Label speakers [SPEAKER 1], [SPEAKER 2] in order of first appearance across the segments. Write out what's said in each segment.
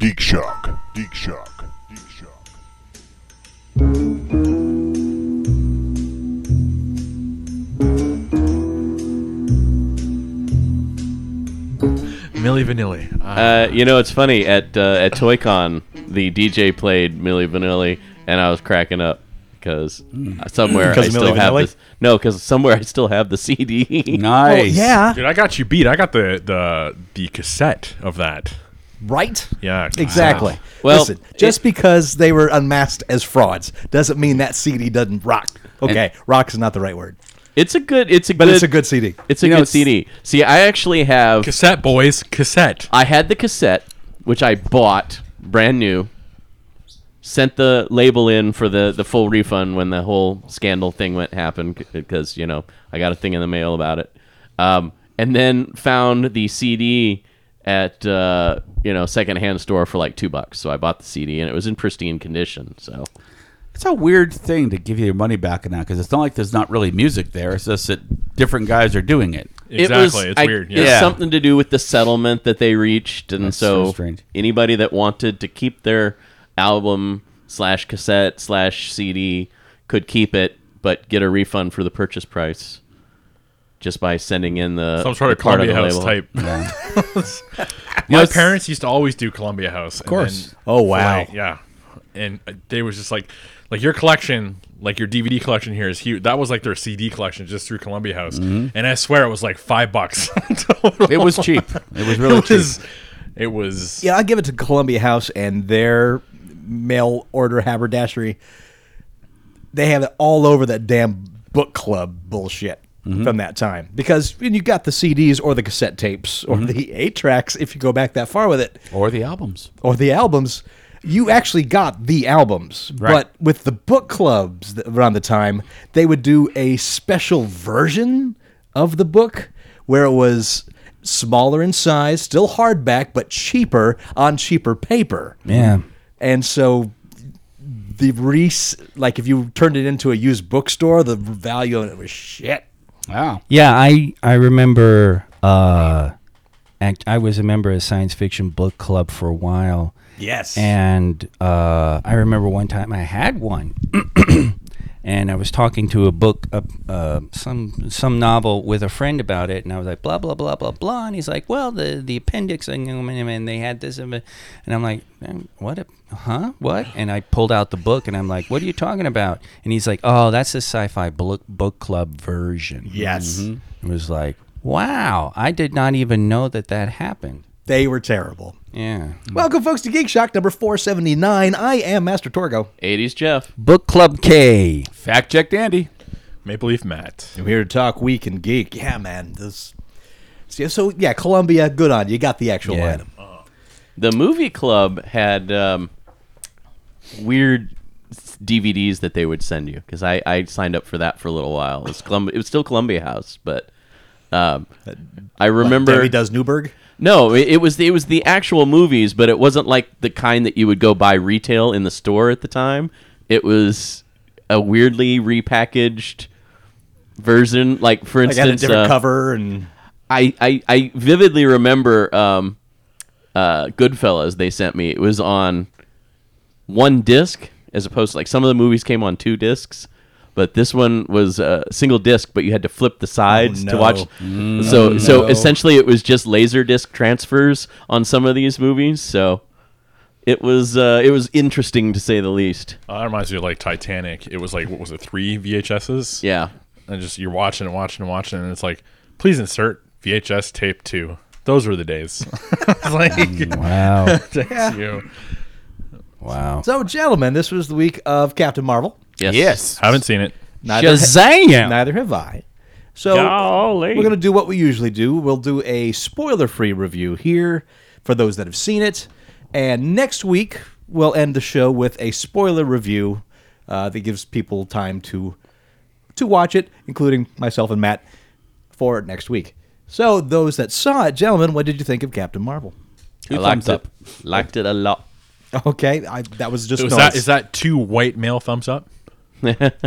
[SPEAKER 1] Geek Shock. Geek Shock. Geek Shock.
[SPEAKER 2] Millie Vanilli. Uh,
[SPEAKER 3] Uh, you know, it's funny at uh, at ToyCon, the DJ played Milli Vanilli, and I was cracking up because somewhere I
[SPEAKER 4] Mm. Because of
[SPEAKER 3] still
[SPEAKER 4] Milli
[SPEAKER 3] have
[SPEAKER 4] Vanilli?
[SPEAKER 3] this. No, because somewhere I still have the CD.
[SPEAKER 4] Nice.
[SPEAKER 5] Oh, yeah.
[SPEAKER 6] Dude, I got you beat. I got the the the cassette of that.
[SPEAKER 5] Right?
[SPEAKER 6] Yeah,
[SPEAKER 5] Exactly.
[SPEAKER 3] Well,
[SPEAKER 5] Listen, just because they were unmasked as frauds doesn't mean that CD doesn't rock. Okay, rock is not the right word,
[SPEAKER 3] It's a good. It's a
[SPEAKER 5] but
[SPEAKER 3] good.
[SPEAKER 5] it's a good CD.
[SPEAKER 3] It's a
[SPEAKER 4] You know,
[SPEAKER 3] good
[SPEAKER 4] it's-
[SPEAKER 3] CD. See, I actually have.
[SPEAKER 6] Cassette boys, cassette.
[SPEAKER 3] I had the cassette, which I bought brand new. Sent the label in for the, the full refund when the whole scandal thing went happened because you know I got a thing in the mail about it, um, and then found the CD at uh, you know secondhand store for like two bucks. So I bought the CD and it was in pristine condition. So
[SPEAKER 4] It's a weird thing to give you your money back now because it's not like there's not really music there. It's just that different guys are doing it.
[SPEAKER 6] Exactly.
[SPEAKER 3] it was
[SPEAKER 6] it's
[SPEAKER 3] I-
[SPEAKER 6] weird.
[SPEAKER 3] it's
[SPEAKER 6] Yeah.
[SPEAKER 4] Yeah.
[SPEAKER 3] something to do with the settlement that they reached, and
[SPEAKER 4] That's
[SPEAKER 3] so,
[SPEAKER 4] so strange.
[SPEAKER 3] anybody that wanted to keep their album slash cassette slash CD could keep it, but get a refund for the purchase price just by sending in the
[SPEAKER 6] Some sort of
[SPEAKER 3] the part
[SPEAKER 6] Columbia
[SPEAKER 3] the
[SPEAKER 6] House
[SPEAKER 3] label.
[SPEAKER 6] type.
[SPEAKER 4] Yeah.
[SPEAKER 6] My parents used to always do Columbia House. Of
[SPEAKER 4] course.
[SPEAKER 5] Oh, wow.
[SPEAKER 6] yeah, and uh, they was just like, like your collection, like your DVD collection here is huge. That was like their CD collection just through Columbia House, and I swear it was like five bucks. total.
[SPEAKER 4] It was cheap. It was really
[SPEAKER 6] it
[SPEAKER 4] cheap.
[SPEAKER 6] was, it was
[SPEAKER 5] Yeah, I give it to Columbia House and their mail order haberdashery. They have it all over that damn book club bullshit
[SPEAKER 3] Mm-hmm.
[SPEAKER 5] from that time because and you got the CDs or the cassette tapes or
[SPEAKER 3] Mm-hmm.
[SPEAKER 5] the eight tracks if you go back that far with it
[SPEAKER 4] Or the albums.
[SPEAKER 5] or the albums. You actually got the albums, but with the book clubs that around the time, they would do a special version of the book where it was smaller in size, still hardback, but cheaper on cheaper paper.
[SPEAKER 4] Yeah.
[SPEAKER 5] And so the Reese, like if you turned it into a used bookstore, the value on it was shit.
[SPEAKER 4] Wow.
[SPEAKER 7] Yeah, I I remember. Uh, act, I was a member of science fiction book club for a while,
[SPEAKER 5] Yes.
[SPEAKER 7] and uh, I remember one time I had one, and I was talking to a book, uh, uh, some some novel with a friend about it, and I was like, blah blah blah blah blah, and he's like, well, the the appendix, and, and they had this, and the- and I'm like, "Um, what, a, huh, what? And I pulled out the book, and I'm like, what are you talking about? And he's like, oh, that's the sci-fi book book club version.
[SPEAKER 5] yes.
[SPEAKER 7] It was like, wow, I did not even know that that happened.
[SPEAKER 5] They were terrible.
[SPEAKER 7] Yeah.
[SPEAKER 5] Welcome, folks, to Geek Shock number 479. I am Master Torgo.
[SPEAKER 3] 80s Jeff.
[SPEAKER 7] Book Club K.
[SPEAKER 4] Fact checked Andy.
[SPEAKER 6] Maple Leaf Matt.
[SPEAKER 5] I'm here to talk week and geek. Yeah, man. This. So, so, yeah, Columbia, good on you. You got the actual
[SPEAKER 7] Yeah.
[SPEAKER 5] item.
[SPEAKER 3] The movie club had um, weird DVDs that they would send you because I, I signed up for that for a little while. It was, Colum- it was still Columbia House, but um, I remember
[SPEAKER 5] Debbie does Newberg.
[SPEAKER 3] No, it, it was the, it was the actual movies, but it wasn't like the kind that you would go buy retail in the store at the time. It was a weirdly repackaged version. Like for
[SPEAKER 5] Like had a
[SPEAKER 3] instance,
[SPEAKER 5] different
[SPEAKER 3] uh,
[SPEAKER 5] cover and
[SPEAKER 3] I, I I vividly remember um, uh, Goodfellas. They sent me. It was on one disc as opposed to like some of the movies came on two discs. But this one was a single disc, but you had to flip the sides to
[SPEAKER 5] Oh, no.
[SPEAKER 3] watch. so, so
[SPEAKER 5] no.
[SPEAKER 3] essentially, it was just laser disc transfers on some of these movies. So, it was uh, it was interesting to say the least.
[SPEAKER 6] Uh, that reminds me of like Titanic. It was like what was it three VHSs?
[SPEAKER 3] Yeah,
[SPEAKER 6] and just you're watching and watching and watching, and it's like, please insert VHS tape two. Those were the days. It's like,
[SPEAKER 7] Wow.
[SPEAKER 6] thanks you.
[SPEAKER 7] wow.
[SPEAKER 5] so, gentlemen, this was the week of Captain Marvel.
[SPEAKER 3] yes,
[SPEAKER 6] Haven't seen it.
[SPEAKER 5] Neither,
[SPEAKER 7] Shazam.
[SPEAKER 5] neither have I. So we're going to do what we usually do. We'll do a spoiler-free review here for those that have seen it, and next week we'll end the show with a spoiler review uh, that gives people time to to watch it, including myself and Matt, for next week. So those that saw it, gentlemen, what did you think of Captain Marvel?
[SPEAKER 3] I liked
[SPEAKER 4] thumbs
[SPEAKER 3] it. Liked it a lot.
[SPEAKER 5] Okay, I, that was just
[SPEAKER 6] Is
[SPEAKER 5] noise.
[SPEAKER 6] that is that two white male thumbs up?
[SPEAKER 4] Yes.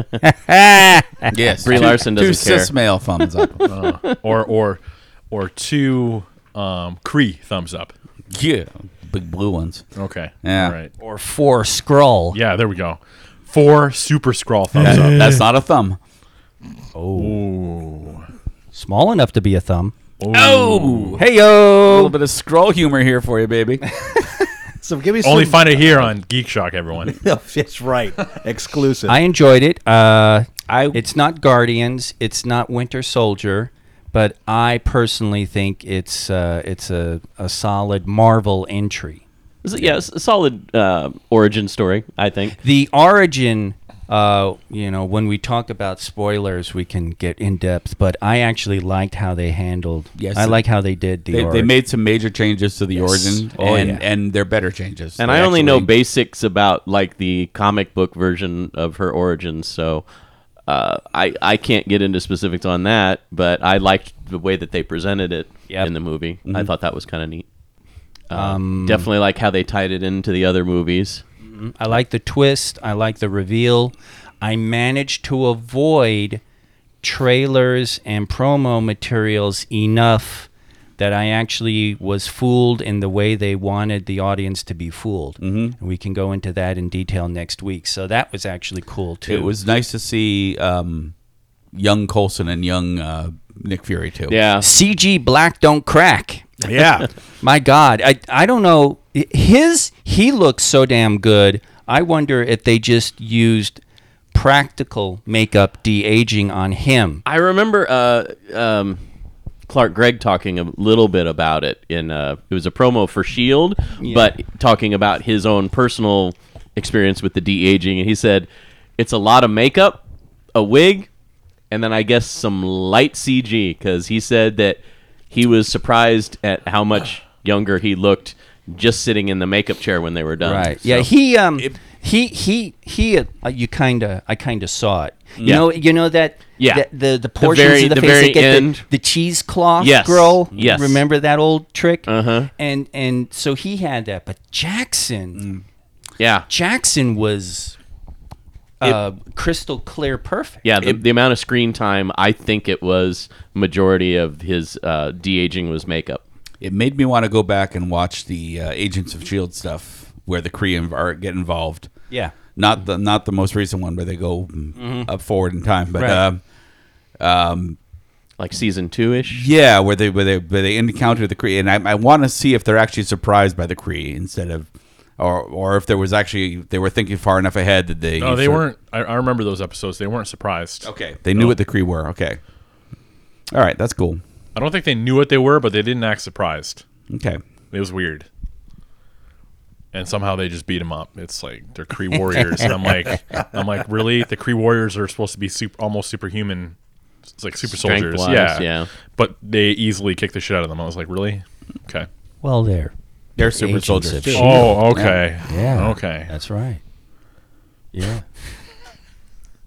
[SPEAKER 3] Brie
[SPEAKER 4] Two-
[SPEAKER 3] Larson
[SPEAKER 4] two
[SPEAKER 3] doesn't care.
[SPEAKER 4] cis male thumbs up.
[SPEAKER 6] or or or two um Cree thumbs up.
[SPEAKER 4] yeah. big blue ones.
[SPEAKER 6] Okay.
[SPEAKER 4] Yeah.
[SPEAKER 6] All right.
[SPEAKER 7] or four scroll.
[SPEAKER 6] Yeah, there we go. Four super scroll thumbs up.
[SPEAKER 4] That's not a thumb.
[SPEAKER 7] Small enough to be a thumb. Oh.
[SPEAKER 4] Hey yo, a little bit of scroll humor here for you, baby.
[SPEAKER 5] So give me some.
[SPEAKER 6] Only find it here on Geek Shock, everyone.
[SPEAKER 5] That's right. Exclusive.
[SPEAKER 7] I enjoyed it. Uh,
[SPEAKER 4] I-
[SPEAKER 7] it's not Guardians. It's not Winter Soldier. But I personally think it's uh, it's a, a solid Marvel entry.
[SPEAKER 3] It's a- Yeah, it's a solid uh, origin story, I think.
[SPEAKER 7] the origin uh, you know when we talk about spoilers we can get in depth but i actually liked how they handled
[SPEAKER 4] Yes,
[SPEAKER 7] i
[SPEAKER 4] it-
[SPEAKER 7] like how they did the
[SPEAKER 4] They, they
[SPEAKER 7] origin.
[SPEAKER 4] made some major changes to the origin,
[SPEAKER 7] Oh,
[SPEAKER 4] and
[SPEAKER 7] yeah.
[SPEAKER 4] and they're better changes.
[SPEAKER 3] And
[SPEAKER 4] They
[SPEAKER 3] I only know
[SPEAKER 4] actually-
[SPEAKER 3] basics about like the comic book version of her origins, so uh, I I can't get into specifics on that. But I liked the way that they presented it
[SPEAKER 7] Yep.
[SPEAKER 3] in the movie. I thought that was kind of neat. Um, definitely like how they tied it into the other movies.
[SPEAKER 7] i like the twist i like the reveal i managed to avoid trailers and promo materials enough that i actually was fooled in the way they wanted the audience to be fooled mm-hmm. and we can go into that in detail next week so that was actually cool too
[SPEAKER 4] it was nice to see um, young Colson and young uh, Nick Fury too.
[SPEAKER 3] Yeah,
[SPEAKER 7] cg black don't crack
[SPEAKER 6] Yeah.
[SPEAKER 7] My God, I I don't know. His he looks so damn good. I wonder if they just used practical makeup de aging on him.
[SPEAKER 3] I remember uh, um, Clark Gregg talking a little bit about it in uh, it was a promo for Shield, E but talking about his own personal experience with the de aging, and he said it's a lot of makeup, a wig, and then I guess some light CG because he said that he was surprised at how much younger he looked just sitting in the makeup chair when they were done.
[SPEAKER 7] Right. Yeah.
[SPEAKER 3] So-
[SPEAKER 7] He um he he he. Uh, you kind of I kind of saw it. You
[SPEAKER 3] Yeah.
[SPEAKER 7] know you know that
[SPEAKER 3] Yeah.
[SPEAKER 7] that- the the portions
[SPEAKER 3] very-
[SPEAKER 7] of the,
[SPEAKER 3] the
[SPEAKER 7] face
[SPEAKER 3] very
[SPEAKER 7] that get
[SPEAKER 3] end.
[SPEAKER 7] the, the cheesecloth
[SPEAKER 3] Yes.
[SPEAKER 7] girl.
[SPEAKER 3] Yes.
[SPEAKER 7] Remember that old trick?
[SPEAKER 3] Uh-huh.
[SPEAKER 7] And and so he had that, but
[SPEAKER 3] Mm.
[SPEAKER 7] Jackson
[SPEAKER 3] yeah.
[SPEAKER 7] Jackson was. Uh, crystal clear, perfect.
[SPEAKER 3] Yeah, the, the amount of screen time, I think it was majority of his uh, de aging was makeup.
[SPEAKER 4] it made me want to go back and watch the uh, Agents of Shield stuff where the Kree inv- are, get involved.
[SPEAKER 7] Yeah. Mm-hmm.
[SPEAKER 4] not the not the most recent one where they go mm, up forward in time, but
[SPEAKER 7] Right.
[SPEAKER 4] um,
[SPEAKER 3] like season two ish.
[SPEAKER 4] yeah, where they where they where they encounter the Kree, and I, I want to see if they're actually surprised by the Kree instead of. Or, or if there was actually they were thinking far enough ahead that they
[SPEAKER 6] No, they
[SPEAKER 4] sort of-
[SPEAKER 6] weren't. I, I remember those episodes. They weren't surprised.
[SPEAKER 4] okay they knew what the Kree were okay all right that's cool
[SPEAKER 6] I don't think they knew what they were, but they didn't act surprised.
[SPEAKER 4] okay
[SPEAKER 6] It was weird. And somehow they just beat him up. It's like they're Kree warriors. and I'm like, I'm like, really? The Kree warriors are supposed to be super, almost superhuman. It's like super soldiers.
[SPEAKER 3] Strength-wise,
[SPEAKER 6] Yeah.
[SPEAKER 3] yeah.
[SPEAKER 6] But they easily kick the shit out of them. I was like, really? Okay.
[SPEAKER 7] Well, there.
[SPEAKER 4] they're super
[SPEAKER 7] Agents
[SPEAKER 4] soldiers
[SPEAKER 7] of
[SPEAKER 4] too.
[SPEAKER 7] Shield.
[SPEAKER 6] Oh, okay.
[SPEAKER 7] Yeah.
[SPEAKER 6] Okay.
[SPEAKER 7] That's right. Yeah.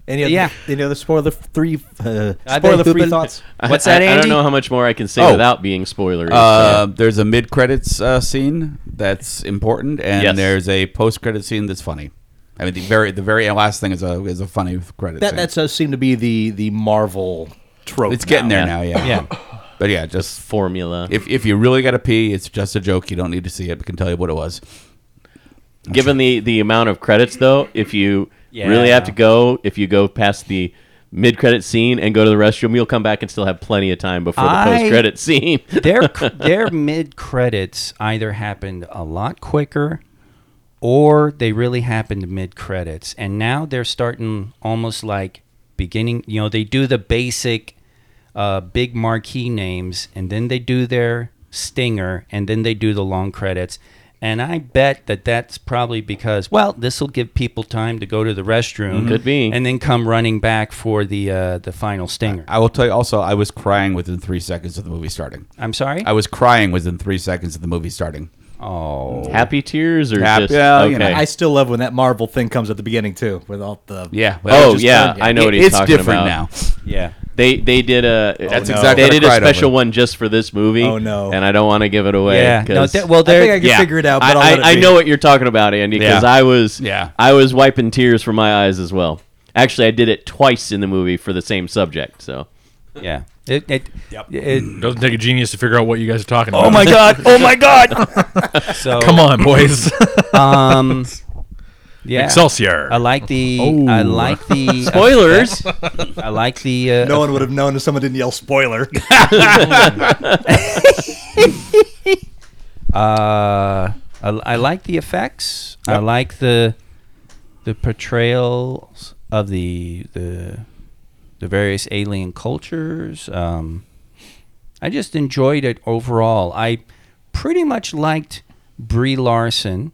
[SPEAKER 5] any other,
[SPEAKER 7] Yeah.
[SPEAKER 5] Any other spoiler three? Uh,
[SPEAKER 7] I bet
[SPEAKER 5] spoiler free
[SPEAKER 7] Hoopin-
[SPEAKER 5] thoughts?
[SPEAKER 7] What's
[SPEAKER 3] I-
[SPEAKER 7] that,
[SPEAKER 3] I, I
[SPEAKER 7] Andy?
[SPEAKER 3] don't know how much more I can say
[SPEAKER 4] Oh.
[SPEAKER 3] without being spoilery.
[SPEAKER 4] Uh, There's a mid credits uh, scene that's important, and
[SPEAKER 3] Yes.
[SPEAKER 4] there's a post credit scene that's funny. I mean, the very the very last thing is a is a funny credit.
[SPEAKER 5] That
[SPEAKER 4] scene.
[SPEAKER 5] that does seem to be the the Marvel trope.
[SPEAKER 4] it's getting
[SPEAKER 5] now.
[SPEAKER 4] there now, yeah.
[SPEAKER 7] Yeah.
[SPEAKER 4] but yeah, just
[SPEAKER 3] formula.
[SPEAKER 4] if if you really got to pee, it's just a joke. You don't need to see it. We can tell you what it was.
[SPEAKER 3] Given the the amount of credits though, if you
[SPEAKER 7] Yeah.
[SPEAKER 3] really have to go, if you go past the mid credit scene and go to the restroom, you'll come back and still have plenty of time before the
[SPEAKER 7] I-
[SPEAKER 3] post credit scene.
[SPEAKER 7] their their mid credits either happened a lot quicker, or they really happened mid credits, and now they're starting almost like beginning. You know, they do the basic, uh, big marquee names, and then they do their stinger, and then they do the long credits. And I bet that that's probably because well, this will give people time to go to the restroom,
[SPEAKER 3] Mm-hmm. Could be.
[SPEAKER 7] and then come running back for the uh, the final stinger.
[SPEAKER 4] I will tell you. Also, I was crying within three seconds of the movie starting.
[SPEAKER 7] I'm sorry.
[SPEAKER 4] I was crying within three seconds of the movie starting.
[SPEAKER 7] oh,
[SPEAKER 3] Happy tears or
[SPEAKER 4] Happy-
[SPEAKER 3] just
[SPEAKER 4] well,
[SPEAKER 3] okay.
[SPEAKER 4] you know,
[SPEAKER 5] I still love when that Marvel thing comes at the beginning too, with all the
[SPEAKER 4] Yeah.
[SPEAKER 3] Oh,
[SPEAKER 4] just-
[SPEAKER 3] yeah, I know what he's
[SPEAKER 4] it's
[SPEAKER 3] talking
[SPEAKER 4] different
[SPEAKER 3] about.
[SPEAKER 4] now.
[SPEAKER 7] yeah.
[SPEAKER 3] They they did a
[SPEAKER 4] That's
[SPEAKER 3] they
[SPEAKER 4] exactly what I
[SPEAKER 3] did a
[SPEAKER 4] cried
[SPEAKER 3] special
[SPEAKER 4] over.
[SPEAKER 3] one just for this movie.
[SPEAKER 5] Oh, no.
[SPEAKER 3] And I don't want to give it away.
[SPEAKER 7] Yeah. No,
[SPEAKER 3] 'cause-
[SPEAKER 7] that, well,
[SPEAKER 5] I think
[SPEAKER 7] there.
[SPEAKER 5] I can
[SPEAKER 4] yeah.
[SPEAKER 5] figure it out, but
[SPEAKER 3] I,
[SPEAKER 5] I, will
[SPEAKER 3] I, I know what you're talking about, Andy, because
[SPEAKER 4] Yeah.
[SPEAKER 3] I was
[SPEAKER 4] Yeah.
[SPEAKER 3] I was wiping tears from my eyes as well. Actually, I did it twice in the movie for the same subject. So
[SPEAKER 7] yeah. It, it, it-
[SPEAKER 6] Doesn't take a genius to figure out what you guys are talking about.
[SPEAKER 7] oh my god! Oh my god! so
[SPEAKER 6] Come on, boys.
[SPEAKER 7] um, yeah,
[SPEAKER 6] Excelsior.
[SPEAKER 7] I like the. I like the
[SPEAKER 3] Spoilers.
[SPEAKER 7] I like the. Uh,
[SPEAKER 5] No one would have known if someone didn't yell spoiler.
[SPEAKER 7] Uh, I, I like the effects. I like the the portrayals of the the the various alien cultures. Um, I just enjoyed it overall. I pretty much liked Brie Larson.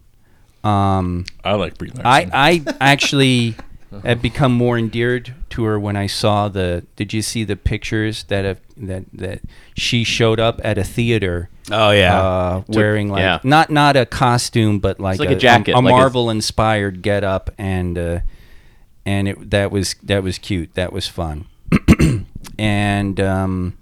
[SPEAKER 7] Um,
[SPEAKER 6] I like Brie Larson.
[SPEAKER 7] I, I actually have become more endeared to her when I saw the. Did you see the pictures that have, that that she showed up at a theater?
[SPEAKER 4] Oh, yeah.
[SPEAKER 7] uh, wearing like
[SPEAKER 3] yeah.
[SPEAKER 7] not not a costume, but like,
[SPEAKER 3] like a jacket,
[SPEAKER 7] a,
[SPEAKER 3] like a-
[SPEAKER 7] Marvel inspired get up, and uh, and it that was that was cute, that was fun, and um,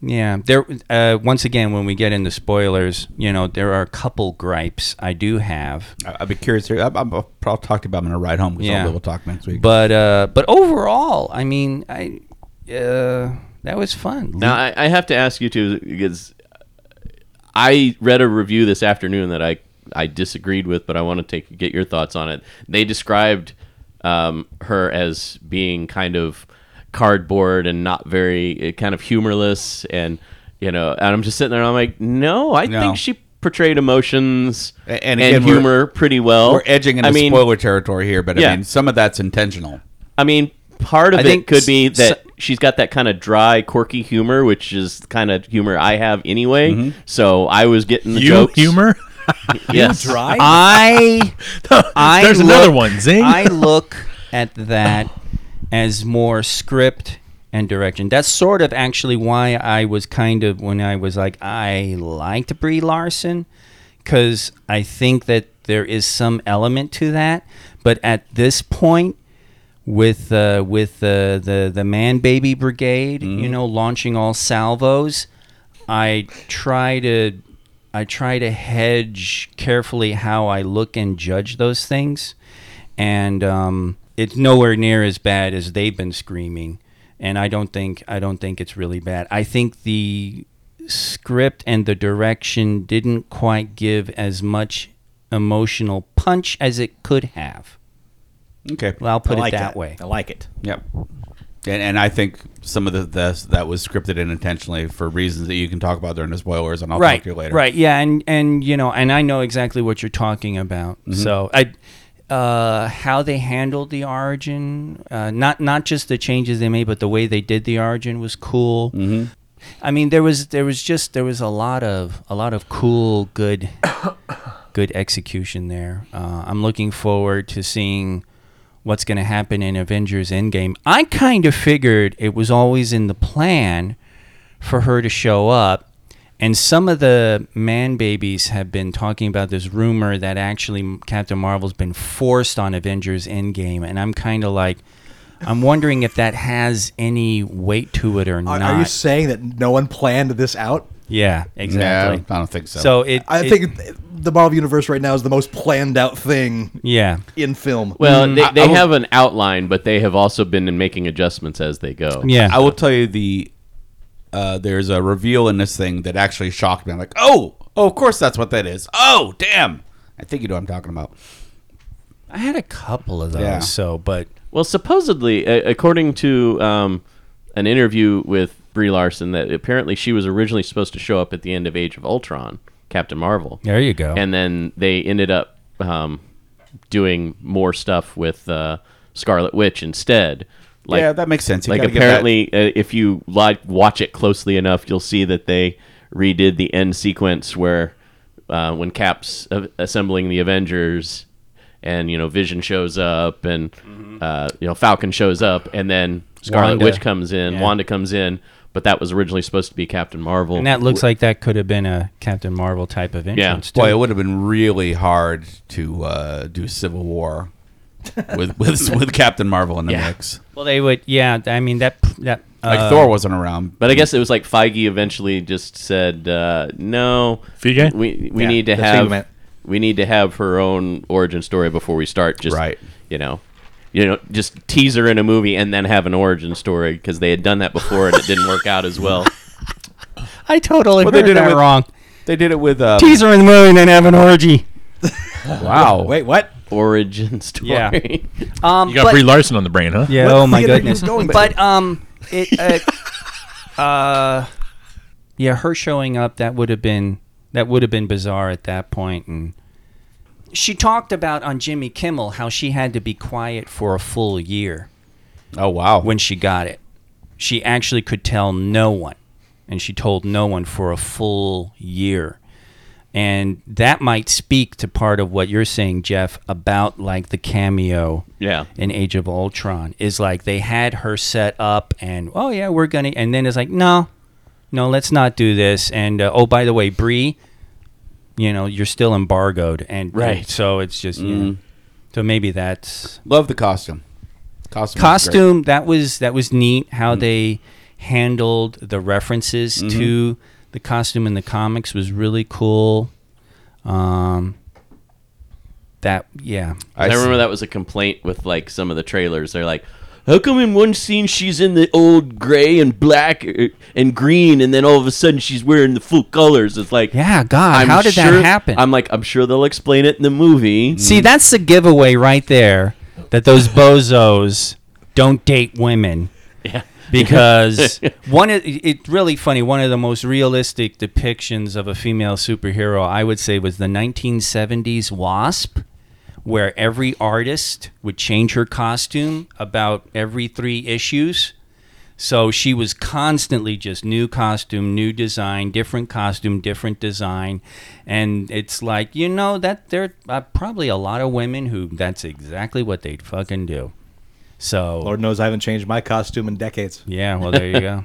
[SPEAKER 7] yeah, there. Uh, once again, when we get into spoilers, you know, there are a couple gripes I do have.
[SPEAKER 4] I- I'd be curious. Here. I, I'm, I'll probably talk about them on a ride home. 'cause
[SPEAKER 7] Yeah.
[SPEAKER 4] I'll- We'll talk next week.
[SPEAKER 7] But uh, but overall, I mean, I uh, that was fun.
[SPEAKER 3] Now I,
[SPEAKER 4] Mm-hmm.
[SPEAKER 3] I have to ask you two because I read a review this afternoon that I I disagreed with, but I want to take get your thoughts on it. They described um, her as being kind of cardboard and not very eh, kind of humorless, and you know, and I'm just sitting there and I'm like, no, I
[SPEAKER 4] No.
[SPEAKER 3] think she portrayed emotions
[SPEAKER 4] A-
[SPEAKER 3] and,
[SPEAKER 4] and again, we're-
[SPEAKER 3] humor pretty well.
[SPEAKER 4] We're edging into
[SPEAKER 3] Oh, I mean,
[SPEAKER 4] spoiler territory here, but I
[SPEAKER 3] Yeah.
[SPEAKER 4] mean, some of that's intentional.
[SPEAKER 3] I mean, part of
[SPEAKER 7] I
[SPEAKER 3] it
[SPEAKER 7] think
[SPEAKER 3] could be that
[SPEAKER 7] s-
[SPEAKER 3] she's got that kind of dry, quirky humor, which is the kind of humor I have anyway.
[SPEAKER 7] Mm-hmm.
[SPEAKER 3] So I was getting the
[SPEAKER 6] you
[SPEAKER 3] jokes.
[SPEAKER 6] humor?
[SPEAKER 3] yes.
[SPEAKER 7] I I
[SPEAKER 6] There's
[SPEAKER 7] look-
[SPEAKER 6] another one. Zing.
[SPEAKER 7] I look at that as more script and direction. That's sort of actually why I was kind of when I was like I liked Brie Larson because I think that there is some element to that, but at this point with uh, with uh, the the man baby brigade,
[SPEAKER 5] Mm-hmm.
[SPEAKER 7] you know, launching all salvos. I try to I try to hedge carefully how I look and judge those things, and um, it's nowhere near as bad as they've been screaming. And I don't think I don't think it's really bad. I think the script and the direction didn't quite give as much emotional punch as it could have.
[SPEAKER 4] Okay.
[SPEAKER 7] Well, I'll put
[SPEAKER 5] I like
[SPEAKER 7] it that way.
[SPEAKER 5] I like it.
[SPEAKER 4] Yep. And, and I think some of the, the that was scripted in intentionally for reasons that you can talk about during the spoilers, and I'll
[SPEAKER 7] right,
[SPEAKER 4] talk to you later.
[SPEAKER 7] Right, yeah, and and you know, and I know exactly what you're talking about.
[SPEAKER 4] Mm-hmm.
[SPEAKER 7] So I, uh, how they handled the origin, uh, not not just the changes they made, but the way they did the origin was cool.
[SPEAKER 4] Mm-hmm.
[SPEAKER 7] I mean, there was there was just there was a lot of a lot of cool, good, good execution there. Uh, I'm looking forward to seeing. What's going to happen in Avengers Endgame? I kind of figured it was always in the plan for her to show up. And some of the man babies have been talking about this rumor that actually Captain Marvel's been forced on Avengers Endgame. And I'm kind of like, I'm wondering if that has any weight to it or
[SPEAKER 5] Are,
[SPEAKER 7] not.
[SPEAKER 5] are you saying that no one planned this out?
[SPEAKER 7] yeah, exactly.
[SPEAKER 4] No, I don't think so.
[SPEAKER 7] So it.
[SPEAKER 5] I
[SPEAKER 7] it-
[SPEAKER 5] think the Marvel Universe right now is the most planned out thing
[SPEAKER 7] Yeah.
[SPEAKER 5] in film.
[SPEAKER 3] Well,
[SPEAKER 6] Mm,
[SPEAKER 3] they, they have an outline, but they have also been making adjustments as they go.
[SPEAKER 7] Yeah.
[SPEAKER 4] I will tell you the uh, there's a reveal in this thing that actually shocked me. I'm like, oh, oh, of course that's what that is. Oh, damn. I think you know what I'm talking about.
[SPEAKER 7] I had a couple of those.
[SPEAKER 4] Yeah.
[SPEAKER 7] So, but
[SPEAKER 3] Well, supposedly, a- according to um, an interview with Brie Larson, that apparently she was originally supposed to show up at the end of Age of Ultron, Captain Marvel.
[SPEAKER 7] there you go.
[SPEAKER 3] and then they ended up um, doing more stuff with uh, Scarlet Witch instead. Like,
[SPEAKER 4] yeah, that makes sense. You
[SPEAKER 3] like
[SPEAKER 4] gotta give that-
[SPEAKER 3] apparently, uh, if you like watch it closely enough, you'll see that they redid the end sequence where uh, when Cap's uh, assembling the Avengers, and you know Vision shows up, and uh, you know Falcon shows up, and then Scarlet
[SPEAKER 7] Wanda.
[SPEAKER 3] Witch comes in, Wanda comes in. But that was originally supposed to be Captain Marvel.
[SPEAKER 7] and that looks like that could have been a Captain Marvel type of entrance. too.
[SPEAKER 4] Boy, it would have been really hard to uh, do Civil War with with, with Captain Marvel in the mix.
[SPEAKER 7] Well, they would. Yeah. I mean, that. that
[SPEAKER 4] Like
[SPEAKER 7] uh,
[SPEAKER 4] Thor wasn't around.
[SPEAKER 3] But I guess it was like Feige eventually just said, uh, "No,
[SPEAKER 6] Feige?
[SPEAKER 3] we we
[SPEAKER 5] Yeah,
[SPEAKER 3] need to
[SPEAKER 5] that's what you
[SPEAKER 3] have
[SPEAKER 5] meant.
[SPEAKER 3] we need to have her own origin story before we start." Just
[SPEAKER 4] Right.
[SPEAKER 3] you know, you know, just teaser in a movie and then have an origin story because they had done that before and it didn't work out as well.
[SPEAKER 7] I
[SPEAKER 4] Well,
[SPEAKER 7] totally heard
[SPEAKER 4] they did it
[SPEAKER 7] that
[SPEAKER 4] with-
[SPEAKER 7] wrong.
[SPEAKER 4] They did it with uh,
[SPEAKER 7] Teaser in the movie and then have an orgy.
[SPEAKER 4] wow.
[SPEAKER 5] Wait, what?
[SPEAKER 3] Origin story.
[SPEAKER 7] Yeah. Um,
[SPEAKER 6] You got
[SPEAKER 7] but-
[SPEAKER 6] Brie Larson on the brain, huh?
[SPEAKER 7] Yeah.
[SPEAKER 5] What
[SPEAKER 7] oh my
[SPEAKER 5] theater you
[SPEAKER 7] goodness.
[SPEAKER 5] were going to?
[SPEAKER 7] but um, it uh, uh, yeah, her showing up that would have been that would have been bizarre at that point, and she talked about on Jimmy Kimmel how she had to be quiet for a full year
[SPEAKER 4] Oh wow.
[SPEAKER 7] when she got it. She actually could tell no one, and she told no one for a full year. And that might speak to part of what you're saying, Jeff, about like the cameo
[SPEAKER 3] Yeah.
[SPEAKER 7] in Age of Ultron is like they had her set up and oh yeah we're gonna and then it's like no no let's not do this and uh, oh by the way Bree you know you're still embargoed and
[SPEAKER 3] Right.
[SPEAKER 7] and so it's just you know, so maybe that's
[SPEAKER 4] Love the costume. Costume. was great.
[SPEAKER 7] costume that was that was neat how they handled the references to the costume in the comics was really cool um that yeah
[SPEAKER 3] I,
[SPEAKER 4] see.
[SPEAKER 3] remember that was a complaint with like some of the trailers. They're like, "How come in one scene she's in the old gray and black er, and green, and then all of a sudden she's wearing the full colors?" It's like,
[SPEAKER 7] yeah god Uh, how did
[SPEAKER 3] sure-
[SPEAKER 7] that happen
[SPEAKER 3] I'm like, I'm sure they'll explain it in the movie.
[SPEAKER 7] See, that's the giveaway right there that those bozos don't date women.
[SPEAKER 3] Yeah.
[SPEAKER 7] Because one, of- it's really funny. One of the most realistic depictions of a female superhero, I would say, was the 1970s Wasp, where every artist would change her costume about every three issues. So she was constantly just new costume, new design, different costume, different design, and it's like you know that there are probably a lot of women who that's exactly what they fucking do. So
[SPEAKER 5] Lord knows I haven't changed my costume in decades.
[SPEAKER 7] yeah, well there you go.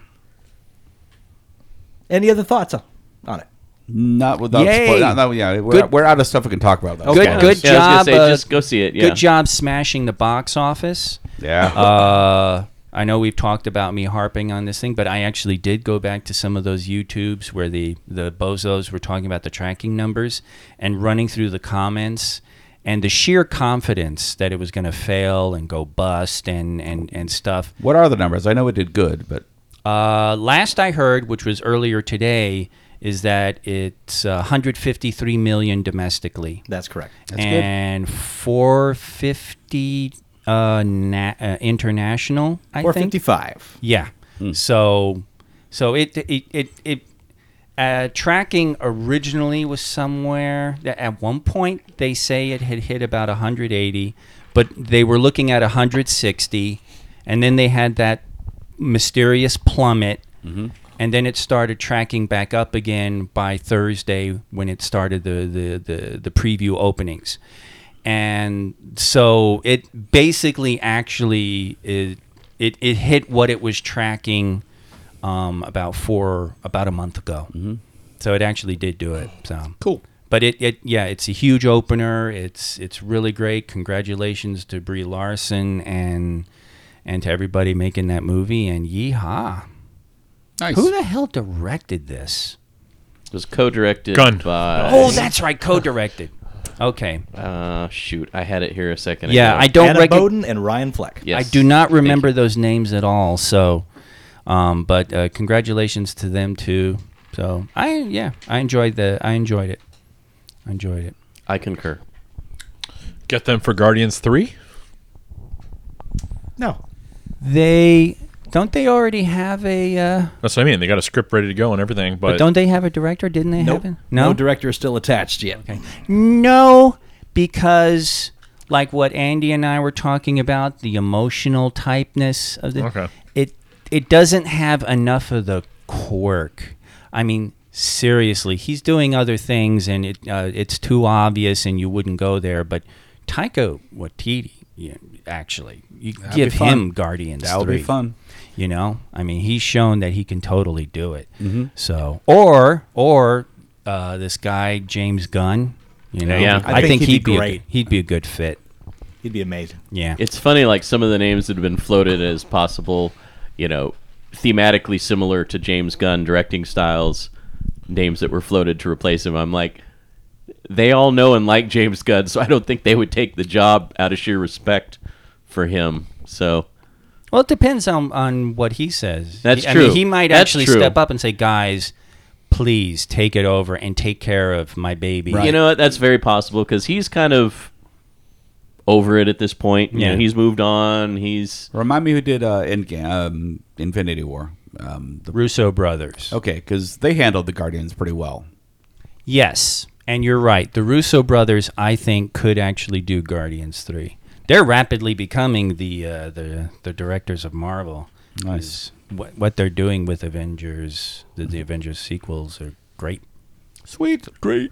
[SPEAKER 5] Any other thoughts on- on it?
[SPEAKER 4] Not without.
[SPEAKER 7] Yay!
[SPEAKER 4] Spoil- not, not- yeah, we're,
[SPEAKER 7] Good-
[SPEAKER 4] we're out of stuff we can talk about. Though.
[SPEAKER 7] Good, good
[SPEAKER 3] Yeah, I was gonna
[SPEAKER 7] job.
[SPEAKER 3] say,
[SPEAKER 7] uh,
[SPEAKER 3] just go see it. Yeah.
[SPEAKER 7] Good job smashing the box office.
[SPEAKER 4] Yeah.
[SPEAKER 7] Uh, I know we've talked about me harping on this thing, but I actually did go back to some of those YouTubes where the, the bozos were talking about the tracking numbers and running through the comments and the sheer confidence that it was going to fail and go bust and, and, and stuff.
[SPEAKER 4] what are the numbers? I know it did good, but
[SPEAKER 7] Uh, last I heard, which was earlier today, is that it's uh, 153 million domestically
[SPEAKER 5] That's correct.
[SPEAKER 4] good.
[SPEAKER 7] and 450 uh, na- uh international i
[SPEAKER 5] Or
[SPEAKER 7] think
[SPEAKER 5] 55.
[SPEAKER 7] yeah so so it it it, it uh, tracking originally was somewhere at one point they say it had hit about 180 but they were looking at 160 and then they had that mysterious plummet and then it started tracking back up again by Thursday when it started the the the, the preview openings. And so it basically actually it, it it hit what it was tracking um, about four about a month ago. Mm-hmm. So it actually did do it. So
[SPEAKER 4] Cool.
[SPEAKER 7] But it, it yeah, it's a huge opener. It's it's really great. Congratulations to Brie Larson and and to everybody making that movie and yeehaw.
[SPEAKER 4] nice.
[SPEAKER 7] Who the hell directed this?
[SPEAKER 3] It was co-directed
[SPEAKER 6] Gun.
[SPEAKER 3] by.
[SPEAKER 7] Oh, that's right, co-directed. Okay.
[SPEAKER 3] Uh, shoot, I had it here a second
[SPEAKER 7] Yeah,
[SPEAKER 3] ago.
[SPEAKER 7] I don't
[SPEAKER 5] Anna
[SPEAKER 7] recog-
[SPEAKER 5] Bowden and Ryan Fleck.
[SPEAKER 7] I
[SPEAKER 3] Yes.
[SPEAKER 7] do not remember
[SPEAKER 3] you.
[SPEAKER 7] those names at all. So, um, but uh, congratulations to them too. So I yeah, I enjoyed the I enjoyed it. I enjoyed it.
[SPEAKER 3] I concur.
[SPEAKER 6] Get them for Guardians Three.
[SPEAKER 5] No.
[SPEAKER 7] They don't they already have a uh,
[SPEAKER 6] That's what I mean. They got a script ready to go and everything, but,
[SPEAKER 7] but don't they have a director? Didn't they
[SPEAKER 5] Nope.
[SPEAKER 7] have it?
[SPEAKER 5] No director is still attached yet.
[SPEAKER 7] No, because like what Andy and I were talking about, the emotional typeness of the
[SPEAKER 6] Okay.
[SPEAKER 7] it it doesn't have enough of the quirk. I mean, seriously, he's doing other things, and it uh, it's too obvious, and you wouldn't go there. But Taika Waititi, you, actually, you
[SPEAKER 4] be
[SPEAKER 7] give
[SPEAKER 4] fun.
[SPEAKER 7] him Guardians.
[SPEAKER 4] That would be
[SPEAKER 7] three.
[SPEAKER 4] fun.
[SPEAKER 7] You know, I mean, he's shown that he can totally do it.
[SPEAKER 3] Mm-hmm.
[SPEAKER 7] So, or or uh, this guy James Gunn. You know,
[SPEAKER 3] Yeah.
[SPEAKER 7] I, think, he'd, be, a
[SPEAKER 5] great.
[SPEAKER 7] good- he'd be a good fit.
[SPEAKER 5] He'd be amazing.
[SPEAKER 7] Yeah,
[SPEAKER 3] It's funny, like some of the names that have been floated as possible, you know, thematically similar to James Gunn directing styles, names that were floated to replace him. I'm like, they all know and like James Gunn, so I don't think they would take the job out of sheer respect for him. So
[SPEAKER 7] Well, it depends on, on what he says.
[SPEAKER 3] That's
[SPEAKER 7] I
[SPEAKER 3] true.
[SPEAKER 7] Mean, he might
[SPEAKER 3] That's
[SPEAKER 7] actually
[SPEAKER 3] true.
[SPEAKER 7] step up and say, "Guys, please take it over and take care of my baby."
[SPEAKER 4] Right.
[SPEAKER 3] you know what? That's very possible because he's kind of over it at this point. You know,
[SPEAKER 7] Yeah.
[SPEAKER 3] he's moved on. He's
[SPEAKER 4] Remind me who did uh, Endgame, um, Infinity War. Um, the,
[SPEAKER 7] Russo brothers.
[SPEAKER 4] okay, because they handled the Guardians pretty well.
[SPEAKER 7] Yes, and you're right. The Russo brothers, I think, could actually do Guardians three. They're rapidly becoming the uh, the the directors of Marvel.
[SPEAKER 4] Nice.
[SPEAKER 7] Is What, what they're doing with Avengers, the, the Avengers sequels are great.
[SPEAKER 4] Sweet, great.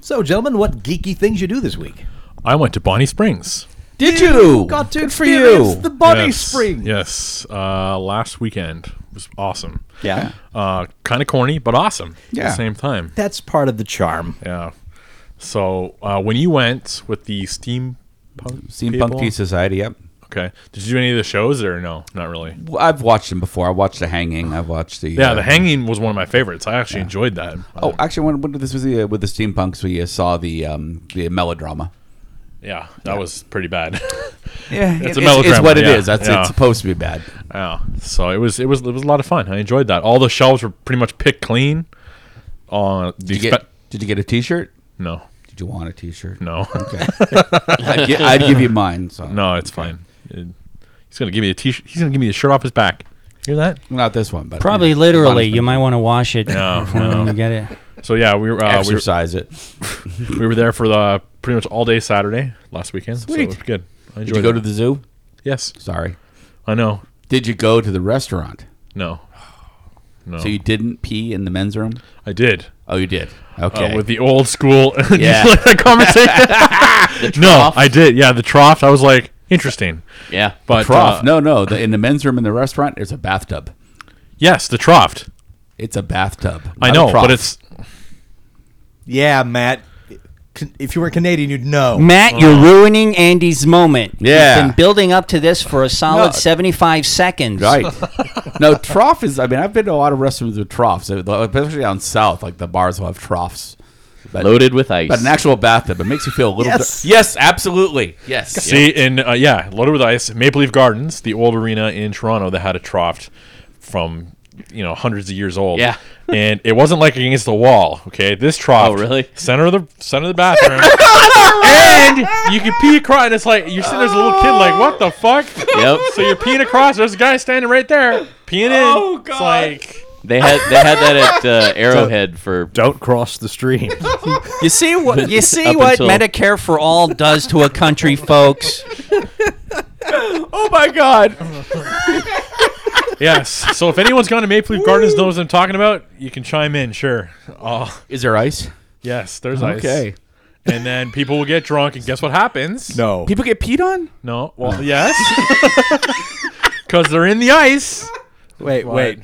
[SPEAKER 5] So, gentlemen, what geeky things you do this week?
[SPEAKER 6] I went to Bonnie Springs.
[SPEAKER 4] Did you?
[SPEAKER 5] Got to
[SPEAKER 4] Good for
[SPEAKER 5] experience
[SPEAKER 4] you.
[SPEAKER 5] the bunny
[SPEAKER 6] yes.
[SPEAKER 5] spring.
[SPEAKER 6] Yes. Uh, last weekend It was awesome.
[SPEAKER 5] Yeah.
[SPEAKER 6] Uh, kind of corny, but awesome at
[SPEAKER 4] Yeah.
[SPEAKER 6] the same time.
[SPEAKER 5] That's part of the charm.
[SPEAKER 6] Yeah. So uh, when you went with the steampunk people-
[SPEAKER 4] Steampunk Tea Society. Yep.
[SPEAKER 6] Okay. Did you do any of the shows or no? Not really.
[SPEAKER 4] Well, I've watched them before. I watched The Hanging. I've watched the
[SPEAKER 6] Yeah,
[SPEAKER 4] uh,
[SPEAKER 6] the hanging was one of my favorites. I actually enjoyed that.
[SPEAKER 4] Oh, actually, when, when this was the, uh, with the steampunks, we uh, saw the um, the melodrama.
[SPEAKER 6] yeah, that was pretty bad.
[SPEAKER 4] Yeah,
[SPEAKER 6] It's
[SPEAKER 4] it's,
[SPEAKER 6] a
[SPEAKER 4] it's,
[SPEAKER 6] melodrama,
[SPEAKER 4] what it is.
[SPEAKER 6] yeah,
[SPEAKER 4] That's
[SPEAKER 6] yeah.
[SPEAKER 4] it's supposed to be bad.
[SPEAKER 6] yeah. So it was it was it was a lot of fun. I enjoyed that. All the shelves were pretty much picked clean. Uh, the
[SPEAKER 4] Did you
[SPEAKER 6] expe-
[SPEAKER 4] get Did you get a T-shirt?
[SPEAKER 6] no,
[SPEAKER 4] Did you want a T-shirt?
[SPEAKER 6] no,
[SPEAKER 4] Okay. I'd, gi- I'd give you mine. So.
[SPEAKER 6] no. It's fine. It- he's gonna give me a t-shirt. He's gonna give me the shirt off his back. Hear that?
[SPEAKER 4] not this one, but
[SPEAKER 7] Probably
[SPEAKER 4] you know,
[SPEAKER 7] literally,
[SPEAKER 4] punishment.
[SPEAKER 7] you might want to wash it
[SPEAKER 6] No,
[SPEAKER 7] before
[SPEAKER 6] no.
[SPEAKER 7] you get it.
[SPEAKER 6] So yeah, we were uh, we were,
[SPEAKER 4] exercise it.
[SPEAKER 6] we were there for the pretty much all day Saturday last weekend. So
[SPEAKER 4] Sweet.
[SPEAKER 6] it was good. I enjoyed.
[SPEAKER 4] Did you go
[SPEAKER 6] it.
[SPEAKER 4] to the zoo?
[SPEAKER 6] yes?
[SPEAKER 4] Sorry.
[SPEAKER 6] I know.
[SPEAKER 4] Did you go to the restaurant?
[SPEAKER 6] No, no.
[SPEAKER 4] So you didn't pee in the men's room?
[SPEAKER 6] I did.
[SPEAKER 4] Oh, you did.
[SPEAKER 6] uh,
[SPEAKER 4] Okay.
[SPEAKER 6] with the old school
[SPEAKER 4] Yeah.
[SPEAKER 6] like that conversation. no,
[SPEAKER 3] trough.
[SPEAKER 6] I did. Yeah, the trough. I was like, interesting.
[SPEAKER 3] yeah.
[SPEAKER 6] But
[SPEAKER 4] trough.
[SPEAKER 6] uh,
[SPEAKER 4] no, no. The, in the men's room in the restaurant, there's a bathtub.
[SPEAKER 6] yes, the trough.
[SPEAKER 4] It's a bathtub.
[SPEAKER 6] I
[SPEAKER 4] not a
[SPEAKER 6] know,
[SPEAKER 4] trough.
[SPEAKER 6] but it's
[SPEAKER 5] Yeah, Matt. Can- If you were Canadian, you'd know.
[SPEAKER 7] Matt, you're ruining Andy's moment.
[SPEAKER 4] Yeah.
[SPEAKER 7] He's been building up to this for a solid
[SPEAKER 4] No.
[SPEAKER 7] 75 seconds.
[SPEAKER 4] right. no, trough is. I mean, I've been to a lot of restaurants with troughs, uh, especially down south. Like the bars will have troughs. But,
[SPEAKER 3] Loaded with ice.
[SPEAKER 4] But an actual bathtub, it makes you feel a little.
[SPEAKER 5] Yes.
[SPEAKER 4] dir- yes, absolutely. Yes.
[SPEAKER 6] see in uh, yeah, loaded with ice. Maple Leaf Gardens, the old arena in Toronto that had a trough from you know hundreds of years old.
[SPEAKER 3] Yeah.
[SPEAKER 6] and it wasn't like against the wall. Okay, this trough.
[SPEAKER 3] Oh, really?
[SPEAKER 6] Center of the center of the bathroom. And you can pee across, and it's like you're sitting there as a little kid, like, what the fuck?
[SPEAKER 3] Yep.
[SPEAKER 6] So you're peeing across. There's a guy standing right there peeing in. Oh god. like
[SPEAKER 3] They had they had that at uh, Arrowhead for
[SPEAKER 5] Don't cross the stream.
[SPEAKER 7] You see what you see
[SPEAKER 3] Up
[SPEAKER 7] what
[SPEAKER 3] until-
[SPEAKER 7] Medicare for all does to a country, folks.
[SPEAKER 4] Oh my God.
[SPEAKER 6] yes. So if anyone's gone to Maple Leaf Gardens, knows what I'm talking about, you can chime in. Sure. Oh
[SPEAKER 4] Is there ice?
[SPEAKER 6] yes, there's ice.
[SPEAKER 4] Okay.
[SPEAKER 6] And then people will get drunk, and guess what happens?
[SPEAKER 5] no.
[SPEAKER 4] People get peed on?
[SPEAKER 6] No. Well, yes. Because they're in the ice.
[SPEAKER 5] Wait, wait.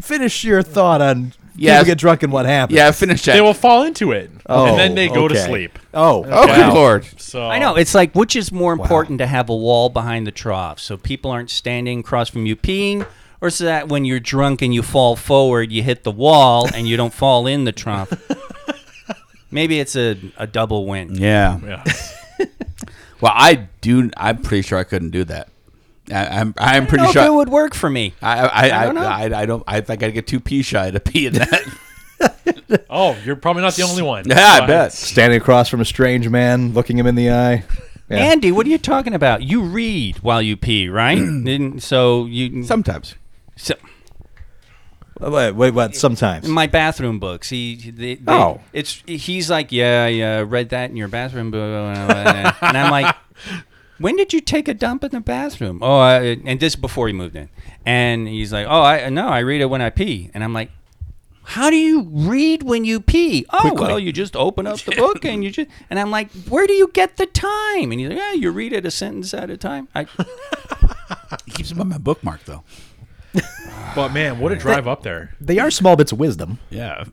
[SPEAKER 5] Finish your thought on
[SPEAKER 4] Yes.
[SPEAKER 5] people get drunk and what happens.
[SPEAKER 4] Yeah, finish that.
[SPEAKER 6] They will fall into it,
[SPEAKER 5] Oh,
[SPEAKER 6] and then they go to
[SPEAKER 5] okay.
[SPEAKER 6] sleep.
[SPEAKER 5] Oh,
[SPEAKER 4] oh, good
[SPEAKER 6] Wow.
[SPEAKER 4] lord.
[SPEAKER 6] So
[SPEAKER 4] Oh.
[SPEAKER 7] I know. It's like which is more important to have a wall behind the trough so people aren't standing across from you peeing, or so that when you're drunk and you fall forward, you hit the wall and you don't fall in the trough. Maybe it's a, a double win.
[SPEAKER 4] Yeah.
[SPEAKER 6] Yeah.
[SPEAKER 4] Well, I do. I'm pretty sure I couldn't do that. I, I'm. I'm
[SPEAKER 7] I don't
[SPEAKER 4] pretty
[SPEAKER 7] know
[SPEAKER 4] sure.
[SPEAKER 7] if it would work for me.
[SPEAKER 4] I, I, I,
[SPEAKER 7] I
[SPEAKER 4] I,
[SPEAKER 7] don't know.
[SPEAKER 4] I, I don't. I think I'd get too pee shy to pee in that.
[SPEAKER 6] Oh, you're probably not the only one.
[SPEAKER 4] yeah, I
[SPEAKER 6] But-
[SPEAKER 4] bet.
[SPEAKER 5] Standing across from a strange man, looking him in the eye. Yeah.
[SPEAKER 7] Andy, what are you talking about? You read while you pee, right? Didn't- so you
[SPEAKER 4] Sometimes.
[SPEAKER 7] so-
[SPEAKER 5] Wait, wait, what? Sometimes.
[SPEAKER 7] in my bathroom books. He they, they-
[SPEAKER 5] Oh.
[SPEAKER 7] it's he's like, yeah, yeah, read that in your bathroom book, and I'm like, when did you take a dump in the bathroom? Oh, I, and this is before he moved in, and he's like, oh, I no, I read it when I pee, and I'm like. How do you read when you pee? Oh well, you just open up the book and you just and I'm like, where do you get the time? And he's like, yeah, you read it a sentence at a time. I,
[SPEAKER 4] He keeps them on my bookmark though.
[SPEAKER 6] But man, what a drive up there.
[SPEAKER 5] they are small bits of wisdom.
[SPEAKER 6] Yeah.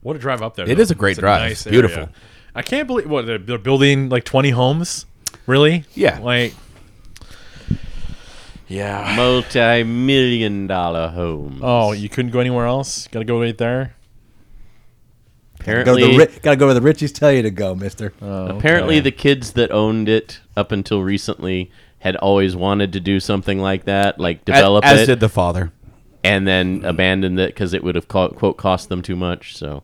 [SPEAKER 6] What a drive up there.
[SPEAKER 4] It
[SPEAKER 6] though.
[SPEAKER 4] is a great
[SPEAKER 6] It's
[SPEAKER 4] drive.
[SPEAKER 6] nice
[SPEAKER 4] It's beautiful.
[SPEAKER 6] area. I can't believe what they're, they're building like 20 homes. Really?
[SPEAKER 4] Yeah.
[SPEAKER 6] Like Yeah.
[SPEAKER 3] multi-million dollar homes.
[SPEAKER 6] Oh, you couldn't go anywhere else? Got to go right there.
[SPEAKER 5] Go to the
[SPEAKER 3] Apparently,
[SPEAKER 5] ri- gotta go where the Richies tell you to go, mister.
[SPEAKER 3] Uh. apparently the kids that owned it up until recently had always wanted to do something like that, like develop
[SPEAKER 4] as,
[SPEAKER 3] it,
[SPEAKER 4] did the father.
[SPEAKER 3] and then abandoned it because it would have co- quote cost them too much. So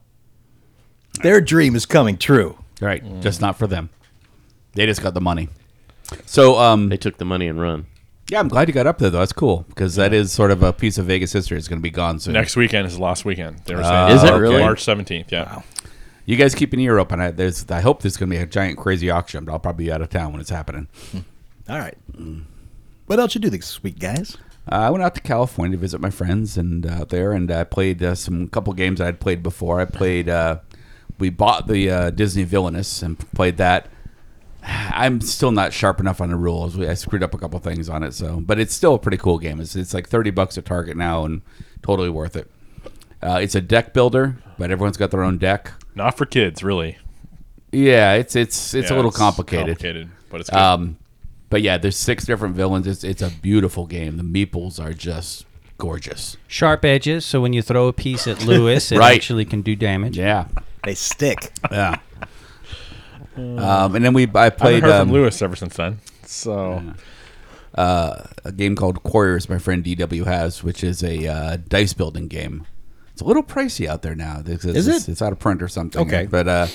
[SPEAKER 5] Their dream is coming true.
[SPEAKER 4] Right, just not for them. They just got the money. So um,
[SPEAKER 3] they took the money and run.
[SPEAKER 4] Yeah, I'm glad you got up there though. That's cool because that is sort of a piece of Vegas history. It's going to be gone soon.
[SPEAKER 6] Next weekend is the last weekend. They were saying
[SPEAKER 3] Is it
[SPEAKER 6] Okay.
[SPEAKER 3] really?
[SPEAKER 6] March seventeenth? Yeah.
[SPEAKER 4] You guys keep an ear open. I, there's, I hope there's going to be a giant crazy auction, but I'll probably be out of town when it's happening.
[SPEAKER 5] All right. What else you do this week, guys?
[SPEAKER 4] Uh, I went out to California to visit my friends and uh, out there, and I played uh, some couple games I had played before. I played. Uh, we bought the uh, Disney Villainous and played that. I'm still not sharp enough on the rules. We- I screwed up a couple things on it, so but it's still a pretty cool game. It's it's like thirty bucks at Target now and totally worth it. Uh, it's a deck builder, but everyone's got their own deck.
[SPEAKER 6] Not for kids, really.
[SPEAKER 4] Yeah, it's it's it's
[SPEAKER 6] Yeah,
[SPEAKER 4] a little complicated.
[SPEAKER 6] Complicated, but it's good.
[SPEAKER 4] Um, but yeah, there's six different villains. It's it's a beautiful game. The meeples are just gorgeous.
[SPEAKER 7] Sharp edges, so when you throw a piece at Lewis, it
[SPEAKER 4] Right.
[SPEAKER 7] actually can do damage.
[SPEAKER 4] Yeah,
[SPEAKER 5] They stick.
[SPEAKER 4] yeah. um, and then we I
[SPEAKER 6] I haven't
[SPEAKER 4] played
[SPEAKER 6] heard
[SPEAKER 4] um,
[SPEAKER 6] from Lewis ever since then. So
[SPEAKER 4] a game called Quarriers. My friend DW has, which is a uh, dice building game. It's a little pricey out there now. It's,
[SPEAKER 5] Is
[SPEAKER 4] it's-
[SPEAKER 5] it?
[SPEAKER 4] It's out of print or something.
[SPEAKER 5] Okay.
[SPEAKER 4] but uh,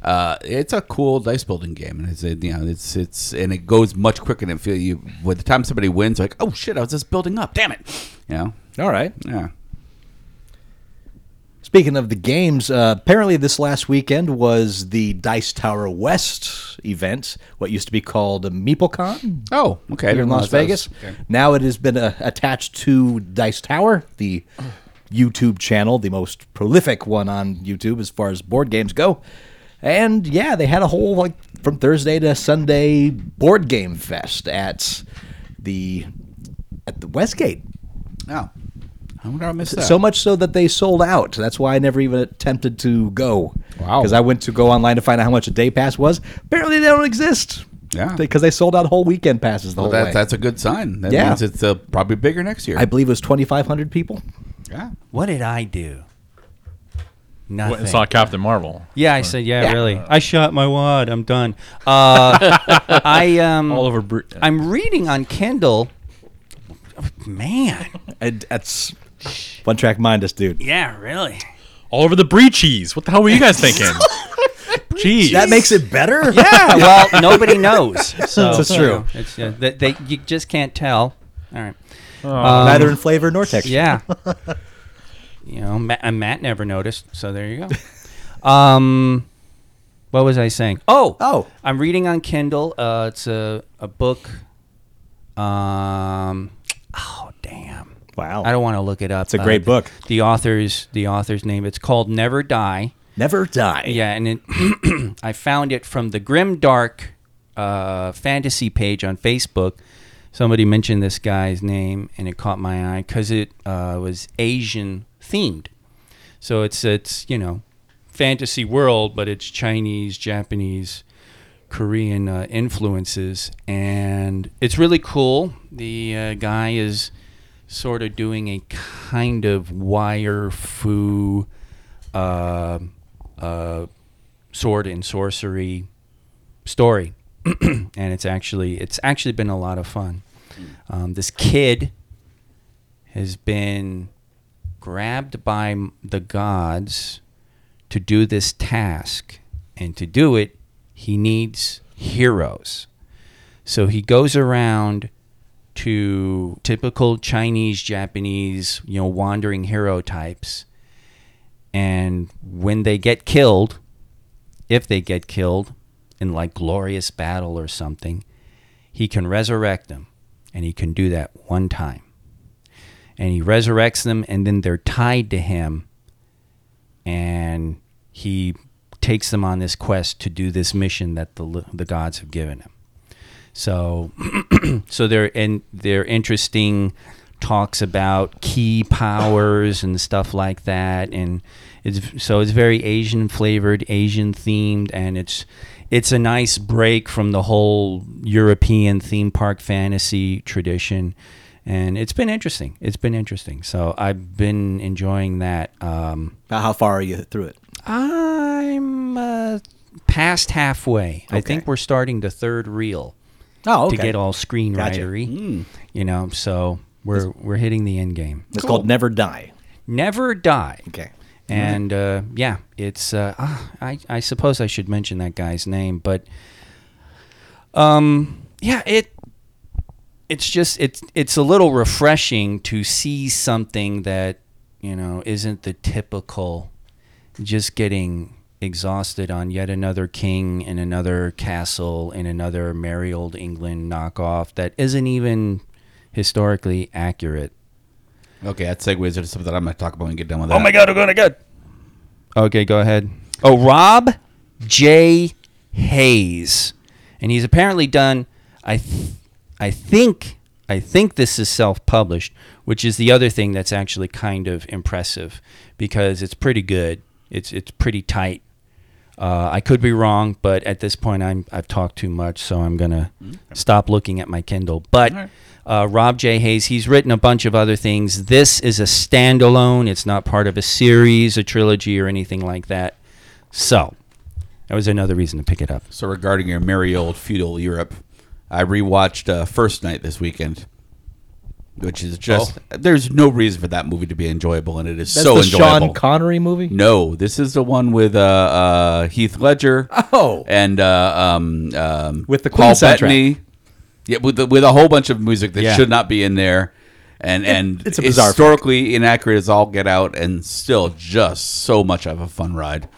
[SPEAKER 4] uh, it's a cool dice building game, and it's uh, you know it's it's and it goes much quicker than feel you. By the time somebody wins, like oh shit, I was just building up. Damn it, you know.
[SPEAKER 5] All right.
[SPEAKER 4] Yeah.
[SPEAKER 5] Speaking of the games, uh, apparently this last weekend was the Dice Tower West event, what used to be called MeepleCon
[SPEAKER 4] Oh, okay. I
[SPEAKER 5] here in
[SPEAKER 4] didn't
[SPEAKER 5] Las
[SPEAKER 4] realize that
[SPEAKER 5] Vegas.
[SPEAKER 4] was- okay.
[SPEAKER 5] Now it has been uh, attached to Dice Tower, the YouTube channel, the most prolific one on YouTube as far as board games go. And yeah, they had a whole like from Thursday to Sunday board game fest at the at the Westgate
[SPEAKER 4] Oh. I wonder how I missed that.
[SPEAKER 5] so much so that they sold out. That's why I never even attempted to go.
[SPEAKER 4] Wow.
[SPEAKER 5] Because I went to go online to find out how much a day pass was. Apparently, they don't exist.
[SPEAKER 4] Yeah.
[SPEAKER 5] Because they sold out whole weekend passes the
[SPEAKER 4] Well,
[SPEAKER 5] whole
[SPEAKER 4] that,
[SPEAKER 5] way.
[SPEAKER 4] that's a good sign. That
[SPEAKER 5] Yeah.
[SPEAKER 4] means it's uh, probably bigger next year.
[SPEAKER 5] I believe it was 2,500 people.
[SPEAKER 4] yeah.
[SPEAKER 7] What did I do?
[SPEAKER 6] went
[SPEAKER 7] Nothing.
[SPEAKER 6] and saw Captain Marvel.
[SPEAKER 7] yeah, I said, yeah, really. I shot my wad. I'm done. Uh, I um,
[SPEAKER 6] All over Bru-
[SPEAKER 7] I'm reading on Kindle. Man,
[SPEAKER 5] And that's one track mind us, dude.
[SPEAKER 7] yeah, really.
[SPEAKER 6] uh, all over the brie cheese. What the hell were you guys thinking? Jeez.
[SPEAKER 5] That makes it better?
[SPEAKER 7] Yeah, well, nobody knows. So
[SPEAKER 5] That's
[SPEAKER 7] you
[SPEAKER 5] true.
[SPEAKER 7] know, It's yeah, that they you just can't tell. All right.
[SPEAKER 5] Neither in flavor nor texture.
[SPEAKER 7] Yeah. you know, Matt, and Matt never noticed. So there you go. Um, what was I saying? Oh,
[SPEAKER 5] Oh.
[SPEAKER 7] I'm reading on Kindle. Uh, it's a a book. Um, oh damn.
[SPEAKER 5] Wow.
[SPEAKER 7] I don't want to look it up. It's
[SPEAKER 5] a great book.
[SPEAKER 7] The author's the author's name. It's called Never Die.
[SPEAKER 5] Never die.
[SPEAKER 7] Yeah, and it, I found it from the Grim Dark uh, fantasy page on Facebook. Somebody mentioned this guy's name, and it caught my eye because it uh, was Asian themed. So it's it's you know fantasy world, but it's Chinese, Japanese, Korean uh, influences, and it's really cool. The uh, guy is sort of doing a kind of wire foo uh, uh, sword and sorcery story, and it's actually it's actually been a lot of fun. Um, this kid has been grabbed by m- the gods to do this task, and to do it, he needs heroes. So he goes around to typical Chinese, Japanese, you know, wandering hero types. And when they get killed, if they get killed in like glorious battle or something, he can resurrect them. And he can do that one time. And he resurrects them, and then they're tied to him. And he takes them on this quest to do this mission that the, the gods have given him. So, so they're and they're interesting talks about key powers and stuff like that, and it's so it's very Asian flavored, Asian themed, and it's it's a nice break from the whole European theme park fantasy tradition, and it's been interesting. It's been interesting. So I've been enjoying that. Um,
[SPEAKER 5] About how far are you through it?
[SPEAKER 7] I'm uh, past halfway. I think we're starting the third reel
[SPEAKER 5] Oh,
[SPEAKER 7] to get all
[SPEAKER 5] Gotcha.
[SPEAKER 7] screenwritery. You know, so we're we're hitting the end game.
[SPEAKER 5] It's called Never Die.
[SPEAKER 7] Never die.
[SPEAKER 5] Okay.
[SPEAKER 7] And uh, yeah, it's uh, ah, I I suppose I should mention that guy's name, but um yeah, it it's just it's it's a little refreshing to see something that, you know, isn't the typical just getting exhausted on yet another king and another castle and another merry old England knockoff that isn't even historically accurate.
[SPEAKER 4] Okay, that segues into something that I'm going to talk about when we get done with that. Oh my
[SPEAKER 7] god, oh my god. Okay, go ahead. Oh, Rob J. Hayes. And he's apparently done I th- I think I think this is self-published, which is the other thing that's actually kind of impressive because it's pretty good. It's it's pretty tight. Uh, I could be wrong, but at this point, I'm I've talked too much, so I'm gonna
[SPEAKER 4] Mm-hmm.
[SPEAKER 7] stop looking at my Kindle. But uh, Rob J. Hayes, he's written a bunch of other things. This is a standalone. It's not part of a series, a trilogy, or anything like that. So that was another reason to pick it up.
[SPEAKER 4] So regarding your merry old feudal Europe, I rewatched uh, First Night this weekend, which is just there's no reason for that movie to be enjoyable, and it is
[SPEAKER 5] Oh. That's
[SPEAKER 4] so
[SPEAKER 5] the
[SPEAKER 4] enjoyable.
[SPEAKER 5] Sean Connery movie.
[SPEAKER 4] no, this is the one with uh, uh, Heath Ledger.
[SPEAKER 5] Oh.
[SPEAKER 4] and uh, um, um,
[SPEAKER 5] With the
[SPEAKER 4] Paul
[SPEAKER 5] Queen soundtrack.
[SPEAKER 4] Bettany. Yeah, with the, with a whole bunch of music that
[SPEAKER 7] Yeah.
[SPEAKER 4] should not be in there, and and
[SPEAKER 5] it's a bizarre
[SPEAKER 4] historically inaccurate as all get out, and still just so much of a fun ride.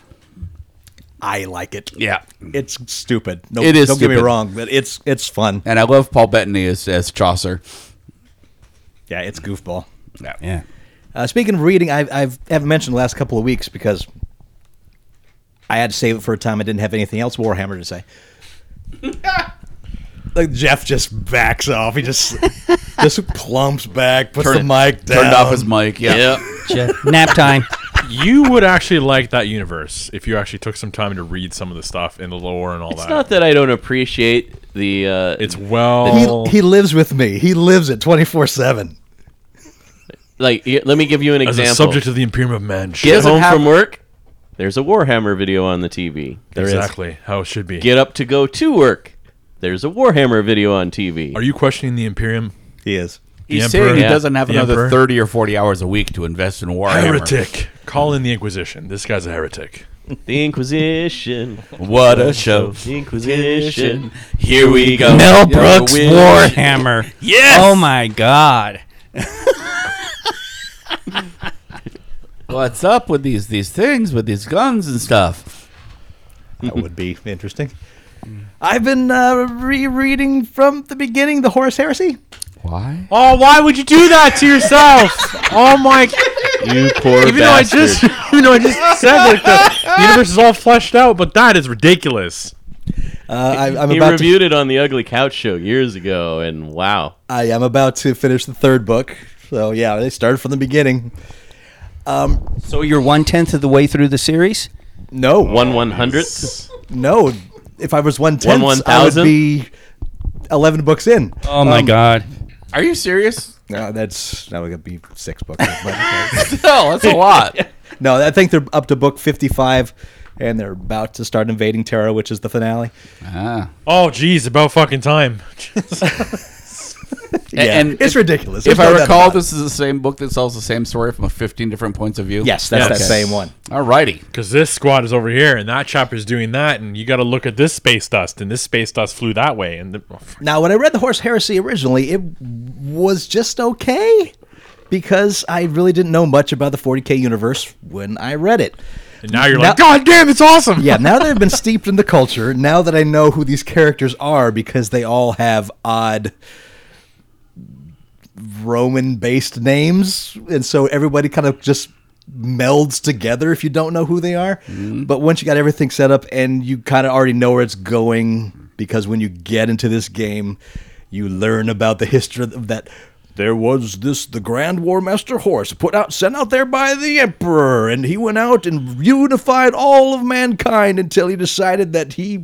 [SPEAKER 5] I like it.
[SPEAKER 4] Yeah.
[SPEAKER 5] It's stupid. No,
[SPEAKER 4] It is
[SPEAKER 5] Don't get me
[SPEAKER 4] stupid.
[SPEAKER 5] wrong, but it's it's fun.
[SPEAKER 4] And I love Paul Bettany as, as Chaucer.
[SPEAKER 5] Yeah, it's goofball.
[SPEAKER 7] Yeah.
[SPEAKER 5] Uh, speaking of reading, I've, I've haven't mentioned the last couple of weeks because I had to save it for a time. I didn't have anything else Warhammer to say. like Jeff just backs off. He just just plumps back, puts the mic down.
[SPEAKER 4] Turned off his mic. Yeah.
[SPEAKER 7] Jeff, nap time.
[SPEAKER 6] You would actually like that universe if you actually took some time to read some of the stuff and the lore and all
[SPEAKER 3] It's
[SPEAKER 6] that.
[SPEAKER 3] not that I don't appreciate the. Uh,
[SPEAKER 6] it's well.
[SPEAKER 5] He, he lives with me. He lives it twenty four seven.
[SPEAKER 3] like. y- Let me give you an
[SPEAKER 6] as
[SPEAKER 3] example.
[SPEAKER 6] a subject of the Imperium of Man.
[SPEAKER 3] Get
[SPEAKER 4] doesn't
[SPEAKER 3] home
[SPEAKER 4] have-
[SPEAKER 3] from work. There's a Warhammer video on the TV.
[SPEAKER 6] exactly how it should be.
[SPEAKER 3] Get up to go to work. There's a Warhammer video on TV.
[SPEAKER 6] Are you questioning the Imperium?
[SPEAKER 5] He is.
[SPEAKER 4] He's
[SPEAKER 6] The
[SPEAKER 4] saying he
[SPEAKER 3] Emperor.
[SPEAKER 4] doesn't have
[SPEAKER 6] The
[SPEAKER 4] another
[SPEAKER 6] Emperor.
[SPEAKER 4] 30 or 40 hours a week to invest in Warhammer.
[SPEAKER 6] Heretic. Call in the Inquisition. This guy's a heretic.
[SPEAKER 3] the Inquisition.
[SPEAKER 4] What a show.
[SPEAKER 3] The Inquisition. Here we go.
[SPEAKER 7] Mel
[SPEAKER 4] Yeah,
[SPEAKER 7] Brooks
[SPEAKER 4] we-
[SPEAKER 7] Warhammer. yes. Oh my God.
[SPEAKER 4] What's up with these these things, with these guns and stuff?
[SPEAKER 5] That would be interesting. I've been uh, rereading from the beginning the Horus Heresy.
[SPEAKER 4] Why?
[SPEAKER 6] Oh, why would you do that to yourself? oh my!
[SPEAKER 3] You poor
[SPEAKER 6] Even though I
[SPEAKER 3] bastard.
[SPEAKER 6] just, even though I just said like the universe is all fleshed out, but that is ridiculous.
[SPEAKER 5] Uh, I, I'm
[SPEAKER 3] he
[SPEAKER 5] about to
[SPEAKER 3] reviewed it on the Ugly Couch Show years ago, and wow.
[SPEAKER 5] I am about to finish the third book. So yeah, they started from the beginning.
[SPEAKER 7] So you're one tenth of the way through the series.
[SPEAKER 5] No,
[SPEAKER 3] One one hundredth.
[SPEAKER 5] no. If I was one tenth,
[SPEAKER 3] one
[SPEAKER 5] I would
[SPEAKER 3] thousandth?
[SPEAKER 5] be eleven books in.
[SPEAKER 4] Um,
[SPEAKER 7] Oh my God.
[SPEAKER 4] Are you serious?
[SPEAKER 5] No, that's that would be six books. but-
[SPEAKER 4] No, that's a lot.
[SPEAKER 5] no, I think they're up to book fifty-five, and they're about to start invading Terra, which is the finale.
[SPEAKER 4] ah.
[SPEAKER 6] Oh, geez, about fucking time.
[SPEAKER 5] Yeah,
[SPEAKER 4] and
[SPEAKER 5] it's
[SPEAKER 4] if-
[SPEAKER 5] ridiculous.
[SPEAKER 4] If
[SPEAKER 5] There's no
[SPEAKER 4] I
[SPEAKER 5] doubt
[SPEAKER 4] recall,
[SPEAKER 5] about it.
[SPEAKER 4] this is the same book that tells the same story from 15 different points of view.
[SPEAKER 5] yes, that's
[SPEAKER 6] Yes.
[SPEAKER 5] that same one.
[SPEAKER 4] Alrighty.
[SPEAKER 6] Because this squad is over here, and that chopper's doing that, and you got to look at this space dust, and this space dust flew that way, and the, oh, f-
[SPEAKER 5] Now, when I read the Horse Heresy originally, it was just okay because I really didn't know much about the 40k universe when I read it.
[SPEAKER 6] and now you're
[SPEAKER 5] Now-
[SPEAKER 6] like, God damn, it's awesome.
[SPEAKER 5] yeah, now that I've been steeped in the culture, now that I know who these characters are because they all have odd Roman based names, and so everybody kind of just melds together if you don't know who they are. But once you got everything set up and you kind of already know where it's going, because when you get into this game, you learn about the history of that. There was this the Grand War Master Horse put out sent out there by the Emperor, and he went out and unified all of mankind until he decided that he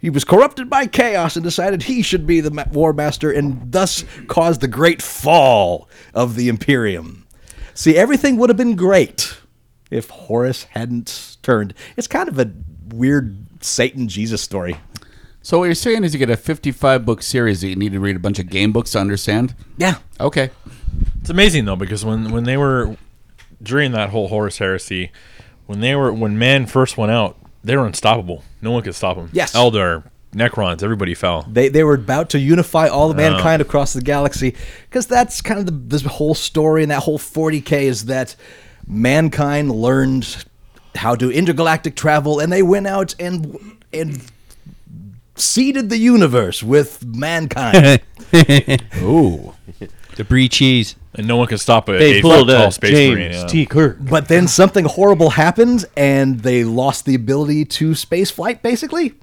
[SPEAKER 5] he was corrupted by chaos and decided he should be the ma- War Master, and thus caused the great fall of the Imperium. See, everything would have been great if Horus hadn't turned. It's kind of a weird Satan Jesus story.
[SPEAKER 4] So what you're saying is you get a 55 book series that you need to read a bunch of game books to understand.
[SPEAKER 5] Yeah.
[SPEAKER 4] Okay.
[SPEAKER 6] It's amazing though because when when they were during that whole Horus heresy, when they were when man first went out, they were unstoppable. No one could stop them.
[SPEAKER 5] Yes.
[SPEAKER 6] Eldar, Necrons, everybody fell.
[SPEAKER 5] They, they were about to unify all
[SPEAKER 6] Oh.
[SPEAKER 5] of mankind across the galaxy because that's kind of the, this whole story and that whole 40k is that mankind learned how to intergalactic travel and they went out and and seeded the universe with mankind.
[SPEAKER 4] Ooh.
[SPEAKER 7] The brie cheese.
[SPEAKER 6] And no one could stop a
[SPEAKER 3] They
[SPEAKER 6] eight
[SPEAKER 3] pulled
[SPEAKER 6] foot
[SPEAKER 3] a
[SPEAKER 6] tall space marine.
[SPEAKER 3] James
[SPEAKER 6] yeah.
[SPEAKER 3] T. Kirk.
[SPEAKER 5] but then something horrible happened and they lost the ability to space flight basically.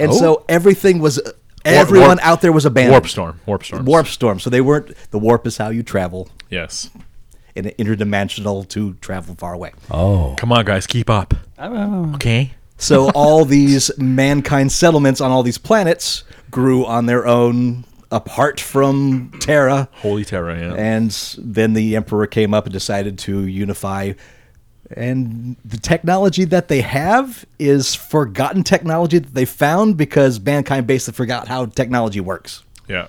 [SPEAKER 5] And so everything was everyone
[SPEAKER 6] Oh. warp-
[SPEAKER 5] out there was abandoned.
[SPEAKER 6] Warp storm. Warp storm.
[SPEAKER 5] Warp storm. So they weren't the warp is how you travel
[SPEAKER 6] Yes.
[SPEAKER 5] in an interdimensional to travel far away.
[SPEAKER 6] Come on, guys, keep up. Okay.
[SPEAKER 5] So all these mankind settlements on all these planets grew on their own apart from Terra.
[SPEAKER 6] Holy Terra, yeah.
[SPEAKER 5] And then the emperor came up and decided to unify. And the technology that they have is forgotten technology that they found because mankind basically forgot how technology works.
[SPEAKER 6] yeah.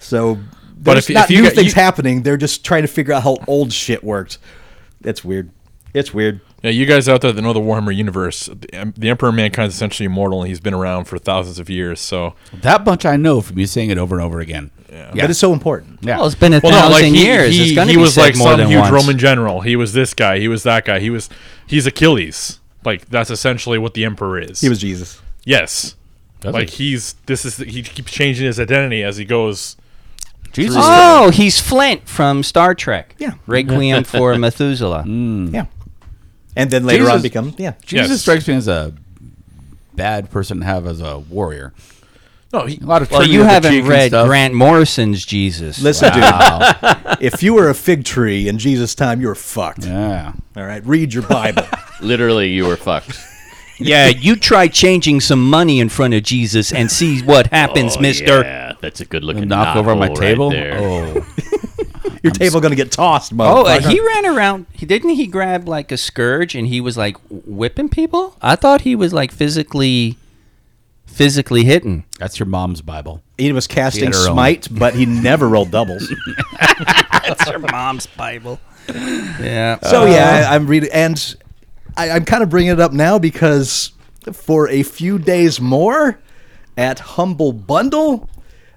[SPEAKER 5] So there's
[SPEAKER 6] But if-
[SPEAKER 5] not
[SPEAKER 6] if you
[SPEAKER 5] new
[SPEAKER 6] get-
[SPEAKER 5] things
[SPEAKER 6] you-
[SPEAKER 5] happening. They're just trying to figure out how old shit worked. It's weird. It's weird.
[SPEAKER 6] Yeah, you guys out there that know the Warhammer universe, the, em- the Emperor of Mankind's essentially immortal and he's been around for thousands of years, so
[SPEAKER 4] That much I know from you saying it over and over again. Yeah.
[SPEAKER 5] But it's so important.
[SPEAKER 4] Yeah.
[SPEAKER 7] Well, it's been a thousand years. it's gonna
[SPEAKER 6] he
[SPEAKER 7] be
[SPEAKER 6] was
[SPEAKER 7] said
[SPEAKER 6] like
[SPEAKER 7] more
[SPEAKER 6] some
[SPEAKER 7] than
[SPEAKER 6] huge
[SPEAKER 7] once.
[SPEAKER 6] Roman general. He was this guy. He was that guy. He was he's Achilles. Like that's essentially what the emperor is.
[SPEAKER 5] He was Jesus.
[SPEAKER 6] yes.
[SPEAKER 4] That's
[SPEAKER 6] like
[SPEAKER 4] a-
[SPEAKER 6] he's this is he keeps changing his identity as he goes.
[SPEAKER 4] Jesus.
[SPEAKER 7] Oh, he's Flint from Star Trek.
[SPEAKER 5] Yeah.
[SPEAKER 7] Requiem for Methuselah.
[SPEAKER 5] Yeah. And then later on
[SPEAKER 4] Hmm. Jesus-
[SPEAKER 5] become yeah.
[SPEAKER 4] Jesus
[SPEAKER 6] Yes.
[SPEAKER 4] strikes me as a bad person to have as a warrior.
[SPEAKER 6] No, he,
[SPEAKER 4] A lot of
[SPEAKER 7] Well,
[SPEAKER 4] turning
[SPEAKER 7] you
[SPEAKER 4] of the cheek
[SPEAKER 7] haven't
[SPEAKER 4] and
[SPEAKER 7] read
[SPEAKER 4] stuff.
[SPEAKER 7] Grant Morrison's Jesus.
[SPEAKER 5] Listen,
[SPEAKER 4] Wow.
[SPEAKER 5] dude. If you were a fig tree in Jesus' time, you were fucked.
[SPEAKER 4] yeah.
[SPEAKER 5] All right, read your Bible.
[SPEAKER 3] Literally, you were fucked.
[SPEAKER 7] yeah, you try changing some money in front of Jesus and see what happens,
[SPEAKER 3] Oh,
[SPEAKER 7] mister.
[SPEAKER 3] Yeah, that's a good looking
[SPEAKER 4] Knock, over my table.
[SPEAKER 3] there.
[SPEAKER 4] Oh.
[SPEAKER 5] Your table gonna get tossed,
[SPEAKER 7] Oh, uh,
[SPEAKER 5] motherfucker.
[SPEAKER 7] he ran around. He didn't he grab like a scourge and he was like whipping people? I thought he was like physically physically hitting.
[SPEAKER 4] That's your mom's Bible.
[SPEAKER 5] he was casting
[SPEAKER 4] Get her own.
[SPEAKER 5] smite, but he never rolled doubles.
[SPEAKER 7] That's her mom's Bible. Yeah.
[SPEAKER 5] So
[SPEAKER 4] Uh,
[SPEAKER 5] yeah, I, I'm reading, and I, I'm kind of bringing it up now because for a few days more at Humble Bundle,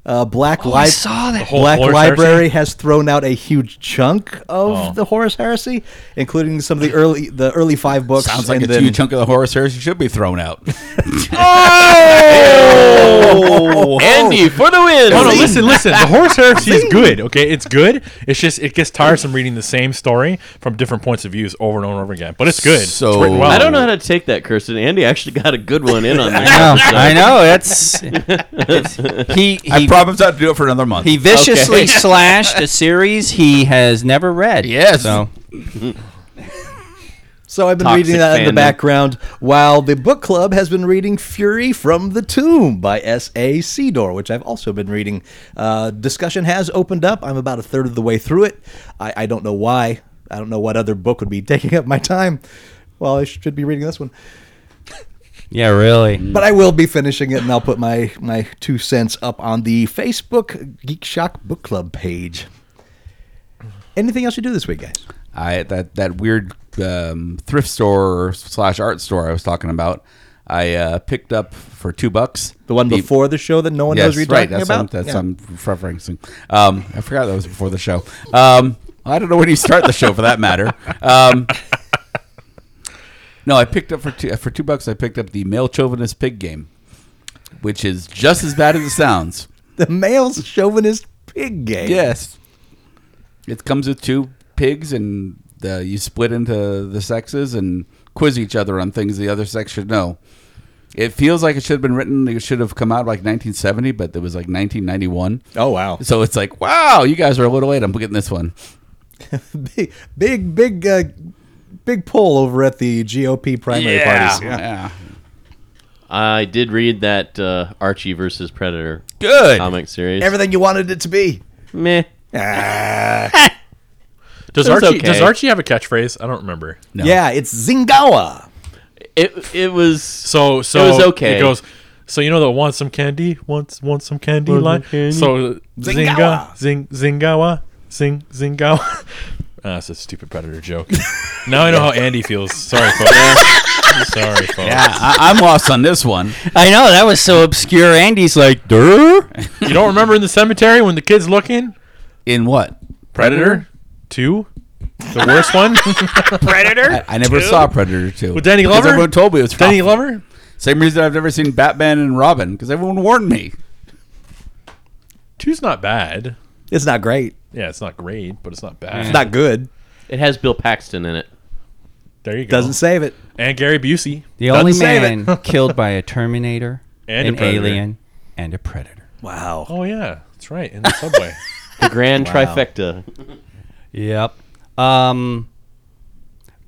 [SPEAKER 5] uh, Black
[SPEAKER 4] Oh,
[SPEAKER 7] I
[SPEAKER 5] Library
[SPEAKER 7] saw that.
[SPEAKER 6] whole
[SPEAKER 5] Black
[SPEAKER 6] Horus
[SPEAKER 5] Library
[SPEAKER 6] Heresy?
[SPEAKER 5] has thrown out a huge chunk of
[SPEAKER 6] Oh.
[SPEAKER 5] the Horus Heresy, including some of the early the early five books.
[SPEAKER 4] Sounds like
[SPEAKER 5] and
[SPEAKER 4] a
[SPEAKER 5] then-
[SPEAKER 4] huge chunk of the Horus Heresy should be thrown out.
[SPEAKER 3] Andy for the win.
[SPEAKER 6] Oh no! Listen, listen. The Horse Heresy is good. Okay, it's good. It's just it gets tiresome reading the same story from different points of views over and over and over again. But it's good. It's
[SPEAKER 4] So-
[SPEAKER 6] written
[SPEAKER 5] Oh.
[SPEAKER 6] well.
[SPEAKER 3] I don't know how to take that, Kirsten. Andy actually got a good one in on this.
[SPEAKER 7] I know,
[SPEAKER 3] episode.
[SPEAKER 7] I know. That's it's- he.
[SPEAKER 4] I
[SPEAKER 7] He,
[SPEAKER 4] promise not to do it for another month.
[SPEAKER 7] he viciously slashed a series he has never read.
[SPEAKER 4] Yes.
[SPEAKER 7] So
[SPEAKER 5] So I've been
[SPEAKER 3] Toxic
[SPEAKER 5] reading that in the
[SPEAKER 3] fandom.
[SPEAKER 5] background while the book club has been reading Fury from the Tomb by S.A. Sedor, which I've also been reading. Uh, discussion has opened up. I'm about a third of the way through it. I, I don't know why. I don't know what other book would be taking up my time. Well, I should be reading this one.
[SPEAKER 7] yeah, really.
[SPEAKER 5] But I will be finishing it, and I'll put my, my two cents up on the Facebook Geek Shock Book Club page. Anything else you do this week, guys?
[SPEAKER 4] I that that weird um, thrift store slash art store I was talking about. I uh, picked up for two bucks
[SPEAKER 5] The one before the show that no one knows
[SPEAKER 4] Yes,
[SPEAKER 5] we're
[SPEAKER 4] right.
[SPEAKER 5] talking
[SPEAKER 4] That's
[SPEAKER 5] about?
[SPEAKER 4] what I'm, that's
[SPEAKER 5] Yeah.
[SPEAKER 4] what I'm referencing. Um, I forgot that was before the show. Um, I don't know when you start the show for that matter. Um, no, I picked up for two, for two bucks. I picked up the male chauvinist pig game, which is just as bad as it sounds.
[SPEAKER 5] The male chauvinist pig game.
[SPEAKER 4] Yes. It comes with two pigs, and uh, you split into the sexes and quiz each other on things the other sex should know. It feels like it should have been written. It should have come out like 1970, but it was like 1991.
[SPEAKER 5] Oh wow.
[SPEAKER 4] So it's like, wow, you guys are a little late. I'm getting this one.
[SPEAKER 5] big, big, big, uh, big pull over at the GOP primary parties.
[SPEAKER 4] yeah.
[SPEAKER 3] I did read that uh, Archie versus Predator
[SPEAKER 4] Good.
[SPEAKER 3] comic series.
[SPEAKER 5] Everything you wanted it to be.
[SPEAKER 3] Meh.
[SPEAKER 5] Ah,
[SPEAKER 6] Does
[SPEAKER 3] It was
[SPEAKER 6] Archie does
[SPEAKER 3] okay.
[SPEAKER 6] Archie have a catchphrase? I don't remember.
[SPEAKER 4] No.
[SPEAKER 5] Yeah, it's Zingawa.
[SPEAKER 3] It it was
[SPEAKER 6] So so
[SPEAKER 3] was okay.
[SPEAKER 6] It goes. So you know the want some candy, want want some candy
[SPEAKER 3] Want some
[SPEAKER 6] line.
[SPEAKER 3] candy?
[SPEAKER 6] So
[SPEAKER 5] Zingawa.
[SPEAKER 6] Zinga Zing Zingawa Zing Zingawa. Ah, that's a stupid predator joke. now I know how Andy feels. Sorry, folks. Sorry, folks.
[SPEAKER 4] I, I'm lost on this one.
[SPEAKER 7] I know that was so obscure. Andy's like, "Durr."
[SPEAKER 6] You don't remember in the cemetery when the kid's looking?
[SPEAKER 4] In what?
[SPEAKER 6] Predator two, the worst one
[SPEAKER 4] I, I never saw Predator Two.
[SPEAKER 6] with Danny
[SPEAKER 4] Because
[SPEAKER 6] Glover.
[SPEAKER 4] everyone told me it was
[SPEAKER 6] Danny
[SPEAKER 4] awful.
[SPEAKER 6] Glover.
[SPEAKER 4] Same reason I've never seen Batman and Robin because everyone warned me.
[SPEAKER 6] Two's not bad.
[SPEAKER 5] It's not great.
[SPEAKER 6] Yeah, it's not great, but it's not bad.
[SPEAKER 5] It's not good.
[SPEAKER 3] it has Bill Paxton in it.
[SPEAKER 6] there you go.
[SPEAKER 5] Doesn't save it.
[SPEAKER 6] and Gary Busey.
[SPEAKER 7] The only
[SPEAKER 5] save it.
[SPEAKER 7] man killed by a Terminator,
[SPEAKER 6] And a
[SPEAKER 7] an
[SPEAKER 6] predator.
[SPEAKER 7] alien, and a predator.
[SPEAKER 5] Wow.
[SPEAKER 6] Oh yeah, that's right. In the subway.
[SPEAKER 3] The grand trifecta.
[SPEAKER 7] Yep. Um,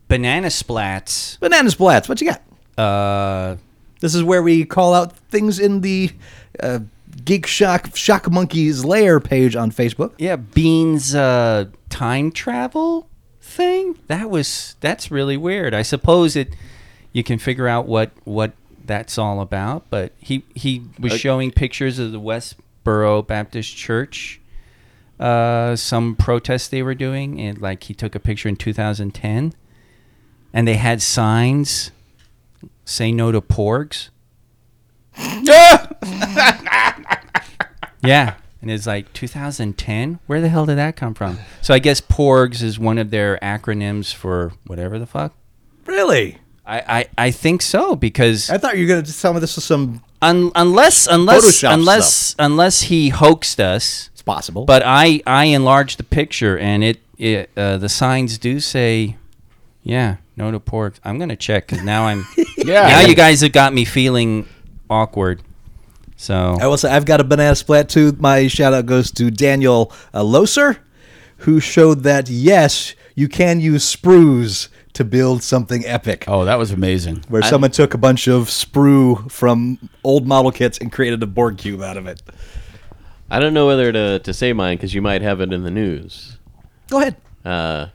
[SPEAKER 7] banana splats.
[SPEAKER 5] Banana splats. What you got?
[SPEAKER 7] Uh,
[SPEAKER 5] This is where we call out things in the uh, Geek Shock Shock Monkeys layer page on Facebook.
[SPEAKER 7] yeah, Bean's uh, time travel thing. That was that's really weird. I suppose it you can figure out what what that's all about. But he he was showing pictures of the Westboro Baptist Church. Uh, some protest they were doing, and like he took a picture in 2010, and they had signs, "Say no to porgs." Yeah. And it's like 2010? Where the hell did that come from? So I guess PORGS is one of their acronyms for whatever the fuck.
[SPEAKER 5] Really?
[SPEAKER 7] I, I, I think so because
[SPEAKER 5] I thought you were going to tell me this was some.
[SPEAKER 7] un, unless unless
[SPEAKER 5] Photoshop
[SPEAKER 7] unless
[SPEAKER 5] stuff.
[SPEAKER 7] unless he hoaxed us,
[SPEAKER 5] It's possible.
[SPEAKER 7] but I I enlarged the picture and it, it uh, the signs do say, yeah, no to porgs. I'm gonna check because now I'm
[SPEAKER 4] Yeah.
[SPEAKER 7] now you guys have got me feeling awkward. So
[SPEAKER 5] I will say I've got a banana splat too. My shout out goes to Daniel uh, Loser, who showed that yes, you can use sprues to build something epic.
[SPEAKER 4] Oh, that was amazing.
[SPEAKER 5] Where someone took a bunch of sprue from old model kits and created a Borg cube out of it.
[SPEAKER 3] I don't know whether to to say mine because you might have it in the news.
[SPEAKER 5] Go ahead.
[SPEAKER 3] uh,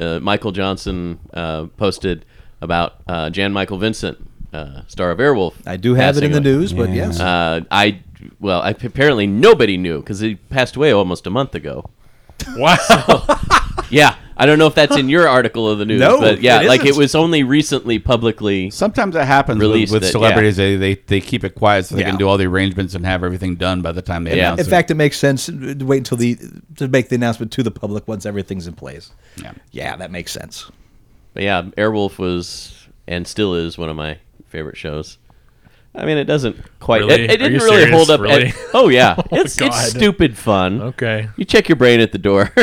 [SPEAKER 3] uh, Michael Johnson uh, posted about uh, Jan Michael Vincent, uh, star of Airwolf.
[SPEAKER 5] I do have it in
[SPEAKER 3] passing
[SPEAKER 5] the
[SPEAKER 3] away.
[SPEAKER 5] news, but yes.
[SPEAKER 3] Uh, I well, I, apparently nobody knew because he passed away almost a month ago.
[SPEAKER 6] wow.
[SPEAKER 3] Yeah, I don't know if that's in your article of the news,
[SPEAKER 5] No,
[SPEAKER 3] but yeah,
[SPEAKER 5] it
[SPEAKER 3] like it
[SPEAKER 5] isn't.
[SPEAKER 3] was only recently publicly.
[SPEAKER 4] Sometimes that happens with,
[SPEAKER 3] Released
[SPEAKER 4] with
[SPEAKER 3] it, yeah.
[SPEAKER 4] celebrities. They, they they keep it quiet so they
[SPEAKER 5] Yeah.
[SPEAKER 4] can do all the arrangements and have everything done by the time they
[SPEAKER 3] Yeah.
[SPEAKER 4] announce
[SPEAKER 5] in
[SPEAKER 4] it.
[SPEAKER 5] fact, it makes sense to wait until the to make the announcement to the public once everything's in place.
[SPEAKER 4] Yeah.
[SPEAKER 5] Yeah, that makes sense.
[SPEAKER 3] But yeah, Airwolf was and still is one of my favorite shows. I mean, it doesn't quite.
[SPEAKER 6] Really?
[SPEAKER 3] It,
[SPEAKER 6] Are
[SPEAKER 3] it didn't
[SPEAKER 6] you
[SPEAKER 3] really
[SPEAKER 6] serious?
[SPEAKER 3] hold up.
[SPEAKER 6] Really?
[SPEAKER 3] at- oh yeah, it's
[SPEAKER 6] God.
[SPEAKER 3] it's stupid fun.
[SPEAKER 6] Okay.
[SPEAKER 3] you check your brain at the door.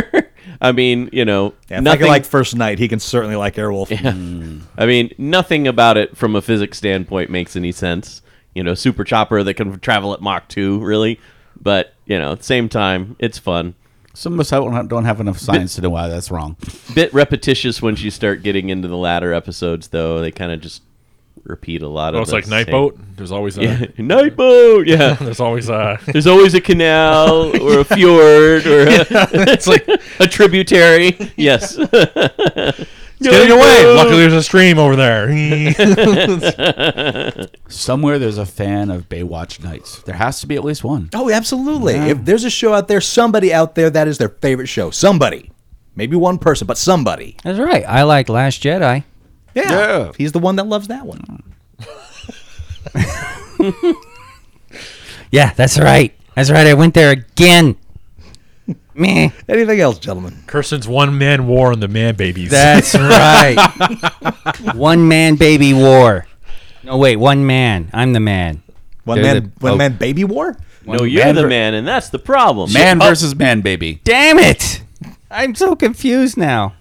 [SPEAKER 3] I mean, you know,
[SPEAKER 5] Yeah, Nothing. I
[SPEAKER 3] nothing.
[SPEAKER 5] like First Night, he can certainly like Airwolf.
[SPEAKER 3] I mean, nothing about it from a physics standpoint makes any sense. You know, super chopper that can travel at Mach two, really. But you know, at the same time, it's fun.
[SPEAKER 4] Some of us don't have, don't have enough science to know why that's wrong.
[SPEAKER 3] Bit repetitious once you start getting into the latter episodes, though. They kind of just repeat a lot
[SPEAKER 6] Oh,
[SPEAKER 3] of.
[SPEAKER 6] it's
[SPEAKER 3] the
[SPEAKER 6] like night
[SPEAKER 3] same-
[SPEAKER 6] boat. There's always a.
[SPEAKER 3] Yeah, night boat. Yeah.
[SPEAKER 6] There's always a.
[SPEAKER 3] There's always a canal or a fjord or a,
[SPEAKER 6] it's like
[SPEAKER 3] a tributary. Yes.
[SPEAKER 6] getting away. Luckily, there's a stream over there.
[SPEAKER 4] Somewhere there's a fan of Baywatch Nights. There has to be at least one.
[SPEAKER 5] Oh, absolutely. If there's a show out there, somebody out there that is their favorite show. Somebody. Maybe one person, but somebody.
[SPEAKER 7] that's right. I like Last Jedi.
[SPEAKER 5] Yeah.
[SPEAKER 4] Yeah.
[SPEAKER 5] He's the one that loves that one.
[SPEAKER 7] Yeah, that's right. That's right. I went there again. Meh.
[SPEAKER 5] Anything else, gentlemen?
[SPEAKER 6] Kirsten's one man war on the man babies.
[SPEAKER 7] That's right. one man baby war. No, wait. One man. I'm the man.
[SPEAKER 5] One
[SPEAKER 7] There's
[SPEAKER 5] man
[SPEAKER 7] a-
[SPEAKER 5] one
[SPEAKER 7] oh.
[SPEAKER 5] man baby war?
[SPEAKER 3] No, you're
[SPEAKER 4] man
[SPEAKER 3] the
[SPEAKER 4] ver-
[SPEAKER 3] man, and that's the problem.
[SPEAKER 4] Man
[SPEAKER 6] Oh.
[SPEAKER 4] versus man, baby.
[SPEAKER 7] Damn it! I'm so confused now.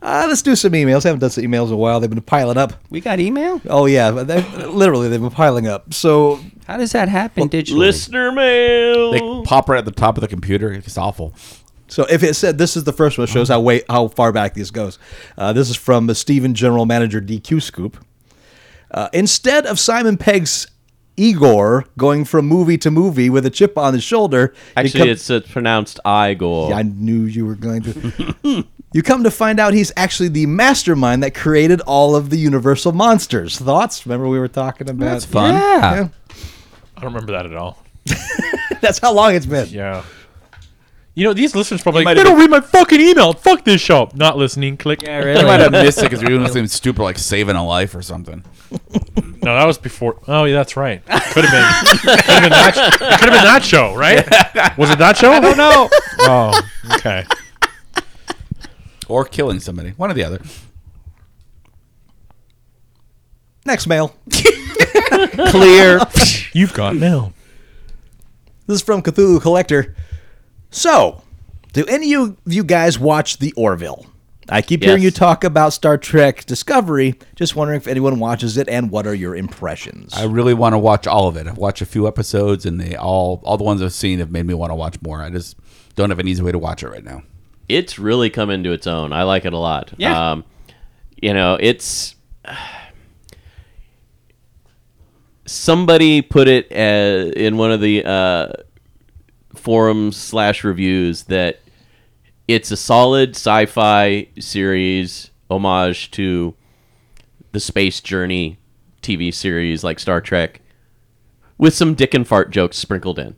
[SPEAKER 5] Uh, let's do some emails. haven't done some emails in a while. They've been piling up.
[SPEAKER 7] We got email.
[SPEAKER 5] Oh yeah. They, literally they've been piling up. So
[SPEAKER 7] How does that happen digitally?
[SPEAKER 3] Listener
[SPEAKER 4] They
[SPEAKER 3] mail.
[SPEAKER 4] pop right at the top of the computer. It's awful.
[SPEAKER 5] So if it said this is the first one, it shows how way how far back this goes. Uh, this is from Stephen General Manager DQ Scoop. Uh, instead of Simon Pegg's Igor going from movie to movie with a chip on his shoulder. You
[SPEAKER 3] Actually,
[SPEAKER 5] come-
[SPEAKER 3] it's, it's pronounced Igor.
[SPEAKER 5] I knew you were going to. you come to find out he's actually the mastermind that created all of the Universal monsters. Thoughts? Remember we were talking about
[SPEAKER 4] That's fun.
[SPEAKER 5] Yeah.
[SPEAKER 6] I don't remember that at all.
[SPEAKER 5] That's how long it's been.
[SPEAKER 6] Yeah. You know, these listeners probably
[SPEAKER 4] might
[SPEAKER 6] like, they don't
[SPEAKER 4] have-
[SPEAKER 6] read my fucking email. Fuck this show. Not listening. Click. Yeah,
[SPEAKER 4] I might have missed it because we were doing something stupid like saving a life or something.
[SPEAKER 6] No, that was before. Oh, yeah, that's right. Could have been. Could have been that. sh- It could have been that show, right? Was it that show? I don't know. Oh, okay.
[SPEAKER 4] Or killing somebody. One or the other.
[SPEAKER 5] Next mail.
[SPEAKER 3] clear.
[SPEAKER 6] You've got mail.
[SPEAKER 5] This is from Cthulhu Collector. So, do any of you guys watch The Orville? I keep hearing
[SPEAKER 3] Yes.
[SPEAKER 5] you talk about Star Trek Discovery. Just wondering if anyone watches it and what are your impressions?
[SPEAKER 4] I really want to watch all of it. I've watched a few episodes, and they all all the ones I've seen have made me want to watch more. I just don't have an easy way to watch it right now.
[SPEAKER 3] it's really come into its own. I like it a lot.
[SPEAKER 7] Yeah.
[SPEAKER 3] Um, you know, it's somebody put it uh, in one of the uh, forums slash reviews that it's a solid sci-fi series homage to the space journey TV series like Star Trek, with some dick and fart jokes sprinkled in.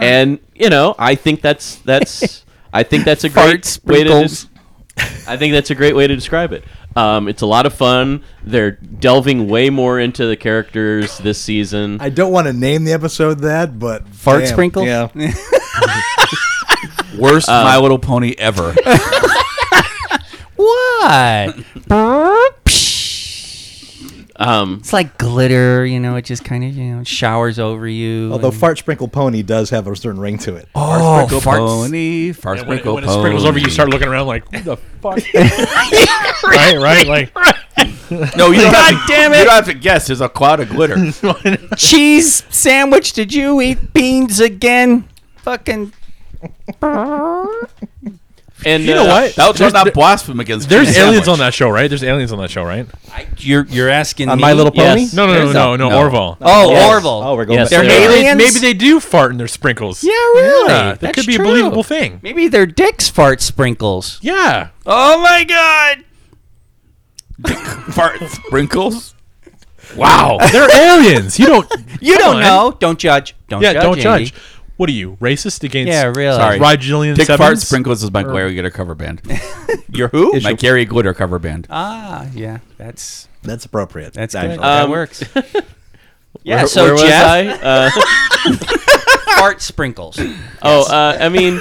[SPEAKER 3] And you know, I think that's that's I think that's a great
[SPEAKER 2] Fart
[SPEAKER 3] way to
[SPEAKER 2] sprinkles.
[SPEAKER 3] des- I think that's a great way to describe it. Um, it's a lot of fun. They're delving way more into the characters this season.
[SPEAKER 5] I don't want to name the episode that, but
[SPEAKER 2] Fart
[SPEAKER 5] damn,
[SPEAKER 2] sprinkle?
[SPEAKER 5] Yeah,
[SPEAKER 4] Worst
[SPEAKER 6] Uh,
[SPEAKER 4] My Little Pony ever.
[SPEAKER 2] What?
[SPEAKER 3] Um,
[SPEAKER 2] it's like glitter, you know. It just kind of you know showers over you.
[SPEAKER 5] although
[SPEAKER 2] and-
[SPEAKER 5] Fart Sprinkle Pony does have a certain ring to it.
[SPEAKER 2] oh,
[SPEAKER 4] Sprinkle
[SPEAKER 2] farts.
[SPEAKER 4] Pony. Fart
[SPEAKER 6] And when, it,
[SPEAKER 4] Sprinkle
[SPEAKER 6] when it
[SPEAKER 4] Pony.
[SPEAKER 6] sprinkles over, you start looking around like, what the fuck? right, right, like
[SPEAKER 4] No, you don't
[SPEAKER 2] God
[SPEAKER 4] have to,
[SPEAKER 2] damn it.
[SPEAKER 4] You don't have to guess. There's a cloud of glitter.
[SPEAKER 2] cheese sandwich. Did you eat beans again? Fucking
[SPEAKER 3] and
[SPEAKER 6] you know
[SPEAKER 3] uh,
[SPEAKER 6] what?
[SPEAKER 4] Thou shalt not blaspheme against.
[SPEAKER 6] There's
[SPEAKER 4] chicken
[SPEAKER 6] aliens
[SPEAKER 4] sandwich.
[SPEAKER 6] on that show, right? There's aliens on that show, right?
[SPEAKER 7] You're you're asking
[SPEAKER 5] On
[SPEAKER 7] me?
[SPEAKER 5] My Little Pony?
[SPEAKER 3] Yes.
[SPEAKER 6] No, no, no,
[SPEAKER 3] There's
[SPEAKER 6] no, no,
[SPEAKER 4] no.
[SPEAKER 6] Orville.
[SPEAKER 2] oh,
[SPEAKER 5] Yes.
[SPEAKER 2] Orville.
[SPEAKER 5] Oh, we're going
[SPEAKER 3] Yes,
[SPEAKER 5] back.
[SPEAKER 3] they
[SPEAKER 5] to
[SPEAKER 3] are.
[SPEAKER 5] that.
[SPEAKER 2] aliens?
[SPEAKER 6] Maybe they do fart in their sprinkles.
[SPEAKER 2] yeah, really.
[SPEAKER 6] Yeah, that
[SPEAKER 2] That's
[SPEAKER 6] could be
[SPEAKER 2] true.
[SPEAKER 6] a believable thing.
[SPEAKER 2] Maybe their dicks fart sprinkles.
[SPEAKER 6] Yeah.
[SPEAKER 2] Oh my god!
[SPEAKER 4] Fart sprinkles.
[SPEAKER 6] Wow. They're aliens. You don't.
[SPEAKER 2] You
[SPEAKER 6] Come
[SPEAKER 2] don't
[SPEAKER 6] on.
[SPEAKER 2] know. Don't judge. Don't
[SPEAKER 6] Yeah,
[SPEAKER 2] judge.
[SPEAKER 6] don't
[SPEAKER 2] Andy.
[SPEAKER 6] judge. What are you racist against?
[SPEAKER 2] Yeah, really.
[SPEAKER 4] Sorry.
[SPEAKER 6] Rigelian
[SPEAKER 4] Dick Fart
[SPEAKER 6] sevens?
[SPEAKER 4] Sprinkles is my Gary Glitter cover band.
[SPEAKER 2] You're who?
[SPEAKER 4] My Gary Glitter cover band.
[SPEAKER 2] Ah, yeah. That's
[SPEAKER 5] That's appropriate.
[SPEAKER 2] that's
[SPEAKER 5] Actually.
[SPEAKER 2] good. that
[SPEAKER 3] Um,
[SPEAKER 2] works. yeah.
[SPEAKER 3] where-
[SPEAKER 2] so
[SPEAKER 3] where was
[SPEAKER 2] Jeff,
[SPEAKER 3] I? Uh,
[SPEAKER 7] Uh,
[SPEAKER 2] fart sprinkles.
[SPEAKER 3] oh, uh, I mean,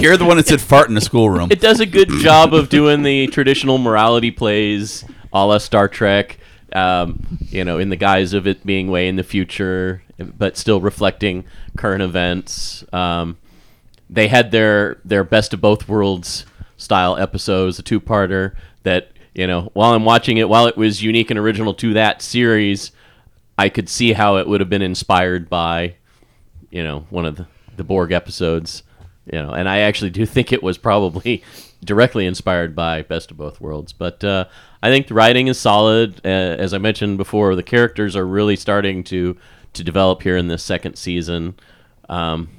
[SPEAKER 4] You're the one that said fart in the schoolroom.
[SPEAKER 3] it does a good job of doing the traditional morality plays a la Star Trek, um, you know, in the guise of it being way in the future, but still reflecting current events. Um, they had their, their best of both worlds style episodes, a two parter that, you know, while I'm watching it, while it was unique and original to that series, I could see how it would have been inspired by you know one of the, the Borg episodes, you know, and I actually do think it was probably directly inspired by Best of Both Worlds. But uh, I think the writing is solid. Uh, as I mentioned before, the characters are really starting to to develop here in this second season. Um,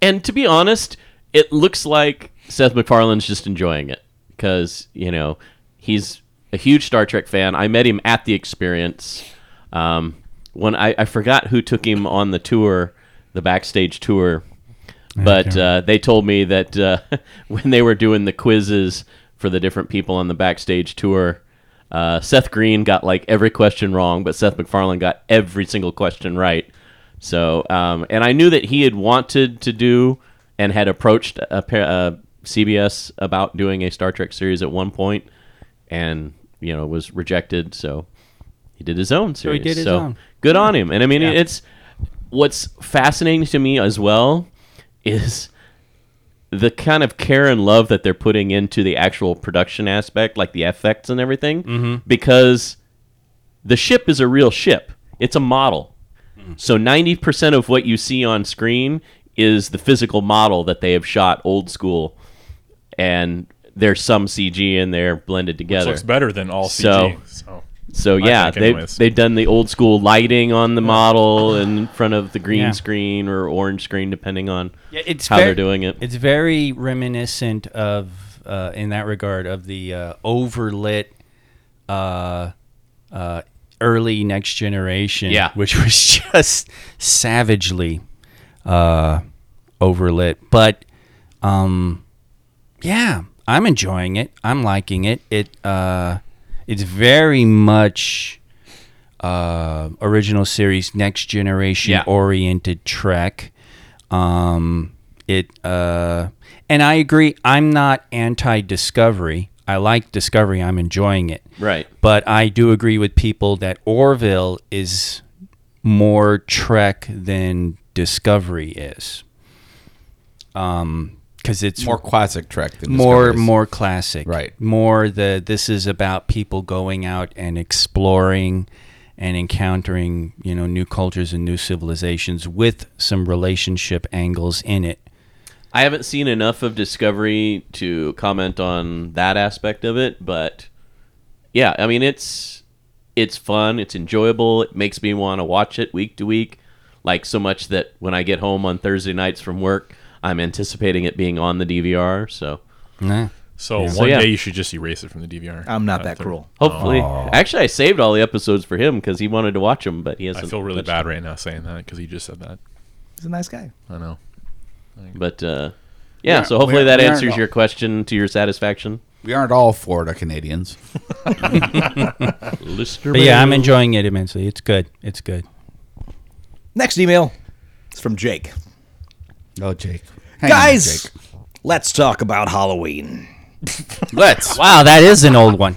[SPEAKER 3] and to be honest, it looks like Seth MacFarlane's just enjoying it because you know he's a huge Star Trek fan. I met him at the experience. Um, when I, I forgot who took him on the tour, the backstage tour, but uh, they told me that uh, when they were doing the quizzes for the different people on the backstage tour, uh, Seth Green got like every question wrong, but Seth MacFarlane got every single question right. So, um, and I knew that he had wanted to do and had approached a, pa- uh, CBS about doing a Star Trek series at one point, and you know was rejected. So he did his own
[SPEAKER 2] he
[SPEAKER 3] series.
[SPEAKER 2] did his own.
[SPEAKER 3] good on him. And I mean, it's what's fascinating to me as well is the kind of care and love that they're putting into the actual production aspect, like the effects and everything, because the ship is a real ship. It's a model. So 90% of what you see on screen is the physical model that they have shot old school, and there's some CG in there blended together.
[SPEAKER 6] Looks better than all CG.
[SPEAKER 3] So-
[SPEAKER 6] So.
[SPEAKER 3] So yeah,
[SPEAKER 6] like
[SPEAKER 3] they
[SPEAKER 6] anyways.
[SPEAKER 3] they've done the old school lighting on the model in front of the green
[SPEAKER 7] Yeah.
[SPEAKER 3] screen or orange screen, depending on
[SPEAKER 7] Yeah, it's
[SPEAKER 3] how
[SPEAKER 7] ver-
[SPEAKER 3] they're doing it.
[SPEAKER 7] It's very reminiscent of, uh, in that regard, of the uh, overlit uh, uh, early next generation,
[SPEAKER 3] Yeah.
[SPEAKER 7] which was just savagely uh, overlit. But um, yeah, I'm enjoying it. I'm liking it. It uh, it's very much uh, original series, next generation
[SPEAKER 3] Yeah.
[SPEAKER 7] oriented Trek. Um, it uh, and I agree. I'm not anti Discovery. I like Discovery. I'm enjoying it.
[SPEAKER 3] Right.
[SPEAKER 7] But I do agree with people that Orville is more Trek than Discovery is. Um, because it's
[SPEAKER 4] More classic Trek than
[SPEAKER 7] more
[SPEAKER 4] Discovery's.
[SPEAKER 7] more classic
[SPEAKER 4] Right.
[SPEAKER 7] more the this is about people going out and exploring and encountering you know new cultures and new civilizations with some relationship angles in it
[SPEAKER 3] I haven't seen enough of Discovery to comment on that aspect of it, but yeah, I mean it's it's fun, it's enjoyable, it makes me want to watch it week to week, like so much that when I get home on Thursday nights from work, I'm anticipating it being on the DVR. So
[SPEAKER 7] Nah.
[SPEAKER 6] So one
[SPEAKER 3] So, yeah.
[SPEAKER 6] day you should just erase it from the DVR.
[SPEAKER 5] I'm not
[SPEAKER 6] Uh,
[SPEAKER 5] that
[SPEAKER 6] thir-
[SPEAKER 5] cruel.
[SPEAKER 3] hopefully, actually, I saved all the episodes for him because he wanted to watch them, but he
[SPEAKER 6] I
[SPEAKER 3] hasn't.
[SPEAKER 6] feel really
[SPEAKER 3] touched
[SPEAKER 6] bad right now saying that because he just said that.
[SPEAKER 5] He's a nice guy.
[SPEAKER 6] I know.
[SPEAKER 3] them. But uh, yeah,
[SPEAKER 4] Yeah,
[SPEAKER 3] so hopefully
[SPEAKER 4] we-
[SPEAKER 3] that
[SPEAKER 4] we aren't
[SPEAKER 3] answers
[SPEAKER 4] all-
[SPEAKER 3] your question to your satisfaction.
[SPEAKER 4] We aren't all Florida Canadians.
[SPEAKER 3] Lister
[SPEAKER 7] but yeah i'm enjoying it immensely it's good it's good
[SPEAKER 5] Next email is from Jake.
[SPEAKER 4] Oh, Jake.
[SPEAKER 5] Guys, let's talk about Halloween.
[SPEAKER 4] let's.
[SPEAKER 7] wow that is an old one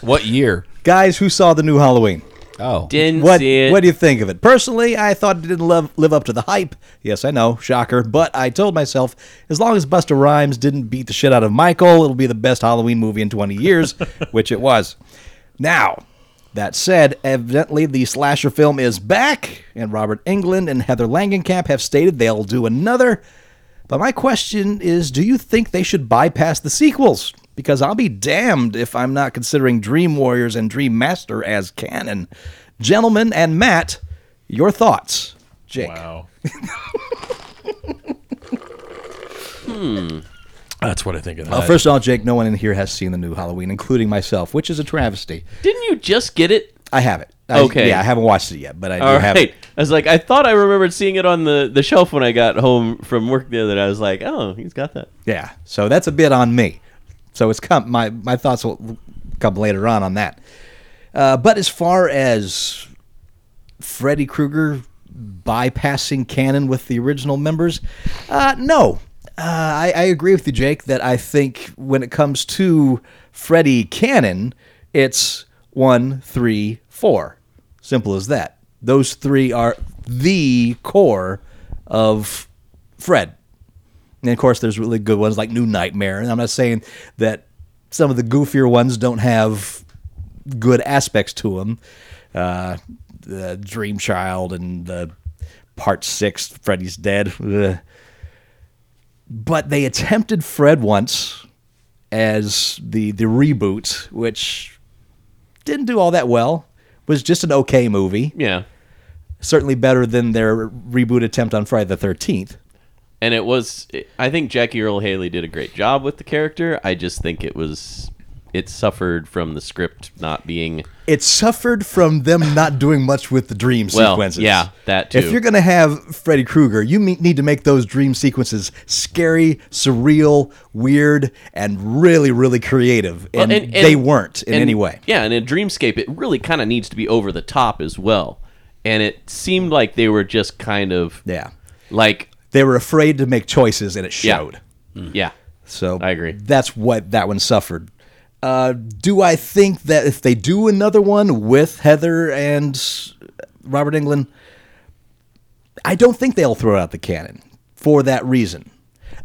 [SPEAKER 4] What year?
[SPEAKER 5] Guys, who saw the new Halloween?
[SPEAKER 4] Oh,
[SPEAKER 3] didn't
[SPEAKER 5] What,
[SPEAKER 3] see it.
[SPEAKER 5] what do you think of it? Personally, I thought it didn't live, live up to the hype. Yes, I know, shocker. But I told myself, as long as Buster Rhymes didn't beat the shit out of Michael, it'll be the best Halloween movie in 20 years, which it was. Now, that said, evidently the slasher film is back, and Robert Englund and Heather Langenkamp have stated they'll do another. But my question is do you think they should bypass the sequels? Because I'll be damned if I'm not considering Dream Warriors and Dream Master as canon. Gentlemen and Matt, your thoughts. Jake.
[SPEAKER 6] Wow. hmm. That's what I think of that.
[SPEAKER 5] Well, Uh, first of all, Jake, no one in here has seen the new Halloween, including myself, which is a travesty.
[SPEAKER 3] Didn't you just get it?
[SPEAKER 5] I have it. I-
[SPEAKER 3] Okay.
[SPEAKER 5] Yeah, I haven't watched it yet, but I do
[SPEAKER 3] All right.
[SPEAKER 5] have it.
[SPEAKER 3] I was like, I thought I remembered seeing it on the, the shelf when I got home from work the other day. I was like, oh, he's got that.
[SPEAKER 5] Yeah. So that's a bit on me. So it's come my my thoughts will come later on on that. Uh, but as far as Freddy Krueger bypassing canon with the original members, uh, no. Uh, I, I agree with you, Jake, that I think when it comes to Freddy canon, it's one, three, four. Simple as that. Those three are the core of Fred. And of course, there's really good ones like New Nightmare. And I'm not saying that some of the goofier ones don't have good aspects to them. Uh, the Dream Child and the Part Six, Freddy's Dead. Ugh. But they attempted Fred once as the the reboot, which didn't do all that well. Was just an okay movie.
[SPEAKER 3] Yeah.
[SPEAKER 5] Certainly better than their reboot attempt on Friday the Thirteenth.
[SPEAKER 3] And it was, I think Jackie Earl Haley did a great job with the character. I just think it was, it suffered from the script not being,
[SPEAKER 5] it suffered from them not doing much with the dream
[SPEAKER 3] Well,
[SPEAKER 5] sequences.
[SPEAKER 3] yeah, that
[SPEAKER 5] If
[SPEAKER 3] too.
[SPEAKER 5] you're going to have Freddy Krueger, you me- need to make those dream sequences scary, surreal, weird, and really, really creative. And,
[SPEAKER 3] and- and-
[SPEAKER 5] they weren't in
[SPEAKER 3] and-
[SPEAKER 5] any way.
[SPEAKER 3] Yeah. And in Dreamscape, it really kind of needs to be over the top as well. And it seemed like they were just kind of,
[SPEAKER 5] Yeah.
[SPEAKER 3] like,
[SPEAKER 5] They were afraid to make choices, and it
[SPEAKER 3] Yeah.
[SPEAKER 5] showed.
[SPEAKER 3] yeah.
[SPEAKER 5] So
[SPEAKER 3] I agree.
[SPEAKER 5] That's what that one suffered. Uh, do I think that if they do another one with Heather and Robert England, I don't think they'll throw out the canon for that reason.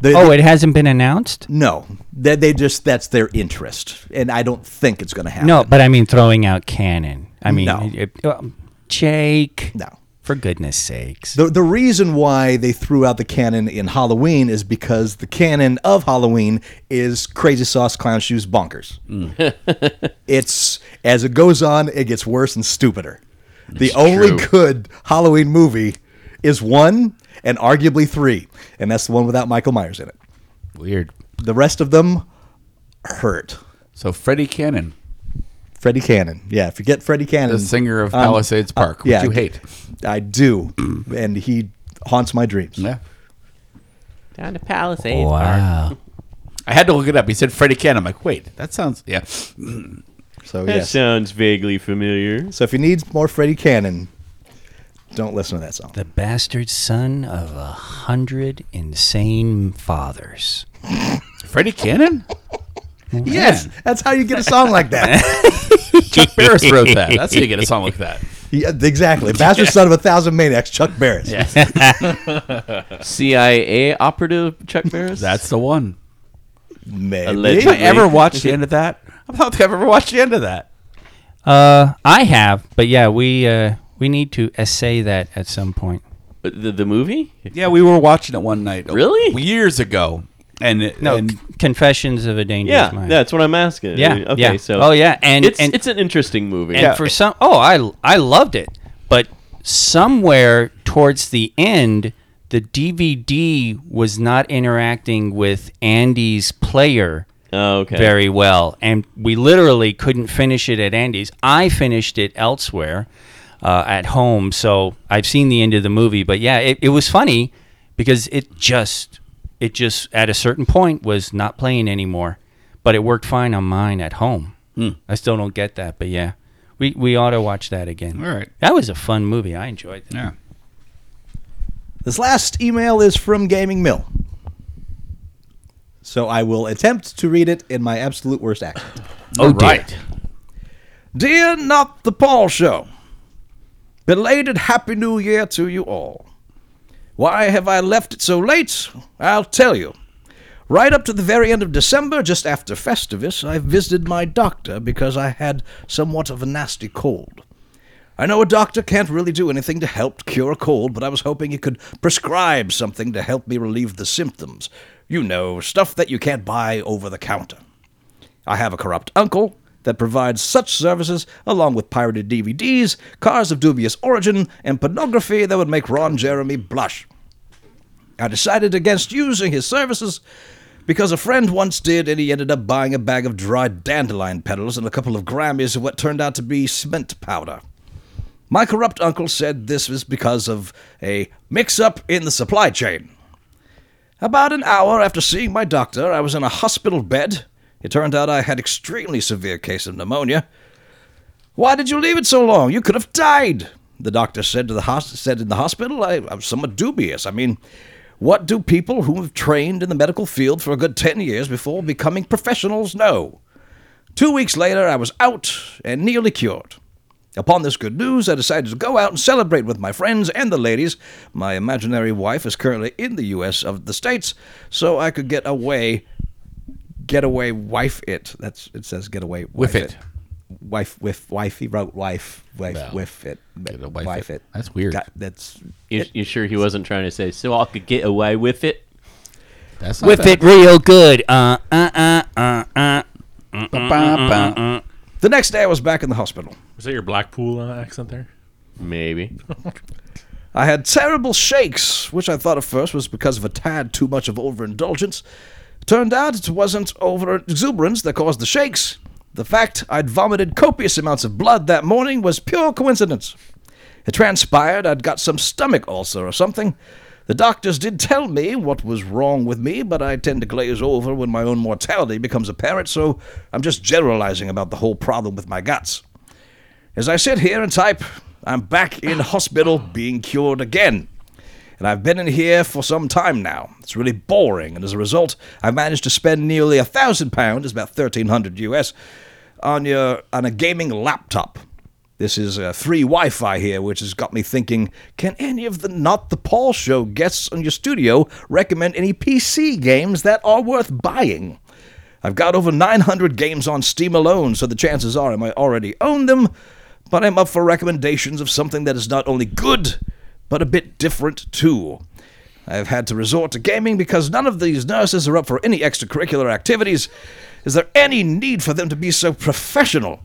[SPEAKER 5] They,
[SPEAKER 7] oh it hasn't been announced
[SPEAKER 5] no, they, they just that's their interest, and I don't think it's going to happen.
[SPEAKER 7] no but i mean throwing out canon i mean
[SPEAKER 5] No.
[SPEAKER 7] it- it- um, jake
[SPEAKER 5] no,
[SPEAKER 7] For goodness sakes.
[SPEAKER 5] The, the reason why they threw out the canon in Halloween is because the canon of Halloween is crazy sauce, clown shoes, bonkers.
[SPEAKER 4] Mm.
[SPEAKER 5] it's as it goes on, it gets worse and stupider. The only
[SPEAKER 3] true.
[SPEAKER 5] good Halloween movie is one and arguably three, and that's the one without Michael Myers in it.
[SPEAKER 4] Weird.
[SPEAKER 5] The rest of them hurt.
[SPEAKER 4] So Freddie Cannon,
[SPEAKER 5] Freddie Cannon. Yeah, forget Freddie Cannon.
[SPEAKER 4] the singer of
[SPEAKER 5] Um,
[SPEAKER 4] Palisades Park, which
[SPEAKER 5] yeah.
[SPEAKER 4] you hate.
[SPEAKER 5] I do, and he haunts my dreams.
[SPEAKER 4] Yeah.
[SPEAKER 3] Down to Palisades.
[SPEAKER 4] I had to look it up. He said Freddie Cannon. I'm like, wait, that sounds yeah.
[SPEAKER 5] So
[SPEAKER 3] That
[SPEAKER 5] yes.
[SPEAKER 3] sounds vaguely familiar.
[SPEAKER 5] So if you need more Freddie Cannon, don't listen to that song.
[SPEAKER 7] The bastard son of a hundred insane fathers.
[SPEAKER 4] Freddie Cannon?
[SPEAKER 5] Yes, that's how you get a song like that.
[SPEAKER 4] Chuck Barris wrote that. That's how you get a song like that.
[SPEAKER 5] yeah, exactly. Bastard son of a thousand maniacs, Chuck Barris.
[SPEAKER 3] CIA operative Chuck Barris.
[SPEAKER 4] That's the one.
[SPEAKER 5] Maybe.
[SPEAKER 4] Did I
[SPEAKER 3] Allegedly.
[SPEAKER 4] ever watch the end of that? I don't think I've ever watched the end of that.
[SPEAKER 7] Uh, I have, but yeah, we uh, we need to essay that at some point.
[SPEAKER 3] Uh, the, the movie.
[SPEAKER 4] Yeah, we were watching it one night.
[SPEAKER 3] Really?
[SPEAKER 4] Years ago. And
[SPEAKER 7] No,
[SPEAKER 4] and
[SPEAKER 7] C- Confessions of a Dangerous
[SPEAKER 3] Yeah,
[SPEAKER 7] Mind.
[SPEAKER 3] that's what I'm asking.
[SPEAKER 7] Yeah,
[SPEAKER 3] Okay,
[SPEAKER 7] yeah.
[SPEAKER 3] so
[SPEAKER 7] Oh, yeah, and-
[SPEAKER 3] it's
[SPEAKER 7] and-
[SPEAKER 3] it's an interesting movie.
[SPEAKER 7] and for some, oh, I I loved it, but somewhere towards the end, the DVD was not interacting with Andy's player
[SPEAKER 3] Oh, okay.
[SPEAKER 7] very well, and we literally couldn't finish it at Andy's. I finished it elsewhere uh, at home, so I've seen the end of the movie. But yeah, it, it was funny because it just it just at a certain point was not playing anymore, but it worked fine on mine at home.
[SPEAKER 4] Hmm.
[SPEAKER 7] I still don't get that, but yeah, we we ought to watch that again.
[SPEAKER 4] All right.
[SPEAKER 7] that was a fun movie. I enjoyed that.
[SPEAKER 4] yeah.
[SPEAKER 5] This last email is from Gaming Mill. So I will attempt to read it in my absolute worst accent.
[SPEAKER 4] Oh dear.
[SPEAKER 5] Dear Not the Paul Show, belated Happy New Year to you all. Why have I left it so late? I'll tell you. Right up to the very end of December, just after Festivus, I visited my doctor because I had somewhat of a nasty cold. I know a doctor can't really do anything to help cure a cold, but I was hoping he could prescribe something to help me relieve the symptoms. You know, stuff that you can't buy over the counter. I have a corrupt uncle that provides such services along with pirated DVDs, cars of dubious origin, and pornography that would make Ron Jeremy blush. I decided against using his services because a friend once did, and he ended up buying a bag of dried dandelion petals and a couple of Grammys of what turned out to be cement powder. My corrupt uncle said this was because of a mix up in the supply chain. About an hour after seeing my doctor, I was in a hospital bed. It turned out I had extremely severe case of pneumonia. Why did you leave it so long? You could have died, the doctor said to the hos- said in the hospital. I, I'm somewhat dubious. I mean, what do people who have trained in the medical field for a good 10 years before becoming professionals know? Two weeks later, I was out and nearly cured. Upon this good news, I decided to go out and celebrate with my friends and the ladies. My imaginary wife is currently in the U.S. of the States, so I could get away. Get away, wife it. That's it says get away
[SPEAKER 4] With
[SPEAKER 5] wife
[SPEAKER 4] it.
[SPEAKER 5] Wife, whiff, wife. He wrote wife, wife, whiff it.
[SPEAKER 4] a wife it. That's weird.
[SPEAKER 5] Got- that's
[SPEAKER 3] You, you sure he wasn't trying to say so I could get away with it?
[SPEAKER 4] That's not
[SPEAKER 7] Whip
[SPEAKER 4] bad.
[SPEAKER 7] it real good. Uh uh uh uh uh.
[SPEAKER 4] Ba-ba-ba.
[SPEAKER 5] the next day. I was back in the hospital.
[SPEAKER 6] Was that your Blackpool uh, accent there?
[SPEAKER 3] Maybe.
[SPEAKER 5] I had terrible shakes, which I thought at first was because of a tad too much of overindulgence. Turned out it wasn't over exuberance that caused the shakes. The fact I'd vomited copious amounts of blood that morning was pure coincidence. It transpired I'd got some stomach ulcer or something. The doctors did tell me what was wrong with me, but I tend to glaze over when my own mortality becomes apparent, so I'm just generalizing about the whole problem with my guts. As I sit here and type, I'm back in hospital being cured again. And I've been in here for some time now. It's really boring, and as a result, I've managed to spend nearly a thousand pounds, it's about thirteen hundred US, on your on a gaming laptop. This is uh, free Wi-Fi here, which has got me thinking: Can any of the Not the Paul Show guests on your studio recommend any PC games that are worth buying? I've got over 900 games on Steam alone, so the chances are I might already own them, but I'm up for recommendations of something that is not only good, but a bit different too. I have had to resort to gaming because none of these nurses are up for any extracurricular activities. Is there any need for them to be so professional?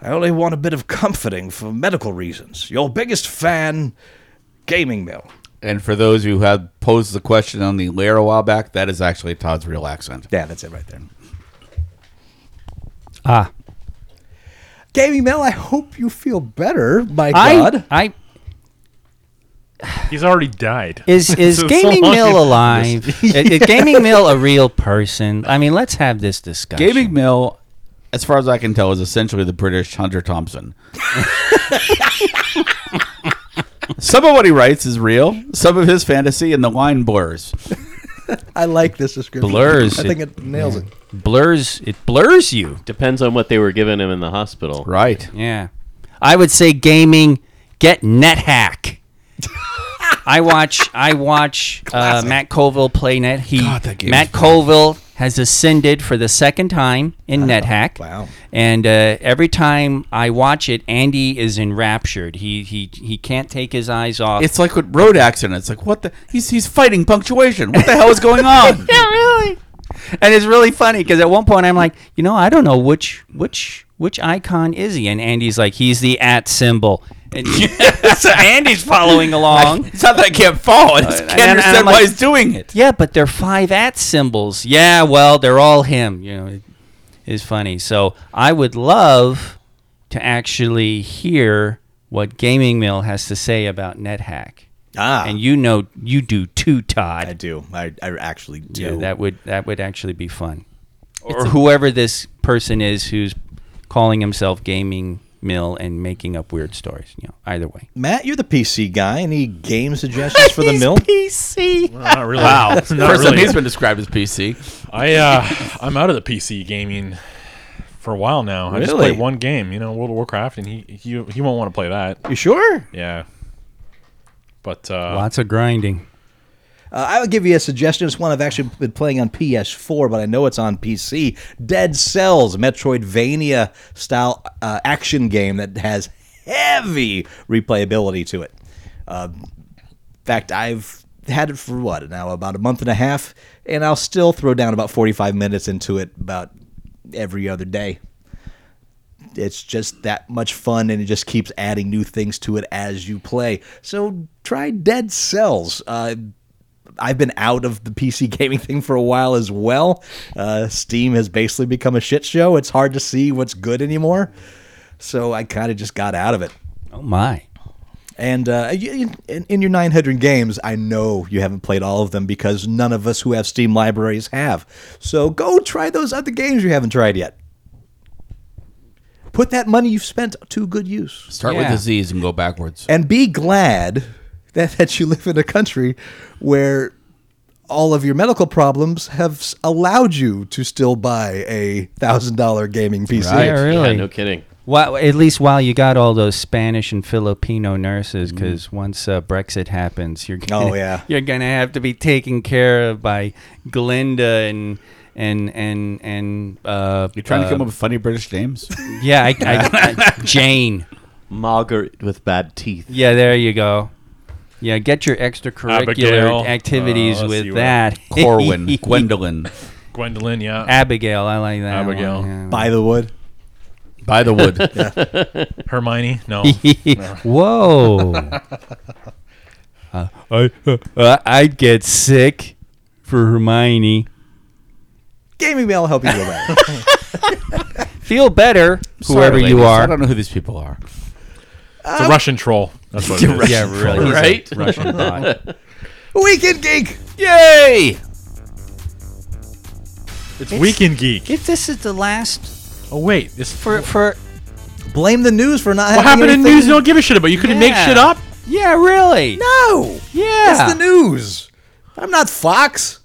[SPEAKER 5] I only want a bit of comforting for medical reasons. Your biggest fan, Gaming Mill.
[SPEAKER 4] And for those who had posed the question on the lair a while back, that is actually Todd's real accent.
[SPEAKER 5] Yeah, that's it right there.
[SPEAKER 7] Ah,
[SPEAKER 5] Gaming Mill, I hope you feel better, my
[SPEAKER 7] I, I
[SPEAKER 6] He's already died.
[SPEAKER 7] is is
[SPEAKER 6] So
[SPEAKER 7] Gaming
[SPEAKER 6] long.
[SPEAKER 7] Mill alive? is, is Gaming Mill a real person? I mean, let's have this discussion.
[SPEAKER 4] Gaming Mill, as far as I can tell, is essentially the British Hunter Thompson. some of what he writes is real, some of his fantasy, and the line blurs.
[SPEAKER 5] I like this description.
[SPEAKER 7] Blurs
[SPEAKER 5] I think
[SPEAKER 7] it.
[SPEAKER 5] it nails it.
[SPEAKER 7] blurs it blurs you.
[SPEAKER 3] Depends on what they were giving him in the hospital.
[SPEAKER 4] Right.
[SPEAKER 7] Yeah. I would say gaming, get NetHack. I watch I watch uh, Matt Colville play net. He
[SPEAKER 4] God, that game
[SPEAKER 7] Matt
[SPEAKER 4] was
[SPEAKER 7] Colville has ascended for the second time in NetHack.
[SPEAKER 5] wow.
[SPEAKER 7] And uh, every time I watch it, Andy is enraptured. He he he can't take his eyes off.
[SPEAKER 4] It's like with road accident. It's like what the he's he's fighting punctuation. What the hell is going on?
[SPEAKER 7] yeah, really. And it's really funny because at one point I'm like, you know, I don't know which which which icon is he, and Andy's like, he's the at symbol, and so Andy's following along.
[SPEAKER 4] It's not that I can't fall. I just
[SPEAKER 7] Uh,
[SPEAKER 4] can't
[SPEAKER 7] and- and
[SPEAKER 4] understand
[SPEAKER 7] I'm
[SPEAKER 4] why
[SPEAKER 7] like-
[SPEAKER 4] he's doing it.
[SPEAKER 7] Yeah, but they're five at symbols. Yeah, well, they're all him. You know, it is funny. So I would love to actually hear what Gaming Mill has to say about NetHack,
[SPEAKER 5] Ah,
[SPEAKER 7] and you know, you do too, Todd.
[SPEAKER 5] I do. I, I actually do.
[SPEAKER 7] Yeah, that would that would actually be fun. Or whoever this person is who's calling himself gaming mill and making up weird stories. You know, either way.
[SPEAKER 5] Matt, you're the PC guy. Any game suggestions for the mill?
[SPEAKER 7] PC.
[SPEAKER 6] Not really. Wow. Not
[SPEAKER 4] First time
[SPEAKER 6] really.
[SPEAKER 4] he's been described as PC.
[SPEAKER 6] I uh, I'm out of the PC gaming for a while now. I just
[SPEAKER 5] Really?
[SPEAKER 6] played one game, you know, World of Warcraft, and he he, he won't want to play that.
[SPEAKER 5] You sure?
[SPEAKER 6] Yeah. But uh,
[SPEAKER 7] Lots of grinding.
[SPEAKER 5] Uh, I would give you a suggestion. It's one I've actually been playing on PS4, but I know it's on PC. Dead Cells, Metroidvania style uh, action game that has heavy replayability to it. Uh, in fact, I've had it for what now about a month and a half, and I'll still throw down about 45 minutes into it about every other day. it's just that much fun and it just keeps adding new things to it as you play so try dead cells uh, i've been out of the pc gaming thing for a while as well uh, steam has basically become a shit show it's hard to see what's good anymore so i kind of just got out of it
[SPEAKER 7] Oh my.
[SPEAKER 5] and uh, you- in, in your 900 games, I know you haven't played all of them because none of us who have Steam libraries have. So go try those other games you haven't tried yet. Put that money you've spent to good use.
[SPEAKER 4] Start
[SPEAKER 7] Yeah.
[SPEAKER 4] with disease and go backwards.
[SPEAKER 5] And be glad that, that you live in a country where all of your medical problems have s- allowed you to still buy a $1,000 gaming PC.
[SPEAKER 4] Right.
[SPEAKER 7] Yeah,
[SPEAKER 3] Yeah,
[SPEAKER 7] really.
[SPEAKER 3] no kidding.
[SPEAKER 7] While, at least while you got all those Spanish and Filipino nurses, because once uh, Brexit happens, you're gonna,
[SPEAKER 5] Oh, yeah.
[SPEAKER 7] you're gonna have to be taken care of by Glinda and and and and uh,
[SPEAKER 4] You're trying
[SPEAKER 7] uh,
[SPEAKER 4] to come up with funny British names.
[SPEAKER 7] Yeah, I, I, I, Jane.
[SPEAKER 3] Margaret with bad teeth.
[SPEAKER 7] Yeah, there you go. Yeah, get your extracurricular
[SPEAKER 6] Abigail.
[SPEAKER 7] activities
[SPEAKER 6] Uh, let's see
[SPEAKER 7] with
[SPEAKER 6] what-
[SPEAKER 7] that.
[SPEAKER 4] Corwin, Gwendolyn,
[SPEAKER 6] Gwendolyn, yeah,
[SPEAKER 7] Abigail, I like that. one,
[SPEAKER 6] Abigail.
[SPEAKER 7] yeah.
[SPEAKER 5] Buy the wood.
[SPEAKER 4] by the wood.
[SPEAKER 6] Hermione, no,
[SPEAKER 7] Whoa. Uh, I, uh, I'd get sick for Hermione.
[SPEAKER 5] Gaming Mail will help you with that.
[SPEAKER 7] Feel better, whoever
[SPEAKER 4] Sorry,
[SPEAKER 7] you
[SPEAKER 4] ladies, I
[SPEAKER 7] are.
[SPEAKER 4] don't know who these people are.
[SPEAKER 6] it's a Russian troll. That's what it is.
[SPEAKER 7] Yeah, really.
[SPEAKER 3] Right?
[SPEAKER 7] Russian bot.
[SPEAKER 5] Weekend Geek!
[SPEAKER 4] Yay!
[SPEAKER 6] It's Weekend Geek.
[SPEAKER 7] If this is the last
[SPEAKER 6] Oh wait, this
[SPEAKER 7] for for
[SPEAKER 5] Blame the news for not
[SPEAKER 6] what
[SPEAKER 5] having
[SPEAKER 6] happened in
[SPEAKER 5] anything-
[SPEAKER 6] news? You don't give a shit about. You couldn't make
[SPEAKER 7] Yeah.
[SPEAKER 6] shit up.
[SPEAKER 7] yeah, really.
[SPEAKER 5] No!
[SPEAKER 7] Yeah.
[SPEAKER 5] It's the news. I'm not Fox.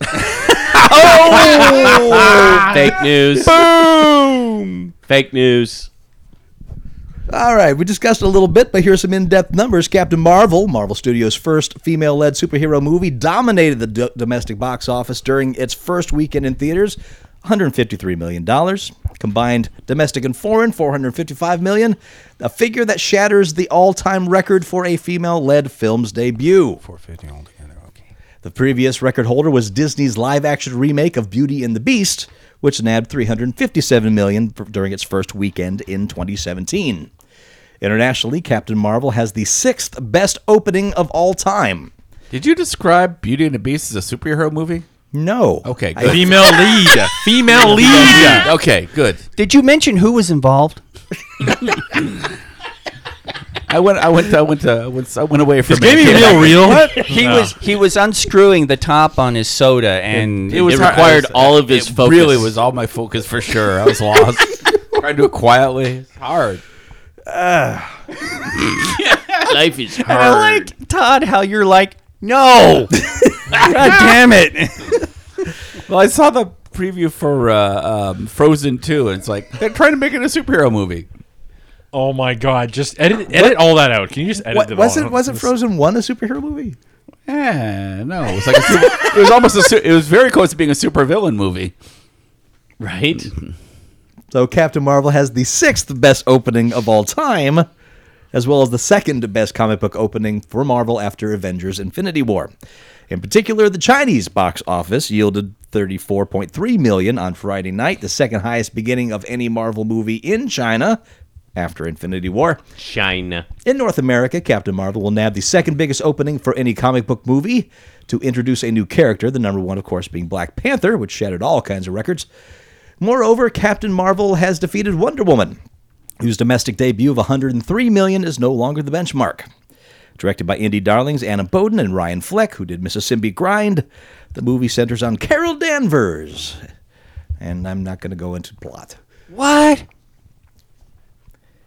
[SPEAKER 3] Fake news. Ah! Boom. Fake news.
[SPEAKER 5] All right, we discussed a little bit, but here's some in-depth numbers. Captain Marvel, Marvel Studios' first female-led superhero movie, dominated the do- domestic box office during its first weekend in theaters, 153 million dollars. combined domestic and foreign, 455 million, a figure that shatters the all-time record for a female-led film's debut.
[SPEAKER 7] 450 altogether. Okay.
[SPEAKER 5] The previous record holder was Disney's live-action remake of Beauty and the Beast, which nabbed 357 million f- during its first weekend in 2017. Internationally, Captain Marvel has the sixth best opening of all time.
[SPEAKER 4] Did you describe Beauty and the Beast as a superhero movie?
[SPEAKER 5] No.
[SPEAKER 4] Okay,
[SPEAKER 5] I-
[SPEAKER 4] good.
[SPEAKER 6] Female lead. Female lead.
[SPEAKER 4] Okay, good.
[SPEAKER 2] Did you mention who was involved?
[SPEAKER 4] I went. I went. I went. To, I went. I went away from
[SPEAKER 6] Give me real, real.
[SPEAKER 7] He was he was unscrewing the top on his soda, and
[SPEAKER 3] It
[SPEAKER 4] hard-
[SPEAKER 3] required
[SPEAKER 4] I was-
[SPEAKER 3] all of his
[SPEAKER 4] it
[SPEAKER 3] focus.
[SPEAKER 4] Really was all my focus for sure. I was lost. Trying to do it quietly. It's hard.
[SPEAKER 3] Life is hard.
[SPEAKER 2] I like Todd how you're like, no. God damn it.
[SPEAKER 4] Well, I saw the preview for uh, um, Frozen 2, and it's like they're trying to make it a superhero movie.
[SPEAKER 6] Oh my god! Just edit edit all that out. Can you just edit
[SPEAKER 5] What,
[SPEAKER 6] it
[SPEAKER 5] was
[SPEAKER 6] all
[SPEAKER 5] it was it Frozen One a superhero movie?
[SPEAKER 4] Yeah, Eh, no, it was like a super, it was almost a, su- it was very close to being a supervillain movie.
[SPEAKER 3] right?
[SPEAKER 5] So Captain Marvel has the sixth best opening of all time, as well as the second best comic book opening for Marvel after Avengers Infinity War. In particular, the Chinese box office yielded 34.3 million on Friday night, the second highest beginning of any Marvel movie in China after Infinity War.
[SPEAKER 3] China.
[SPEAKER 5] In North America, Captain Marvel will nab the second biggest opening for any comic book movie to introduce a new character, the number one, of course, being Black Panther, which shattered all kinds of records. Moreover, Captain Marvel has defeated Wonder Woman, whose domestic debut of 103 million is no longer the benchmark. Directed by Indy Darlings, Anna Boden, and Ryan Fleck, who did Mississippi Grind, the movie centers on Carol Danvers. And I'm not going to go into plot.
[SPEAKER 2] What?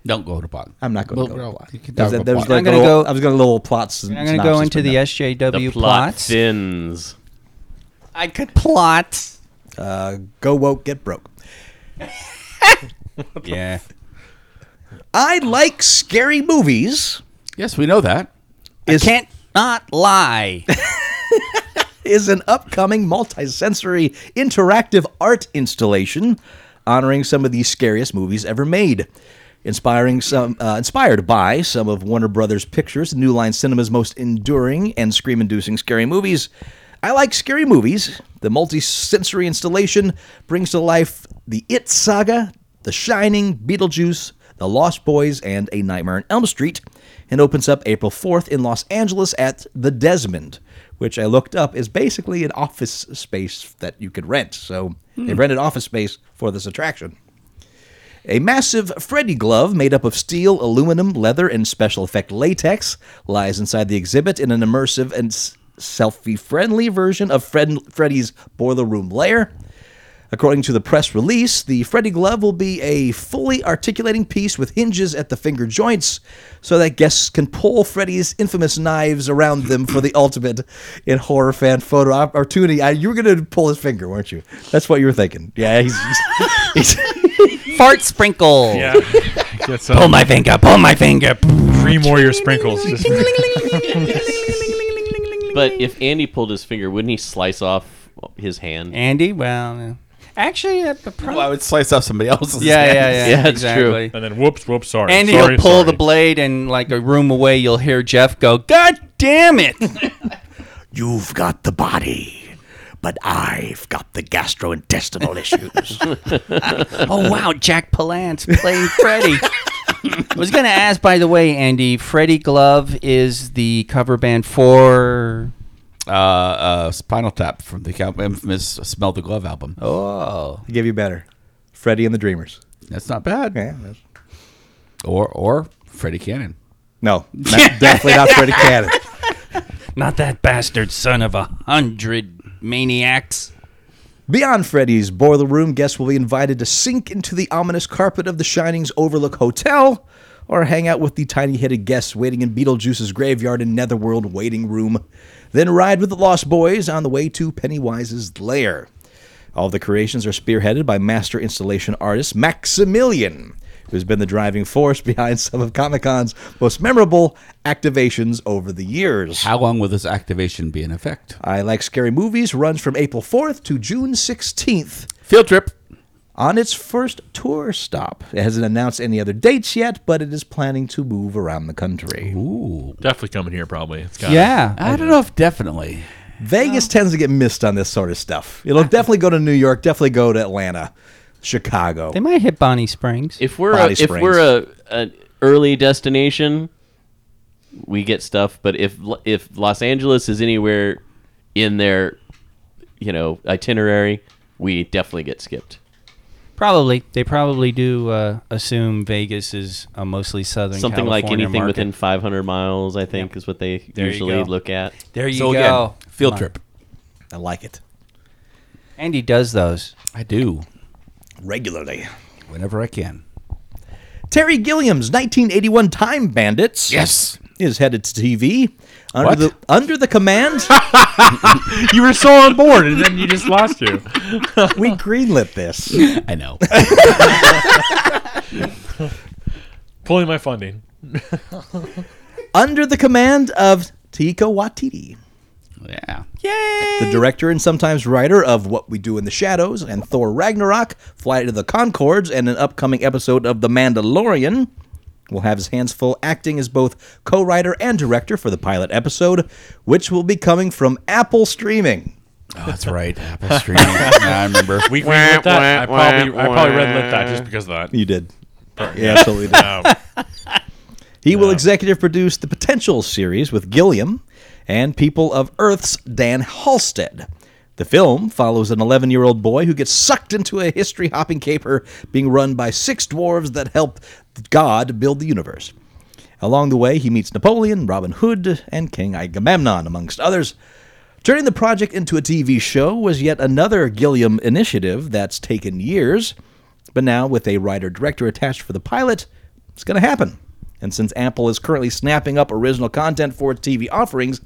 [SPEAKER 4] Don't go to pot.
[SPEAKER 5] I'm not going
[SPEAKER 4] Well,
[SPEAKER 5] to go.
[SPEAKER 4] well,
[SPEAKER 5] into plot.
[SPEAKER 4] you can
[SPEAKER 5] There's
[SPEAKER 4] talk
[SPEAKER 5] a-
[SPEAKER 4] about
[SPEAKER 5] there's
[SPEAKER 4] plot.
[SPEAKER 5] like
[SPEAKER 7] I'm gonna
[SPEAKER 5] little-
[SPEAKER 7] go-
[SPEAKER 5] I was going to little plots.
[SPEAKER 7] I'm going to go into the SJW
[SPEAKER 3] The plot
[SPEAKER 7] plots.
[SPEAKER 3] thins.
[SPEAKER 2] I could plot.
[SPEAKER 5] Uh, go woke, get broke.
[SPEAKER 7] Yeah.
[SPEAKER 5] I like scary movies.
[SPEAKER 4] Yes, we know that.
[SPEAKER 5] Is,
[SPEAKER 7] Can't not lie.
[SPEAKER 5] is an upcoming multisensory interactive art installation honoring some of the scariest movies ever made. Inspiring some, uh, inspired by some of Warner Brothers Pictures, New Line Cinema's most enduring and scream-inducing scary movies. I like scary movies. The multi-sensory installation brings to life the It Saga, The Shining, Beetlejuice, The Lost Boys, and A Nightmare on Elm Street, and opens up April 4th in Los Angeles at the Desmond, which I looked up is basically an office space that you could rent. So they rented office space for this attraction. A massive Freddy glove made up of steel, aluminum, leather, and special effect latex lies inside the exhibit in an immersive and s- selfie friendly version of Fred- Freddy's boiler room lair. According to the press release, the Freddy glove will be a fully articulating piece with hinges at the finger joints so that guests can pull Freddy's infamous knives around them for the ultimate in horror fan photo opportunity. I, you were going to pull his finger, weren't you? That's what you were thinking. Yeah, he's. he's, he's
[SPEAKER 7] Fart sprinkle.
[SPEAKER 6] Yeah. um, Get
[SPEAKER 7] Pull
[SPEAKER 6] some
[SPEAKER 7] my finger. Pull my finger.
[SPEAKER 6] Dream Warrior sprinkles. Just-
[SPEAKER 3] But if Andy pulled his finger, wouldn't he slice off his hand?
[SPEAKER 7] Andy, well, actually, uh, that
[SPEAKER 4] Well, I would slice up somebody else's.
[SPEAKER 7] yeah, yeah, yeah,
[SPEAKER 3] Yeah, it's true.
[SPEAKER 7] exactly.
[SPEAKER 6] and then whoops, whoops, sorry.
[SPEAKER 7] Andy
[SPEAKER 6] sorry,
[SPEAKER 7] will pull
[SPEAKER 6] sorry.
[SPEAKER 7] the blade, and like a room away, you'll hear Jeff go, "God damn it!"
[SPEAKER 8] You've got the body, but I've got the gastrointestinal issues.
[SPEAKER 7] oh wow, Jack Palance playing Freddy. I was gonna ask, by the way, Andy. Freddy Glove is the cover band for.
[SPEAKER 4] Uh, uh, Spinal Tap from the cal- infamous Smell the Glove album. Oh,
[SPEAKER 7] Oh,
[SPEAKER 5] give you better. Freddy and the Dreamers.
[SPEAKER 4] that's not bad.
[SPEAKER 5] Yeah, that's-
[SPEAKER 4] Or or Freddie Cannon.
[SPEAKER 5] No, not- definitely not Freddy Cannon.
[SPEAKER 7] not that bastard son of a hundred maniacs.
[SPEAKER 5] Beyond Freddy's boiler room, guests will be invited to sink into the ominous carpet of the Shining's Overlook Hotel or hang out with the tiny headed guests waiting in Beetlejuice's graveyard and Netherworld waiting room. Then ride with the Lost Boys on the way to Pennywise's lair. All the creations are spearheaded by master installation artist Maximilian, who's been the driving force behind some of Comic Con's most memorable activations over the years.
[SPEAKER 4] How long will this activation be in effect?
[SPEAKER 5] I Like Scary Movies runs from April 4th to June 16th.
[SPEAKER 4] Field trip.
[SPEAKER 5] on its first tour stop. It hasn't announced any other dates yet, but it is planning to move around the country.
[SPEAKER 6] Definitely coming here, probably. It's got
[SPEAKER 7] Yeah.
[SPEAKER 4] I don't know if definitely.
[SPEAKER 5] Vegas tends to get missed on this sort of stuff. It'll definitely go to New York, definitely go to Atlanta, Chicago.
[SPEAKER 7] They might hit Bonnie Springs.
[SPEAKER 3] If we're a,
[SPEAKER 5] Body
[SPEAKER 3] if
[SPEAKER 5] sprains.
[SPEAKER 3] we're a an early destination, we get stuff. But if L- if Los Angeles is anywhere in their you know itinerary, we definitely get skipped.
[SPEAKER 7] Probably. They probably do uh, assume Vegas is a mostly Southern
[SPEAKER 3] Something like
[SPEAKER 7] California
[SPEAKER 3] anything
[SPEAKER 7] market.
[SPEAKER 3] within 500 miles, I think, is what they
[SPEAKER 7] There you
[SPEAKER 3] usually
[SPEAKER 7] go.
[SPEAKER 3] look at.
[SPEAKER 7] There you
[SPEAKER 4] So
[SPEAKER 7] go.
[SPEAKER 4] again, field
[SPEAKER 7] Come on.
[SPEAKER 4] trip.
[SPEAKER 5] I like it.
[SPEAKER 7] Andy does those.
[SPEAKER 4] I do
[SPEAKER 5] Regularly.
[SPEAKER 4] whenever I can.
[SPEAKER 5] Terry Gilliam's 1981 Time Bandits.
[SPEAKER 4] Yes.
[SPEAKER 5] Is headed to TV under
[SPEAKER 4] What?
[SPEAKER 5] the under the command.
[SPEAKER 6] you were so on board, and then you just lost you.
[SPEAKER 5] we greenlit this.
[SPEAKER 4] I know.
[SPEAKER 6] Pulling my funding.
[SPEAKER 5] under the command of Taika Waititi,
[SPEAKER 4] yeah.
[SPEAKER 5] the director and sometimes writer of What We Do in the Shadows and Thor Ragnarok, Flight of the Concords, and an upcoming episode of The Mandalorian. Will have his hands full acting as both co writer and director for the pilot episode, which will be coming from Apple Streaming.
[SPEAKER 4] Oh, that's right. Apple Stream. Yeah, I remember.
[SPEAKER 6] We greenlit that. I probably, I probably red lit that just because of that.
[SPEAKER 5] You did. You absolutely did.
[SPEAKER 6] Oh,
[SPEAKER 5] He will executive produce the Potential series with Gilliam and People of Earth's Dan Halstead. The film follows an 11 year old boy who gets sucked into a history hopping caper being run by six dwarves that help God build the universe. Along the way, he meets Napoleon, Robin Hood, and King Agamemnon, amongst others. Turning the project into a TV show was yet another Gilliam initiative that's taken years, but now with a writer director attached for the pilot, it's going to happen. And since Apple is currently snapping up original content for its TV offerings,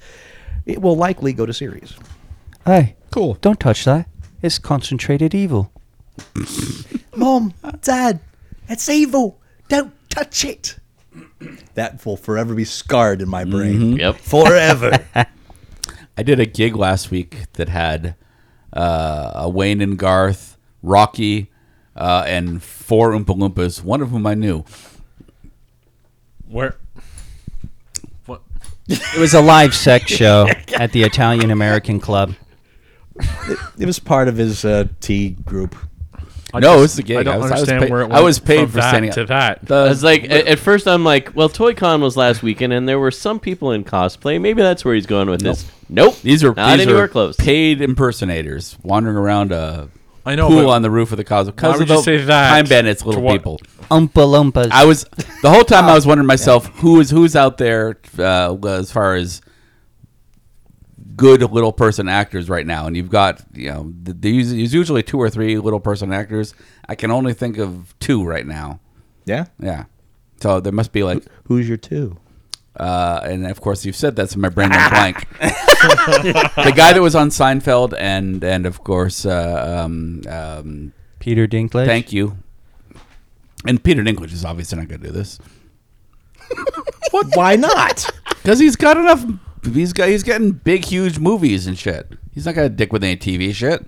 [SPEAKER 5] it will likely go to series.
[SPEAKER 7] Hey. Cool. Don't touch that. It's concentrated evil.
[SPEAKER 5] Mom, Dad, it's evil. Don't touch it. That will forever be scarred in my brain.
[SPEAKER 3] Yep.
[SPEAKER 5] Forever.
[SPEAKER 4] I did a gig last week that had uh, a Wayne and Garth, Rocky, uh, and four Oompa Loompas, one of whom I knew.
[SPEAKER 6] where? What?
[SPEAKER 7] It was a live sex show at the Italian American Club.
[SPEAKER 5] it was part of his uh, tea group.
[SPEAKER 4] no, it's the gig.
[SPEAKER 6] I don't understand
[SPEAKER 4] paid,
[SPEAKER 6] where it
[SPEAKER 4] I was
[SPEAKER 6] went
[SPEAKER 4] paid
[SPEAKER 6] from
[SPEAKER 4] for
[SPEAKER 6] that
[SPEAKER 4] standing
[SPEAKER 6] to
[SPEAKER 4] up.
[SPEAKER 6] that.
[SPEAKER 3] I
[SPEAKER 7] Uh,
[SPEAKER 4] The-
[SPEAKER 3] was like, at, at first, I'm like, well, Toy Con was last weekend, and there were some people in cosplay. Maybe that's where he's going with this. Nope,
[SPEAKER 4] these are
[SPEAKER 3] not
[SPEAKER 4] these
[SPEAKER 3] anywhere
[SPEAKER 4] are
[SPEAKER 3] close.
[SPEAKER 4] paid impersonators wandering around a
[SPEAKER 6] I know,
[SPEAKER 4] pool
[SPEAKER 6] but
[SPEAKER 4] on the roof of the cause
[SPEAKER 6] why
[SPEAKER 4] because
[SPEAKER 6] would
[SPEAKER 4] of
[SPEAKER 6] you
[SPEAKER 4] the
[SPEAKER 6] say that
[SPEAKER 4] time bandits,
[SPEAKER 6] to
[SPEAKER 4] little
[SPEAKER 6] what-
[SPEAKER 4] people.
[SPEAKER 7] Oompa Loompas.
[SPEAKER 4] I was the whole time I was wondering myself who is who's out there uh, as far as good little person actors right now, and you've got you know th- there's there's usually two or three little person actors. I can only think of two right now.
[SPEAKER 5] Yeah?
[SPEAKER 4] Yeah, so there must be like,
[SPEAKER 5] Who's your two?
[SPEAKER 4] uh, and of course you've said that, so my brain went blank. the guy that was on Seinfeld, and and of course, uh, um, um,
[SPEAKER 7] Peter Dinklage.
[SPEAKER 4] thank you. And Peter Dinklage is obviously not going to do this.
[SPEAKER 5] Why not?
[SPEAKER 4] Because he's got enough. He's got. He's getting big, huge movies and shit. He's not gonna dick with any TV shit.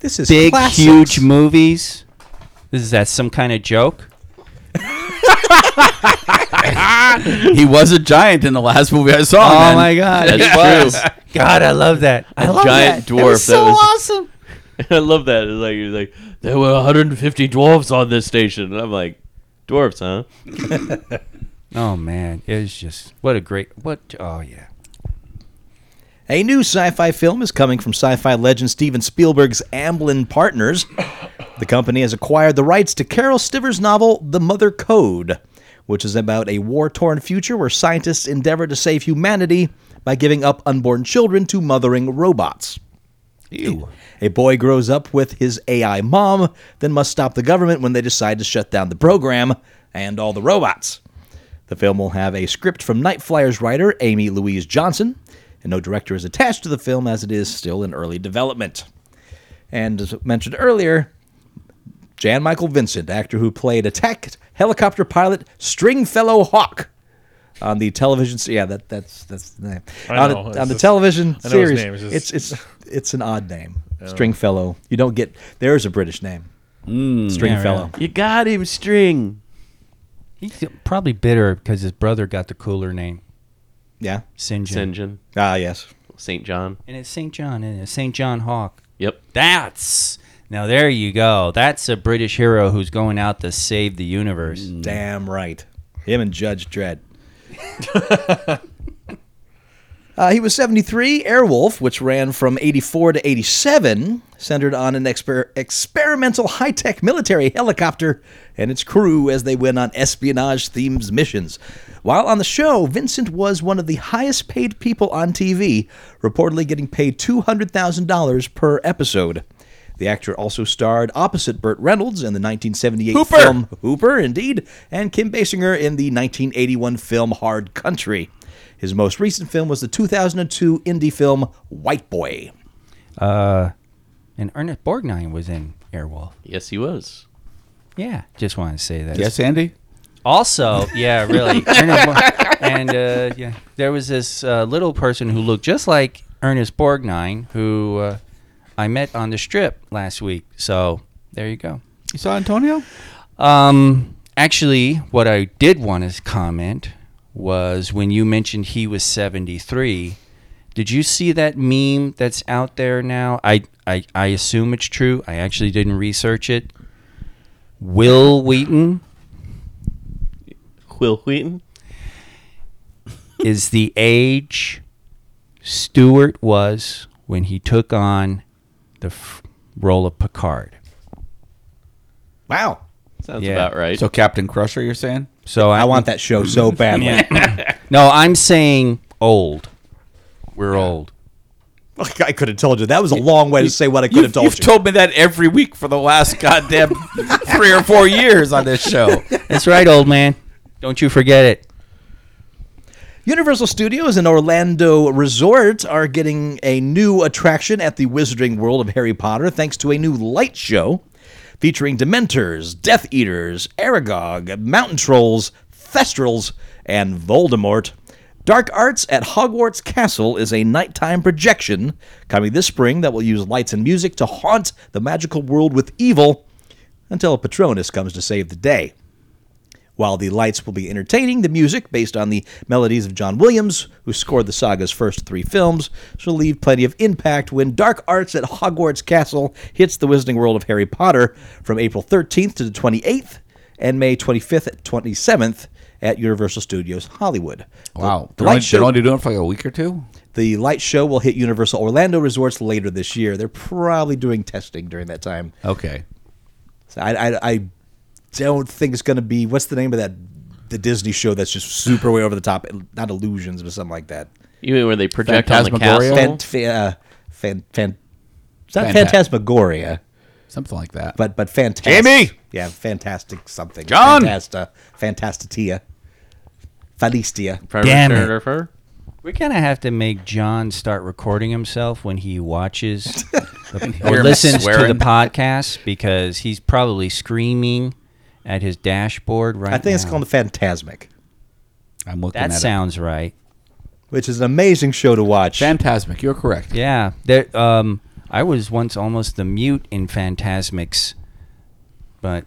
[SPEAKER 5] This is
[SPEAKER 7] Big,
[SPEAKER 5] classics.
[SPEAKER 7] huge movies. Is that some kind of joke?
[SPEAKER 4] He was a giant in the last movie I saw.
[SPEAKER 7] Oh
[SPEAKER 4] man.
[SPEAKER 7] my God.
[SPEAKER 3] That's
[SPEAKER 7] It was. God, I love that. I love
[SPEAKER 3] giant
[SPEAKER 7] that.
[SPEAKER 3] dwarf.
[SPEAKER 7] That was
[SPEAKER 3] That
[SPEAKER 7] so
[SPEAKER 3] was-
[SPEAKER 7] awesome.
[SPEAKER 3] I love that. It's like you're like there were 150 dwarves on this station, and I'm like, dwarves, huh?
[SPEAKER 7] Oh, man. It was just, what a great, what, oh, yeah.
[SPEAKER 5] A new sci fi film is coming from sci fi legend Steven Spielberg's Amblin Partners. The company has acquired the rights to Carol Stiver's novel, The Mother Code, which is about a war torn future where scientists endeavor to save humanity by giving up unborn children to mothering robots. A boy grows up with his AI mom, then must stop the government when they decide to shut down the program and all the robots. The film will have a script from Night Flyers writer Amy Louise Johnson, and no director is attached to the film as it is still in early development. And as mentioned earlier, Jan Michael Vincent, actor who played attack helicopter pilot Stringfellow Hawk on the television se- yeah that that's that's the name
[SPEAKER 6] I
[SPEAKER 5] on,
[SPEAKER 6] know,
[SPEAKER 5] the-
[SPEAKER 6] it's
[SPEAKER 5] on the
[SPEAKER 6] just-
[SPEAKER 5] television
[SPEAKER 6] I know his
[SPEAKER 5] series
[SPEAKER 6] name, it's just-
[SPEAKER 5] it's it's it's an odd name Stringfellow you don't get there's a British name string
[SPEAKER 7] Yeah,
[SPEAKER 5] fellow.
[SPEAKER 3] You got him, string.
[SPEAKER 7] He's probably bitter because his brother got the cooler name,
[SPEAKER 5] Yeah.
[SPEAKER 7] St. John.
[SPEAKER 3] St. John.
[SPEAKER 5] Ah, yes.
[SPEAKER 3] St. John.
[SPEAKER 7] And it's St. John, and it's St. John Hawk.
[SPEAKER 3] Yep.
[SPEAKER 7] That's now there you go. That's a British hero who's going out to save the universe.
[SPEAKER 5] Mm. Damn right. Him and Judge Dredd. uh, he was 73. Airwolf, which ran from 84 to 87, centered on an exper- experimental high tech military helicopter and its crew as they went on espionage themed missions. While on the show, Vincent was one of the highest paid people on TV, reportedly getting paid $200,000 per episode. The actor also starred opposite Burt Reynolds in the 1978 film Hooper, indeed, and Kim Basinger in the 1981 film Hard Country. His most recent film was the 2002 indie film White Boy.
[SPEAKER 7] And Ernest Borgnine was in Airwolf.
[SPEAKER 3] Yes, he was.
[SPEAKER 7] Yeah, just want to say that.
[SPEAKER 4] Yes, Andy.
[SPEAKER 7] Also, yeah, really. Ernest Bor- and uh, yeah, there was this uh, little person who looked just like Ernest Borgnine, who uh, I met on the strip last week. So there you go.
[SPEAKER 4] You saw Antonio.
[SPEAKER 7] Um, actually, what I did want to comment was when you mentioned he was 73. Did you see that meme that's out there now? I, I, I assume it's true. I actually didn't research it. Will Wheaton
[SPEAKER 3] Will Wheaton.
[SPEAKER 7] is the age Stewart was when he took on the f- role of Picard.
[SPEAKER 5] Wow.
[SPEAKER 3] Sounds
[SPEAKER 7] Yeah.
[SPEAKER 3] about right.
[SPEAKER 4] So Captain Crusher, you're saying?
[SPEAKER 7] So
[SPEAKER 5] I want that show so badly.
[SPEAKER 7] No, I'm saying old. We're old.
[SPEAKER 5] Like, I could have told you. That was a long way to say what I could have told
[SPEAKER 4] You've
[SPEAKER 5] you.
[SPEAKER 4] told me that every week for the last goddamn three or four years on this show.
[SPEAKER 7] That's right, old man. Don't you forget it.
[SPEAKER 5] Universal Studios and Orlando Resort are getting a new attraction at the Wizarding World of Harry Potter thanks to a new light show featuring Dementors, Death Eaters, Aragog, Mountain Trolls, Thestrals, and Voldemort. Dark Arts at Hogwarts Castle is a nighttime projection coming this spring that will use lights and music to haunt the magical world with evil until a Patronus comes to save the day. While the lights will be entertaining, the music, based on the melodies of John Williams, who scored the saga's first three films, shall leave plenty of impact when Dark Arts at Hogwarts Castle hits the Wizarding World of Harry Potter from April 13th to the 28th and May 25th and 27th at Universal Studios Hollywood.
[SPEAKER 4] Wow.
[SPEAKER 5] The
[SPEAKER 4] They're only,
[SPEAKER 5] light
[SPEAKER 4] they're
[SPEAKER 5] show,
[SPEAKER 4] only doing it for like a week or two?
[SPEAKER 5] the light show will hit Universal Orlando Resorts later this year. They're probably doing testing during that time.
[SPEAKER 4] Okay.
[SPEAKER 5] So I, I, I don't think it's going to be. What's the name of that? The Disney show that's just super way over the top. Not illusions, but something like that.
[SPEAKER 3] Even where they project on the
[SPEAKER 4] Phantasmagoria?
[SPEAKER 3] castle.
[SPEAKER 5] Fan, fa- uh, fan, fan, it's not
[SPEAKER 4] Fanta-
[SPEAKER 5] Phantasmagoria,
[SPEAKER 4] Something like that.
[SPEAKER 5] but but fantastic.
[SPEAKER 4] Jamie!
[SPEAKER 5] yeah, fantastic something.
[SPEAKER 4] John!
[SPEAKER 5] Fantasta, Fantastatia, Felistia.
[SPEAKER 3] Private
[SPEAKER 7] Damn it.
[SPEAKER 3] photographer.
[SPEAKER 7] We're gonna have to make John start recording himself when he watches the,
[SPEAKER 4] Hear
[SPEAKER 7] or
[SPEAKER 4] him
[SPEAKER 7] listens to
[SPEAKER 4] swearing.
[SPEAKER 7] the podcast because he's probably screaming at his dashboard right
[SPEAKER 5] I think it's
[SPEAKER 7] now.
[SPEAKER 5] called the Phantasmic,
[SPEAKER 4] I'm looking
[SPEAKER 7] That
[SPEAKER 4] at
[SPEAKER 7] sounds right.
[SPEAKER 5] which is an amazing show to watch.
[SPEAKER 4] it. Phantasmic, you're correct.
[SPEAKER 7] Yeah, there. Um, I was once almost the mute in Phantasmics, but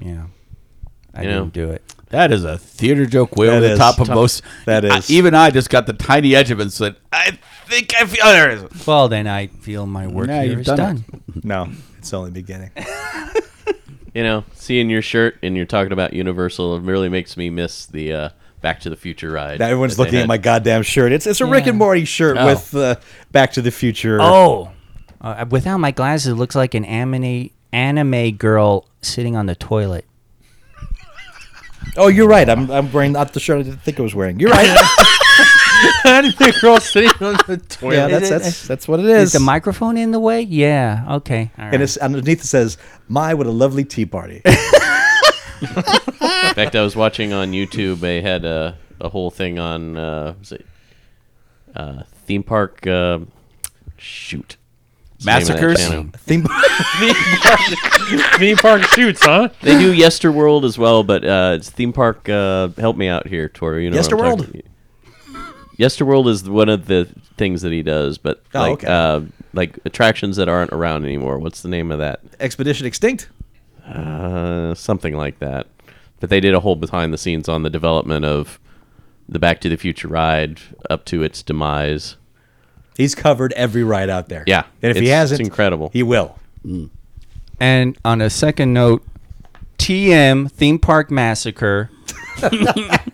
[SPEAKER 7] yeah, I
[SPEAKER 3] You know.
[SPEAKER 7] didn't do it.
[SPEAKER 4] That is a theater joke way
[SPEAKER 5] That
[SPEAKER 4] over the
[SPEAKER 5] is.
[SPEAKER 4] top of
[SPEAKER 5] Top-
[SPEAKER 4] most.
[SPEAKER 5] that
[SPEAKER 4] I-
[SPEAKER 5] is.
[SPEAKER 4] even I just got the tiny edge of it and said, I think I feel. Oh, there it is.
[SPEAKER 7] Well, then I feel my work
[SPEAKER 4] Yeah,
[SPEAKER 7] here
[SPEAKER 4] you've
[SPEAKER 7] is
[SPEAKER 4] done
[SPEAKER 7] done.
[SPEAKER 5] No, it's only beginning.
[SPEAKER 3] You know, seeing your shirt and you're talking about Universal it really makes me miss the uh, Back to the Future ride.
[SPEAKER 5] Now everyone's
[SPEAKER 3] that they
[SPEAKER 5] looking at
[SPEAKER 3] had.
[SPEAKER 5] my goddamn shirt. It's it's a Rick and Morty shirt
[SPEAKER 4] Oh.
[SPEAKER 5] with uh, Back to the Future.
[SPEAKER 7] Oh, uh, without my glasses, it looks like an anime anime girl sitting on the toilet.
[SPEAKER 5] Oh, you're right. I'm, I'm wearing not the shirt I didn't think I was wearing. You're right. yeah, that's, that's that's what it is.
[SPEAKER 7] Is the microphone in the way? Yeah. Okay. All right.
[SPEAKER 5] and it's underneath it says, "My, what a lovely tea party."
[SPEAKER 3] In fact, I was watching on YouTube. They had a, a whole thing on uh, was it, uh, theme park. Uh, shoot, What's the name of that
[SPEAKER 4] Massacres?
[SPEAKER 3] channel?
[SPEAKER 5] Theme-
[SPEAKER 6] Theme park shoots, huh?
[SPEAKER 3] They do Yesterworld as well, but uh, it's theme park. Uh, help me out here, Tori. You know what I'm
[SPEAKER 5] Yesterworld?
[SPEAKER 3] talking- Yesterworld is one of the things that he does, but
[SPEAKER 5] Oh,
[SPEAKER 3] like
[SPEAKER 5] okay.
[SPEAKER 3] uh, like attractions that aren't around anymore. What's the name of that?
[SPEAKER 5] Expedition Extinct.
[SPEAKER 3] Uh, something like that. But they did a whole behind the scenes on the development of the Back to the Future ride up to its demise.
[SPEAKER 5] He's covered every ride out there.
[SPEAKER 3] Yeah,
[SPEAKER 5] and if
[SPEAKER 3] it's-
[SPEAKER 5] he
[SPEAKER 3] it's
[SPEAKER 5] hasn't,
[SPEAKER 3] incredible.
[SPEAKER 5] He will.
[SPEAKER 7] And on a second note, TM Theme Park Massacre,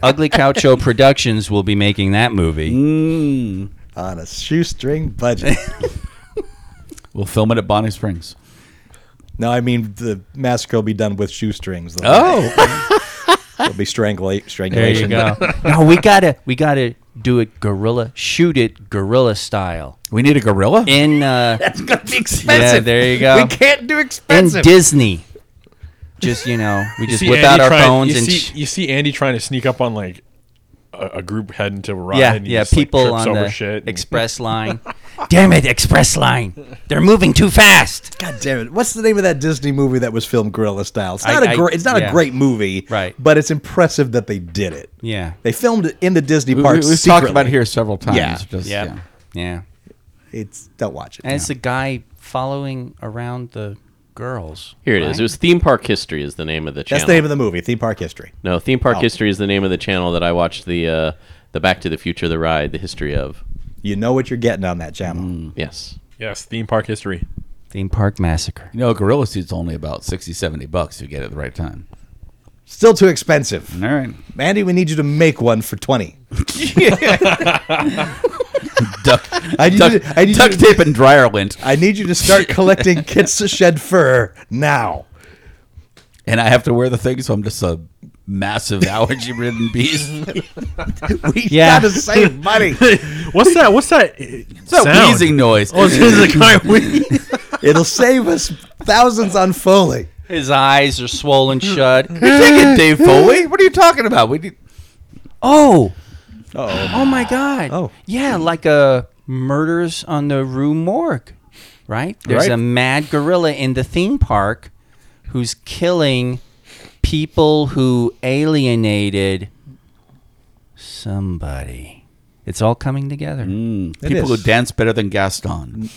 [SPEAKER 7] Ugly Couch Show Productions will be making that movie.
[SPEAKER 5] On a shoestring budget.
[SPEAKER 4] We'll film it at Bonnie Springs.
[SPEAKER 5] no, I mean the massacre will be done with shoestrings. Though.
[SPEAKER 7] Oh,
[SPEAKER 5] it'll be strangula-
[SPEAKER 7] there you
[SPEAKER 5] strangulation.
[SPEAKER 7] go. no, we gotta we gotta do it gorilla shoot it gorilla style
[SPEAKER 4] We need a gorilla.
[SPEAKER 7] in uh,
[SPEAKER 8] It's gonna be
[SPEAKER 7] yeah.
[SPEAKER 8] expensive.
[SPEAKER 7] There you go.
[SPEAKER 8] We can't do
[SPEAKER 7] In
[SPEAKER 8] expensive.
[SPEAKER 7] Disney. Just you know, we just
[SPEAKER 6] see
[SPEAKER 7] whip
[SPEAKER 6] Andy
[SPEAKER 7] out our
[SPEAKER 6] trying-
[SPEAKER 7] phones
[SPEAKER 6] you
[SPEAKER 7] and.
[SPEAKER 6] see,
[SPEAKER 7] sh-
[SPEAKER 6] you see Andy trying to sneak up on like a, a group heading to a ride.
[SPEAKER 7] yeah,
[SPEAKER 6] and he
[SPEAKER 7] yeah.
[SPEAKER 6] just, like,
[SPEAKER 7] People
[SPEAKER 6] trips
[SPEAKER 7] on
[SPEAKER 6] over
[SPEAKER 7] the
[SPEAKER 6] shit and-
[SPEAKER 7] express line. Damn it, express line! They're moving too fast.
[SPEAKER 5] God damn it! What's the name of that Disney movie that was filmed guerrilla style? It's
[SPEAKER 7] I-
[SPEAKER 5] not a
[SPEAKER 7] I-
[SPEAKER 5] great. It's not
[SPEAKER 7] yeah.
[SPEAKER 5] a great movie,
[SPEAKER 7] Right.
[SPEAKER 5] But it's impressive that they did it.
[SPEAKER 7] Yeah,
[SPEAKER 5] They filmed it in the Disney
[SPEAKER 4] we,
[SPEAKER 5] park.
[SPEAKER 4] have talked about it here several times.
[SPEAKER 5] Yeah.
[SPEAKER 4] Just,
[SPEAKER 7] Yep.
[SPEAKER 4] yeah.
[SPEAKER 7] yeah.
[SPEAKER 5] It's don't watch it.
[SPEAKER 7] And it's the guy following around the girls.
[SPEAKER 3] Here it is. It was Theme Park History is the name of the channel.
[SPEAKER 5] That's the name of Oh. the movie. Theme park history.
[SPEAKER 3] No, Theme Park History is the name of the channel that I watched the uh, the Back to the Future the ride the history of.
[SPEAKER 5] You know what you're getting on that channel.
[SPEAKER 3] Yes.
[SPEAKER 6] Yes, theme park history.
[SPEAKER 7] Theme park massacre.
[SPEAKER 4] You know, a gorilla suit's only about 60, 70 bucks if you get it at the right time.
[SPEAKER 5] Still too expensive.
[SPEAKER 4] All right.
[SPEAKER 5] Mandy, we need you to make one for twenty.
[SPEAKER 4] Duck,
[SPEAKER 5] I need, you,
[SPEAKER 4] duck,
[SPEAKER 5] to, I, need you
[SPEAKER 4] duct
[SPEAKER 5] to-
[SPEAKER 4] tape and dryer lint.
[SPEAKER 5] I need you to start collecting kits to shed fur now.
[SPEAKER 4] And I have to wear the thing, so I'm just a massive allergy ridden beast.
[SPEAKER 5] We
[SPEAKER 7] Yeah.
[SPEAKER 5] gotta save money.
[SPEAKER 6] What's that? What's that? It's
[SPEAKER 4] It's a wheezing noise.
[SPEAKER 6] Oh, it's it's a guy wheezing.
[SPEAKER 5] It'll save us thousands on Foley.
[SPEAKER 7] His eyes are swollen shut.
[SPEAKER 4] Take it, Dave Foley. What are you talking about? We need,
[SPEAKER 7] Oh. Oh. Oh my God.
[SPEAKER 5] Oh.
[SPEAKER 7] Yeah, like a murders on the Rue Morgue, right? There's
[SPEAKER 4] Right.
[SPEAKER 7] a mad gorilla in the theme park who's killing people who alienated somebody. It's all coming together.
[SPEAKER 4] Mm. Hmm. people who
[SPEAKER 5] is.
[SPEAKER 4] dance better than Gaston.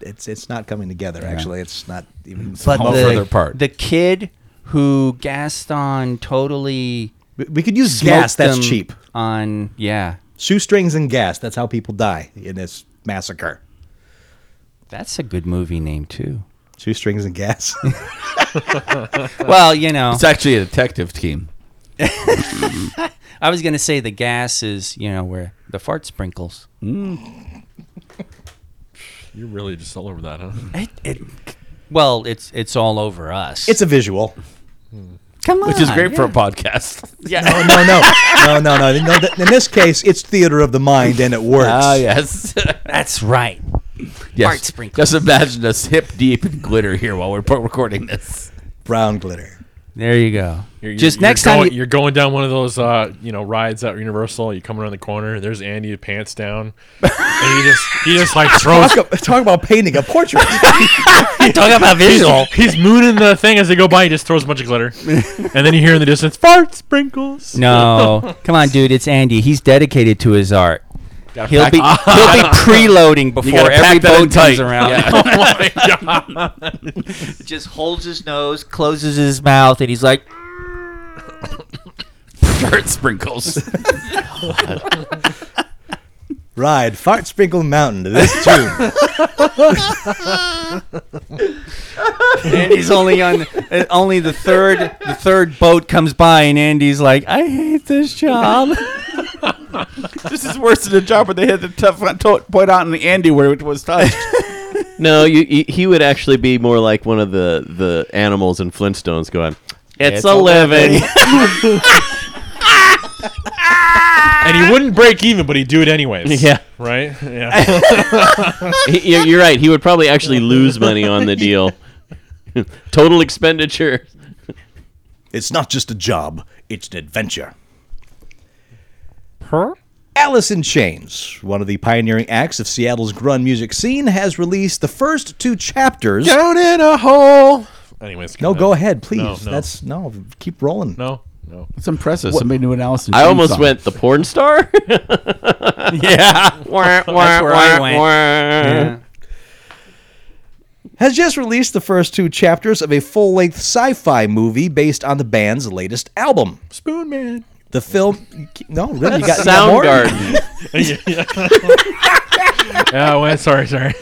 [SPEAKER 5] It's it's not coming together. Actually, it's not even.
[SPEAKER 4] All further apart.
[SPEAKER 7] the kid who Gaston totally
[SPEAKER 5] We- we could use
[SPEAKER 7] smoked
[SPEAKER 5] gas. That's
[SPEAKER 7] them
[SPEAKER 5] cheap.
[SPEAKER 7] on yeah.
[SPEAKER 5] Shoestrings and gas. That's how people die in this massacre.
[SPEAKER 7] That's a good movie name too.
[SPEAKER 5] Shoestrings and gas.
[SPEAKER 7] Well, you know,
[SPEAKER 4] It's actually a detective team.
[SPEAKER 7] I was gonna say the gas is you know where the fart sprinkles.
[SPEAKER 6] You're really just all over that, huh?
[SPEAKER 7] It, it, well, it's it's all over us.
[SPEAKER 5] it's a visual.
[SPEAKER 7] come on,
[SPEAKER 4] Which is great for a podcast.
[SPEAKER 5] No, Oh, no, no, no, no, no. no th- in this case, it's theater of the mind, and it works.
[SPEAKER 4] Ah, yes.
[SPEAKER 7] That's right.
[SPEAKER 4] yes.
[SPEAKER 7] Fart sprinkles.
[SPEAKER 4] Just imagine us hip deep in glitter here while we're recording this.
[SPEAKER 5] Brown glitter.
[SPEAKER 7] There you go.
[SPEAKER 6] You're-
[SPEAKER 7] Just
[SPEAKER 6] you're- you're
[SPEAKER 7] next
[SPEAKER 6] going-
[SPEAKER 7] time, you,
[SPEAKER 6] you're going down one of those, uh, you know, rides at Universal. You come around the corner. There's Andy, pants down, and he just he just like throws.
[SPEAKER 5] Talk, ab- talk about painting a portrait.
[SPEAKER 7] talk about visual.
[SPEAKER 6] He's mooning the thing as they go by. He just throws a bunch of glitter, and then you hear in the distance fart sprinkles.
[SPEAKER 7] No, come on, dude. It's Andy. He's dedicated to his art. He'll be he'll be preloading before
[SPEAKER 4] gotta pack
[SPEAKER 7] every
[SPEAKER 4] that in
[SPEAKER 7] boat comes
[SPEAKER 4] tight.
[SPEAKER 7] around.
[SPEAKER 6] Oh my god!
[SPEAKER 7] Just holds his nose, closes his mouth, and he's like,
[SPEAKER 4] Fart sprinkles.
[SPEAKER 5] Ride Fart Sprinkle Mountain to this tune.
[SPEAKER 7] Andy's only on uh, only the third the third boat comes by, and Andy's like, I hate this job.
[SPEAKER 4] this is worse than a job where they had the tough to- point out in the Andy where it was touched.
[SPEAKER 3] No, you, you he would actually be more like one of the the animals in Flintstones going. It's,
[SPEAKER 4] It's
[SPEAKER 3] a
[SPEAKER 4] a
[SPEAKER 3] living.
[SPEAKER 6] And he wouldn't break even, but he'd do it anyways.
[SPEAKER 3] Yeah.
[SPEAKER 6] Right. Yeah.
[SPEAKER 3] He- you're, you're right. He would probably actually lose money on the deal. Total expenditure.
[SPEAKER 8] It's not just a job. It's an adventure.
[SPEAKER 5] Alice in Chains, one of the pioneering acts of Seattle's grunge music scene, has released the first two chapters.
[SPEAKER 6] Down in a hole. Anyways.
[SPEAKER 5] No, go ahead, please.
[SPEAKER 6] No, no.
[SPEAKER 5] That's no. Keep rolling.
[SPEAKER 6] No. No.
[SPEAKER 4] It's impressive. Somebody knew an Allison.
[SPEAKER 3] I almost
[SPEAKER 4] Chainsaw.
[SPEAKER 3] went the porn star.
[SPEAKER 7] yeah.
[SPEAKER 3] Wah, wah,
[SPEAKER 7] That's where I
[SPEAKER 3] wah,
[SPEAKER 7] went.
[SPEAKER 3] wah.
[SPEAKER 5] has just released the first two chapters of a full length sci fi movie based on the band's latest album.
[SPEAKER 6] Spoon Man.
[SPEAKER 5] The film. No, really? You got, you got more?
[SPEAKER 3] Soundgarden.
[SPEAKER 6] Yeah, well, sorry, sorry.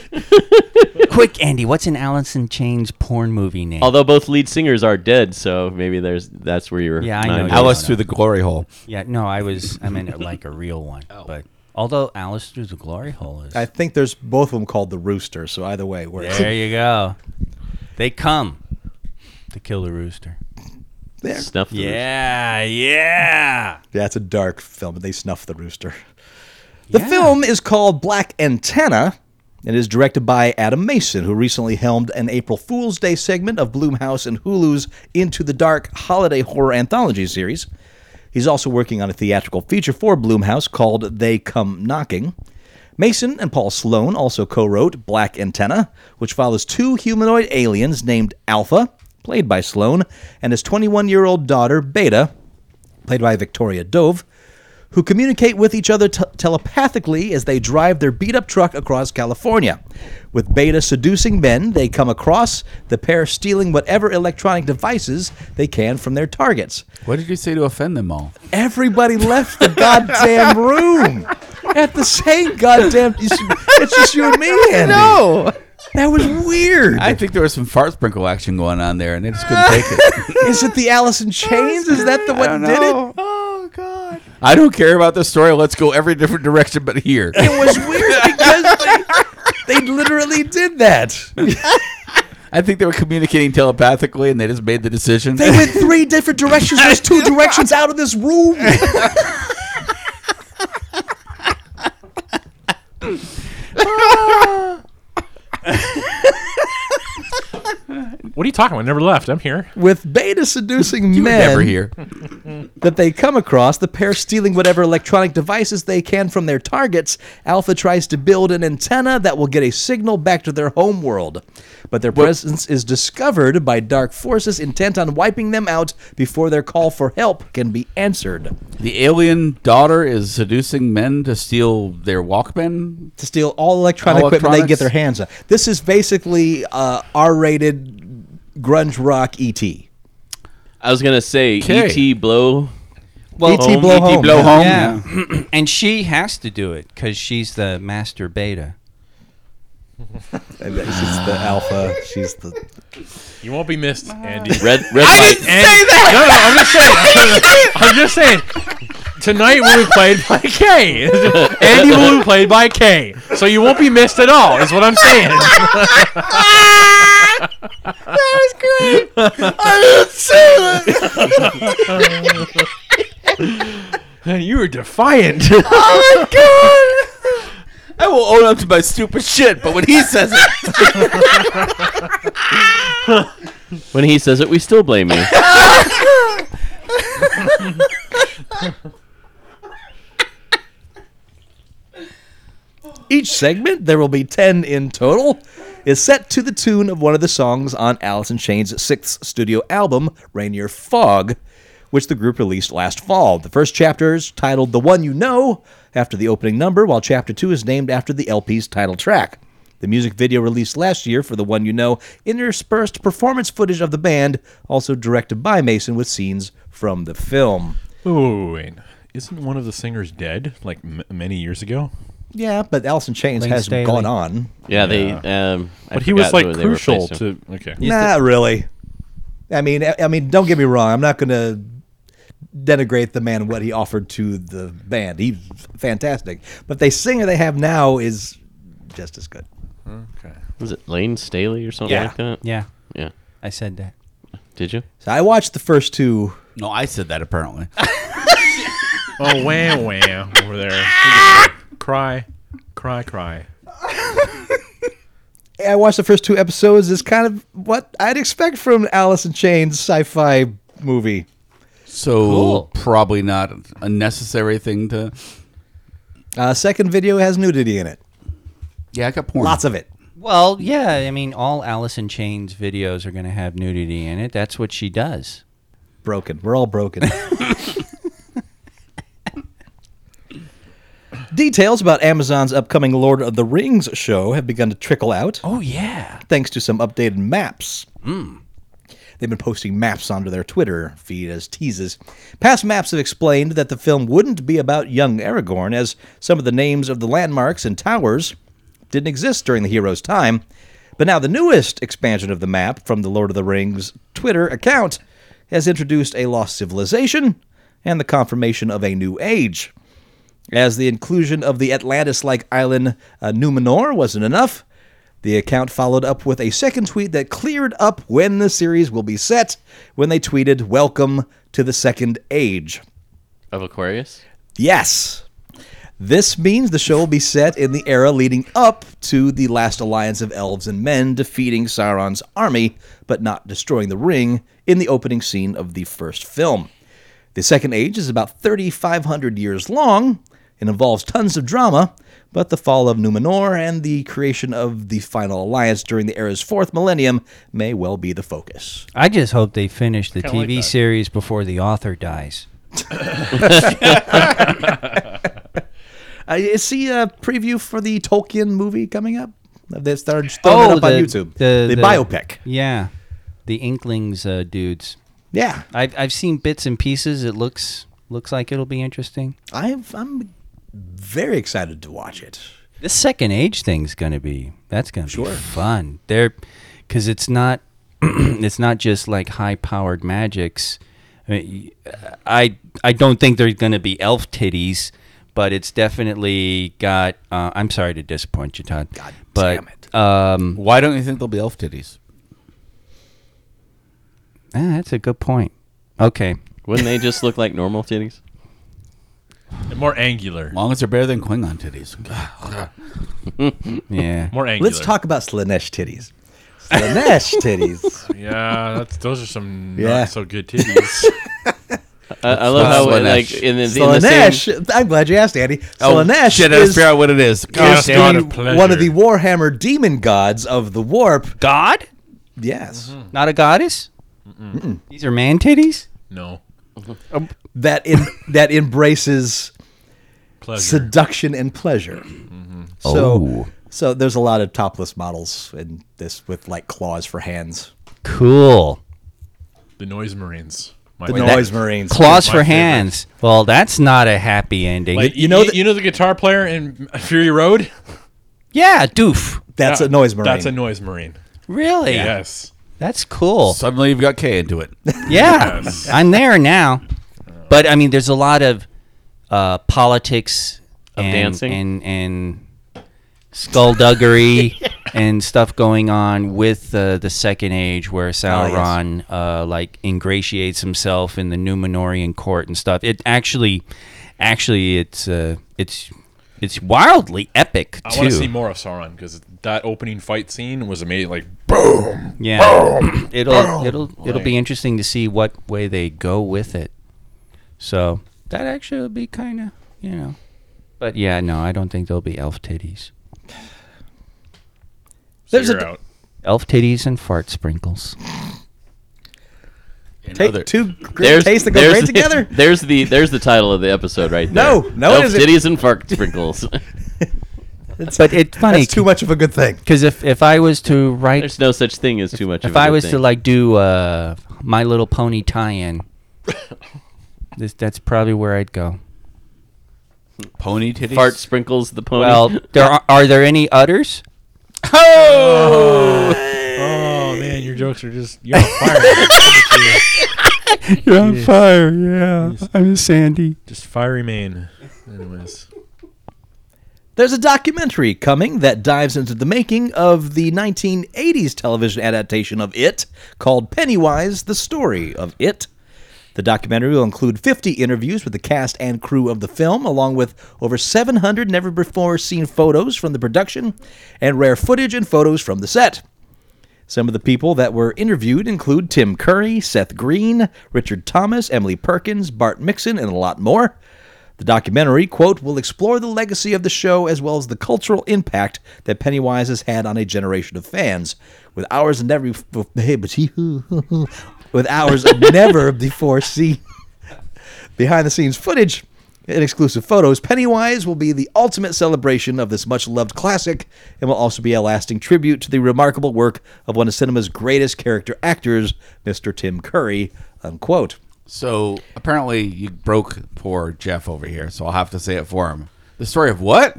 [SPEAKER 7] Quick, Andy, what's an Allison Chains porn movie name?
[SPEAKER 3] Although both lead singers are dead, so maybe there's that's where you're.
[SPEAKER 7] Yeah, I know
[SPEAKER 3] not-
[SPEAKER 7] you-
[SPEAKER 4] Alice
[SPEAKER 7] No, no.
[SPEAKER 4] through the glory hole.
[SPEAKER 7] yeah, no, I was, I meant like a real one.
[SPEAKER 4] Oh.
[SPEAKER 7] But although Alice Through the Glory Hole is.
[SPEAKER 5] I think there's both of them called The Rooster, so either way, we're.
[SPEAKER 7] there you go. They come to kill the rooster.
[SPEAKER 3] Snuff the
[SPEAKER 7] Yeah, yeah.
[SPEAKER 5] Yeah, it's a dark film, but they snuff the rooster. The film is called Black Antenna and is directed by Adam Mason, who recently helmed an April Fool's Day segment of Bloomhouse and Hulu's Into the Dark holiday horror anthology series. He's also working on a theatrical feature for Bloomhouse called They Come Knocking. Mason and Paul Sloan also co wrote Black Antenna, which follows two humanoid aliens named Alpha, played by Sloan, and his 21 year old daughter, Beta, played by Victoria Dove, who communicate with each other t- telepathically as they drive their beat up truck across California. With Beta seducing men they come across, the pair stealing whatever electronic devices they can from their targets.
[SPEAKER 4] What did you say to offend them all?
[SPEAKER 5] Everybody left the goddamn room at the same goddamn. It's just you and me, Andy.
[SPEAKER 4] Oh.
[SPEAKER 5] No, that was weird.
[SPEAKER 4] I think there was some fart sprinkle action going on there, and they just couldn't take it.
[SPEAKER 5] Is it the Alice in Chains? Is that the what did it?
[SPEAKER 4] Oh God! I don't care about this story. Let's go every different direction but here.
[SPEAKER 5] It was weird because they, they literally did that.
[SPEAKER 4] I think they were communicating telepathically, and they just made the decision.
[SPEAKER 5] They went three different directions. There's two directions out of this room.
[SPEAKER 6] What are you talking about? I never left. I'm here.
[SPEAKER 5] With beta seducing
[SPEAKER 4] You were
[SPEAKER 5] men
[SPEAKER 4] never here.
[SPEAKER 5] that they come across, the pair stealing whatever electronic devices they can from their targets, Alpha tries to build an antenna that will get a signal back to their home world. But their presence is discovered by dark forces intent on wiping them out before their call for help can be answered.
[SPEAKER 4] The alien daughter is seducing men to steal their Walkman.
[SPEAKER 5] to steal all electronic
[SPEAKER 4] All
[SPEAKER 5] equipment they can get
[SPEAKER 4] electronics?
[SPEAKER 5] their hands on. This is basically uh, R-rated grunge rock E ET.
[SPEAKER 3] I was gonna say
[SPEAKER 4] Okay.
[SPEAKER 3] E.T. blow.
[SPEAKER 7] Well,
[SPEAKER 5] ET E blow
[SPEAKER 3] E.T.
[SPEAKER 5] home.
[SPEAKER 4] Blow
[SPEAKER 5] yeah.
[SPEAKER 4] home.
[SPEAKER 7] yeah. and she has to do it because she's the master beta.
[SPEAKER 5] And that- She's the alpha. She's the.
[SPEAKER 6] You won't be missed, Andy.
[SPEAKER 3] Red red light.
[SPEAKER 6] And- No, no, I'm just saying. I'm just saying. Tonight will be played by K. Andy will be played by K. So you won't be missed at all, is what I'm saying. you were defiant.
[SPEAKER 4] I will own up to my stupid shit, but when he says it,
[SPEAKER 3] When he says it, we still blame you.
[SPEAKER 5] Each segment, there will be ten in total, is set to the tune of one of the songs on Alice in Chains' sixth studio album, Rainier Fog, which the group released last fall. The first chapter is titled "The One You Know" after the opening number, while chapter two is named after the LP's title track. The music video released last year for The One You Know interspersed performance footage of the band, also directed by Mason with scenes from the film.
[SPEAKER 6] Ooh, wait. Isn't one of the singers dead, like m- many years ago?
[SPEAKER 5] Yeah, but Alice in Chains
[SPEAKER 7] Lane
[SPEAKER 5] has
[SPEAKER 7] Staley.
[SPEAKER 5] gone on.
[SPEAKER 3] Yeah, they. Um, I
[SPEAKER 6] But he was
[SPEAKER 3] forgot
[SPEAKER 6] like
[SPEAKER 3] who they
[SPEAKER 6] crucial
[SPEAKER 3] replaced him.
[SPEAKER 6] to. Okay.
[SPEAKER 5] Not really. I mean, I, I mean, don't get me wrong. I'm not going to denigrate the man what he offered to the band. He's fantastic, but the singer they have now is just as good.
[SPEAKER 3] Was it Lane Staley or something
[SPEAKER 5] Yeah.
[SPEAKER 3] like that?
[SPEAKER 7] Yeah,
[SPEAKER 3] Yeah.
[SPEAKER 7] I said that.
[SPEAKER 3] Did you?
[SPEAKER 5] So I watched the first two.
[SPEAKER 4] no, I said that apparently.
[SPEAKER 6] Oh, wham, wham. Over there. cry, cry, cry.
[SPEAKER 5] I watched the first two episodes. It's kind of what I'd expect from Alice in Chains sci-fi movie.
[SPEAKER 4] So probably not a necessary thing to.
[SPEAKER 5] Uh, second video has nudity in it.
[SPEAKER 4] Yeah, I got porn.
[SPEAKER 5] Lots of it.
[SPEAKER 7] Well, yeah, I mean, all Alice in Chains videos are going to have nudity in it. That's what she does.
[SPEAKER 5] broken. We're all broken. Details about Amazon's upcoming Lord of the Rings show have begun to trickle out,
[SPEAKER 7] Oh yeah.
[SPEAKER 5] thanks to some updated maps. They've been posting maps onto their Twitter feed as teases. Past maps have explained that the film wouldn't be about young Aragorn, as some of the names of the landmarks and towers didn't exist during the hero's time. But now the newest expansion of the map from the Lord of the Rings Twitter account has introduced a lost civilization and the confirmation of a new age. As the inclusion of the Atlantis like island uh, Numenor wasn't enough, the account followed up with a second tweet that cleared up when the series will be set when they tweeted, Welcome to the Second Age.
[SPEAKER 3] of Aquarius.
[SPEAKER 5] Yes. This means the show will be set in the era leading up to the last alliance of elves and men defeating Sauron's army, but not destroying the ring in the opening scene of the first film. The Second Age is about 3,500 years long and involves tons of drama, but the fall of Numenor and the creation of the final alliance during the era's fourth millennium may well be the focus.
[SPEAKER 7] I just hope they finish the TV series before the author dies.
[SPEAKER 5] I see a preview for the Tolkien movie coming up. That's they're
[SPEAKER 7] Oh,
[SPEAKER 5] throwing it up on YouTube. The, biopic.
[SPEAKER 7] Yeah, the Inklings uh, dudes.
[SPEAKER 5] Yeah,
[SPEAKER 7] I've I've seen bits and pieces. It looks looks like it'll be interesting.
[SPEAKER 5] I'm I'm very excited to watch it.
[SPEAKER 7] This second age thing's gonna be that's gonna be fun. There, because it's not it's not just like high powered magics. I, mean, uh, I I don't think there's gonna be elf titties, but it's definitely got. Uh, I'm sorry to disappoint you, Todd. God but,
[SPEAKER 5] damn
[SPEAKER 7] it! Um,
[SPEAKER 4] Mm. Why don't you think there'll be elf titties?
[SPEAKER 7] eh, that's a good point. Okay,
[SPEAKER 3] Wouldn't they just look like normal titties?
[SPEAKER 6] More angular.
[SPEAKER 4] Long as they're better than Klingon titties.
[SPEAKER 7] yeah.
[SPEAKER 6] More angular.
[SPEAKER 5] Let's talk about Slanesh titties. Slanesh titties.
[SPEAKER 6] Yeah, that's, those are some
[SPEAKER 5] Yeah.
[SPEAKER 6] not so good titties.
[SPEAKER 3] I, I love how
[SPEAKER 4] Slaanesh.
[SPEAKER 3] like in the, in the same.
[SPEAKER 5] Slanesh. I'm glad you asked, Andy. Slanesh
[SPEAKER 4] Oh, shit! I gotta
[SPEAKER 5] is,
[SPEAKER 4] figure out what it is. God
[SPEAKER 6] Yes,
[SPEAKER 4] damn
[SPEAKER 6] not
[SPEAKER 4] it.
[SPEAKER 6] a
[SPEAKER 5] the,
[SPEAKER 6] pleasure.
[SPEAKER 5] one of the Warhammer demon gods of the warp.
[SPEAKER 7] God,
[SPEAKER 5] Yes,
[SPEAKER 7] not a goddess. These are man titties.
[SPEAKER 6] no
[SPEAKER 5] that in, that embraces
[SPEAKER 6] pleasure.
[SPEAKER 5] seduction and pleasure. So, so there's a lot of topless models in this with like claws for hands.
[SPEAKER 7] Cool.
[SPEAKER 6] the noise marines. My
[SPEAKER 5] The
[SPEAKER 6] favorite.
[SPEAKER 5] noise marines.
[SPEAKER 7] Claws
[SPEAKER 6] My
[SPEAKER 7] for
[SPEAKER 6] favorite.
[SPEAKER 7] hands. Well, that's not a happy ending.
[SPEAKER 6] Like
[SPEAKER 5] You
[SPEAKER 6] you
[SPEAKER 5] know
[SPEAKER 6] know,
[SPEAKER 5] that-
[SPEAKER 6] you know the guitar player in Fury Road.
[SPEAKER 7] yeah, doof.
[SPEAKER 5] That's
[SPEAKER 6] Yeah,
[SPEAKER 5] a noise marine.
[SPEAKER 6] That's a noise marine.
[SPEAKER 7] Really?
[SPEAKER 6] Yes.
[SPEAKER 7] That's cool.
[SPEAKER 4] Suddenly you've got K into it.
[SPEAKER 7] yeah.
[SPEAKER 6] Yes.
[SPEAKER 7] I'm there now. But I mean there's a lot of uh, politics
[SPEAKER 3] Of
[SPEAKER 7] and,
[SPEAKER 3] dancing?
[SPEAKER 7] and and skullduggery and stuff going on with uh, the second age
[SPEAKER 6] Oh,
[SPEAKER 7] where Sauron uh, like ingratiates himself in the Numenorian court and stuff. It actually actually it's uh, it's it's wildly epic
[SPEAKER 6] I
[SPEAKER 7] too.
[SPEAKER 6] want to see more of Sauron because that opening fight scene was amazing. Like
[SPEAKER 7] Yeah, it'll it'll it'll be interesting to see what way they go with it. So that actually will be kind of you know, but yeah, no, I don't think there'll be elf titties,
[SPEAKER 5] There's
[SPEAKER 6] figure
[SPEAKER 5] a-
[SPEAKER 6] out.
[SPEAKER 7] elf titties and fart sprinkles.
[SPEAKER 5] Take
[SPEAKER 4] Another-
[SPEAKER 5] two great tastes that go
[SPEAKER 3] there's
[SPEAKER 5] great
[SPEAKER 3] the-
[SPEAKER 5] together.
[SPEAKER 3] There's the there's the title of the episode right there.
[SPEAKER 5] No, no,
[SPEAKER 3] Elf
[SPEAKER 5] it isn't.
[SPEAKER 3] titties and fart sprinkles.
[SPEAKER 7] But it's funny
[SPEAKER 5] That's too much of a good thing.
[SPEAKER 7] because if if I was to write,
[SPEAKER 3] There's no such thing as too much. of
[SPEAKER 7] if
[SPEAKER 3] a
[SPEAKER 7] I
[SPEAKER 3] good
[SPEAKER 7] was to
[SPEAKER 3] thing.
[SPEAKER 7] like do uh, My Little Pony tie-in, this that's probably where I'd go.
[SPEAKER 4] Pony titties.
[SPEAKER 3] fart sprinkles the pony.
[SPEAKER 7] Well, there are, are there any udders?
[SPEAKER 6] Oh man, your jokes are just you're on fire.
[SPEAKER 7] You're on fire. Yeah, I'm Sandy.
[SPEAKER 6] just fiery mane. Anyways,
[SPEAKER 5] There's a documentary coming that dives into the making of the 1980s television adaptation of It called Pennywise The Story of It. The documentary will include 50 interviews with the cast and crew of the film, along with over 700 never before seen photos from the production and rare footage and photos from the set. Some of the people that were interviewed include Tim Curry, Seth Green, Richard Thomas, Emily Perkins, Bart Mixon, and a lot more. The documentary, quote, will explore the legacy of the show as well as the cultural impact that Pennywise has had on a generation of fans. With hours of never, with hours of never before seen behind the scenes footage and exclusive photos. Pennywise will be the ultimate celebration of this much loved classic and will also be a lasting tribute to the remarkable work of one of cinema's greatest character actors, Mr. Tim Curry. Unquote.
[SPEAKER 4] So apparently you broke poor Jeff over here, so I'll have to say it for him. The story of what?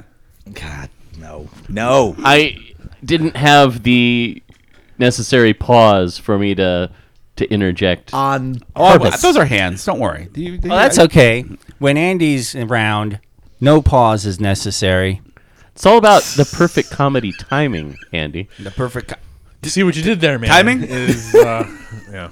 [SPEAKER 5] God, no. No.
[SPEAKER 3] I didn't have the necessary pause for me to to interject.
[SPEAKER 5] On
[SPEAKER 4] Oh,
[SPEAKER 5] purpose.
[SPEAKER 4] those are hands. Don't worry. Do you- do you-
[SPEAKER 7] Well, Oh, that's okay. When Andy's around, no pause is necessary.
[SPEAKER 3] it's all about the perfect comedy timing, Andy.
[SPEAKER 4] The perfect. co-
[SPEAKER 6] See what you did there, man.
[SPEAKER 4] Timing?
[SPEAKER 6] is uh, yeah.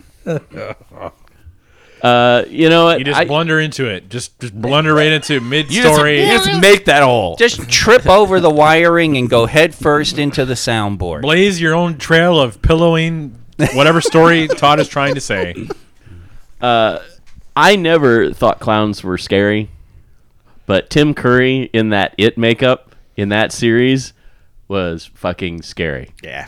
[SPEAKER 3] Uh, you know what?
[SPEAKER 6] You just
[SPEAKER 3] I-
[SPEAKER 6] blunder into it. Just just blunder right into mid
[SPEAKER 4] You just,
[SPEAKER 6] story.
[SPEAKER 4] you just make that hole.
[SPEAKER 7] Just trip over the wiring and go head first into the soundboard.
[SPEAKER 6] blaze your own trail of pillowing whatever story Todd is trying to say.
[SPEAKER 3] I never thought clowns were scary, but Tim Curry in that it makeup in that series was fucking scary. Yeah.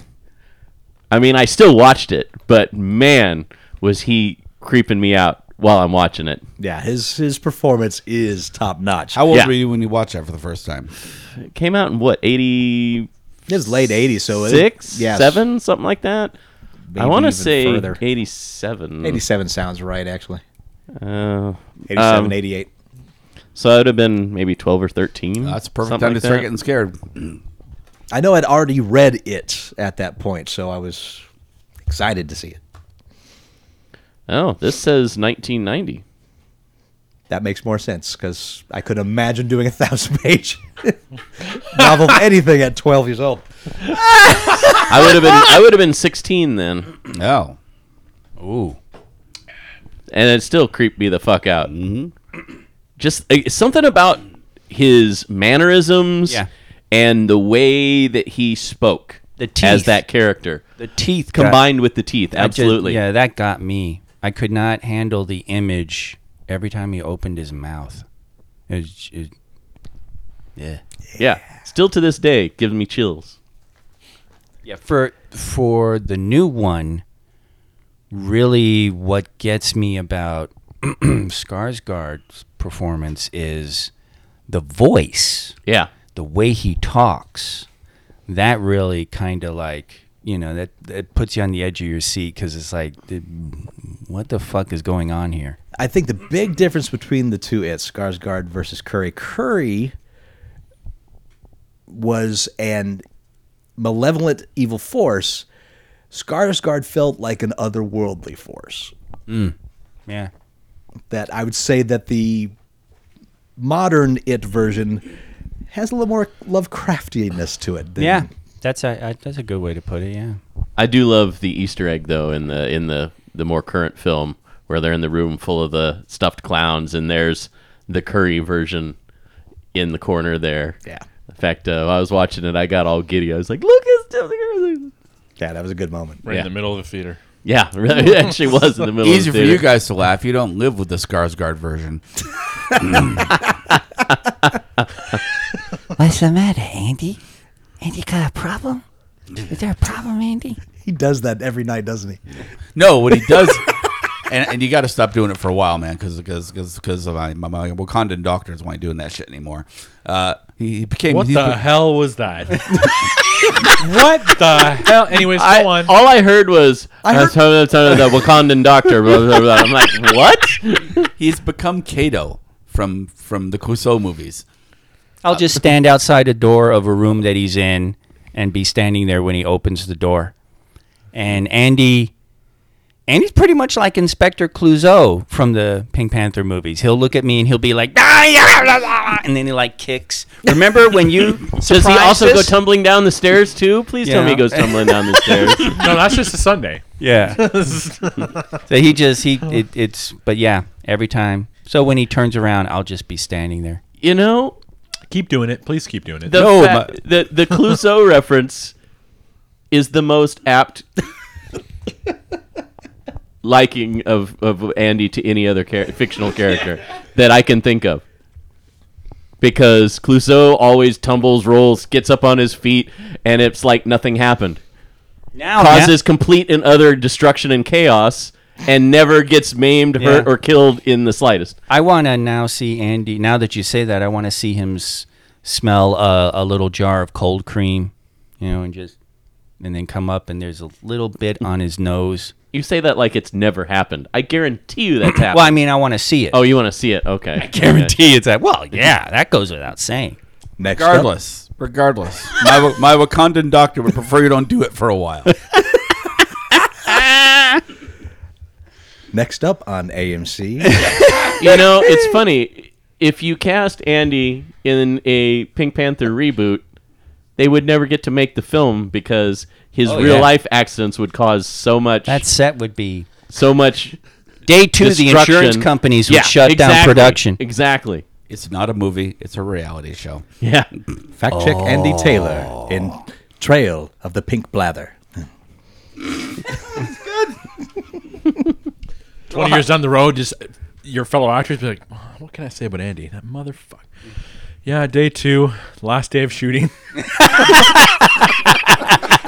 [SPEAKER 3] I mean, I still watched it, but man, was he creeping me out while I'm watching it.
[SPEAKER 5] Yeah, his his performance is top notch.
[SPEAKER 4] How old
[SPEAKER 3] Yeah.
[SPEAKER 4] were you when you watched that for the first time?
[SPEAKER 3] It came out in what, 86,
[SPEAKER 5] It's late '80s, so it- yes.
[SPEAKER 3] 7, something like that? I want to
[SPEAKER 5] even
[SPEAKER 3] say
[SPEAKER 5] further.
[SPEAKER 3] 87.
[SPEAKER 5] 87 sounds right, actually.
[SPEAKER 3] Uh,
[SPEAKER 5] 87,
[SPEAKER 3] Um,
[SPEAKER 5] 88.
[SPEAKER 3] so I would have been maybe 12 or 13.
[SPEAKER 4] That's a perfect
[SPEAKER 3] something
[SPEAKER 4] time
[SPEAKER 3] like
[SPEAKER 4] to start
[SPEAKER 3] that.
[SPEAKER 4] getting scared.
[SPEAKER 5] I know I'd already read it at that point, so I was excited to see it.
[SPEAKER 3] Oh, this says 1990.
[SPEAKER 5] That makes more sense because I could imagine doing a thousand page novel of anything at 12 years old.
[SPEAKER 3] I would have been I would have been 16 then,
[SPEAKER 4] Oh. Ooh.
[SPEAKER 3] and it still creeped me the fuck out.
[SPEAKER 7] Mm-hmm.
[SPEAKER 3] Just uh, something about his mannerisms
[SPEAKER 7] Yeah.
[SPEAKER 3] and the way that he spoke
[SPEAKER 7] The
[SPEAKER 3] as
[SPEAKER 7] teeth.
[SPEAKER 3] that character,
[SPEAKER 7] the teeth got-
[SPEAKER 3] combined with the teeth,
[SPEAKER 7] I just-
[SPEAKER 3] absolutely.
[SPEAKER 7] yeah, that got me. I could not handle the image every time he opened his mouth. It was- it- yeah.
[SPEAKER 3] yeah. Still to this day, gives me chills.
[SPEAKER 7] Yeah, for for the new one, really, what gets me about Skarsgård's performance is the voice,
[SPEAKER 3] Yeah,
[SPEAKER 7] the way he talks. That really kind of like you know that that puts you on the edge of your seat because it's like, the- what the fuck is going on here?
[SPEAKER 5] I think the big difference between the two it Skarsgård versus Curry. Curry was an malevolent evil force. Skarsgård felt like an otherworldly force.
[SPEAKER 7] Yeah,
[SPEAKER 5] That I would say that the modern it version has a little more Lovecraftiness to it. Than
[SPEAKER 7] yeah, that's a I, that's a good way to put it. Yeah,
[SPEAKER 3] I do love the Easter egg though in the in the the more current film where they're in the room full of the stuffed clowns, and there's the Curry version in the corner there.
[SPEAKER 5] Yeah.
[SPEAKER 3] In fact, uh, I was watching it. I got all giddy. I was like, "Look, it's Tim Curry!"
[SPEAKER 5] Yeah, that was a good moment.
[SPEAKER 6] Right
[SPEAKER 3] Yeah.
[SPEAKER 6] in the middle of the theater.
[SPEAKER 3] Yeah, really, it actually was in the middle.
[SPEAKER 4] Easy
[SPEAKER 3] of
[SPEAKER 4] for
[SPEAKER 3] the theater.
[SPEAKER 4] you guys to laugh. You don't live with the Skarsgård version.
[SPEAKER 9] What's the matter, Andy? Andy got a problem? Is there a problem, Andy?
[SPEAKER 5] He does that every night, doesn't he?
[SPEAKER 4] No, what he does, and, and you got to stop doing it for a while, man, because because because of my, my, my Wakandan doctors weren't doing that shit anymore. Uh, he, he became
[SPEAKER 6] What
[SPEAKER 4] he's
[SPEAKER 6] the
[SPEAKER 4] be-
[SPEAKER 6] hell was that? what the hell? uh, Anyways, go
[SPEAKER 3] I,
[SPEAKER 6] on.
[SPEAKER 3] all I heard was I heard- the Wakandan doctor. Blah, blah, blah. I'm like, what?
[SPEAKER 4] he's become Kato from from the Clouseau movies.
[SPEAKER 3] Uh,
[SPEAKER 7] I'll just stand outside a door of a room that he's in and be standing there when he opens the door. And Andy Andy's pretty much like Inspector Clouseau from the Pink Panther movies. He'll look at me and he'll be like, "Ah, yeah, blah, blah," and then he like kicks. Remember when you
[SPEAKER 3] Does he
[SPEAKER 7] surprised
[SPEAKER 3] also go
[SPEAKER 7] us?
[SPEAKER 3] tumbling down the stairs too? Please tell me he
[SPEAKER 7] Yeah.
[SPEAKER 3] goes tumbling down the stairs.
[SPEAKER 6] no, that's just a Sunday.
[SPEAKER 7] Yeah. so he just he it, it's but yeah every time. So when he turns around, I'll just be standing there.
[SPEAKER 3] You know,
[SPEAKER 6] Keep doing it. Please keep doing it.
[SPEAKER 3] the
[SPEAKER 4] No,
[SPEAKER 3] fa- the the Clouseau reference is the most apt liking of of Andy to any other char- fictional character that I can think of. Because Clouseau always tumbles, rolls, gets up on his feet, and it's like nothing happened.
[SPEAKER 7] Now
[SPEAKER 3] Causes complete and utter destruction and chaos, and never gets maimed, hurt,
[SPEAKER 7] Yeah.
[SPEAKER 3] or killed in the slightest.
[SPEAKER 7] I want to now see Andy. Now that you say that, I want to see him s- smell a, a little jar of cold cream, you know, and just and then come up and there's a little bit on his nose.
[SPEAKER 3] You say that like it's never happened. I guarantee you that's happened.
[SPEAKER 7] Well, I mean, I want to see it.
[SPEAKER 3] oh, you want to see it? Okay. I
[SPEAKER 7] guarantee it's that. Well, yeah, that goes without saying.
[SPEAKER 5] Next up-
[SPEAKER 4] Regardless, regardless, my Wa- my Wakandan doctor would prefer you don't do it for a while.
[SPEAKER 5] next up on AMC.
[SPEAKER 3] you know, it's funny. If you cast Andy in a Pink Panther reboot, they would never get to make the film because his
[SPEAKER 6] Oh,
[SPEAKER 3] real
[SPEAKER 7] yeah.
[SPEAKER 3] life accidents would cause so much
[SPEAKER 7] That set would be
[SPEAKER 3] so much
[SPEAKER 7] day two. The insurance
[SPEAKER 3] destruction.
[SPEAKER 7] companies would
[SPEAKER 3] Yeah,
[SPEAKER 7] shut down
[SPEAKER 3] exactly,
[SPEAKER 7] production.
[SPEAKER 3] Exactly.
[SPEAKER 4] It's not a movie; it's a reality show.
[SPEAKER 3] Yeah.
[SPEAKER 5] Fact check Andy Taylor in Trail of the Pink Blather.
[SPEAKER 6] 20 years down the road, just your fellow actors be like, "Oh, what can I say about Andy? That motherfucker. Yeah, day two, last day of shooting.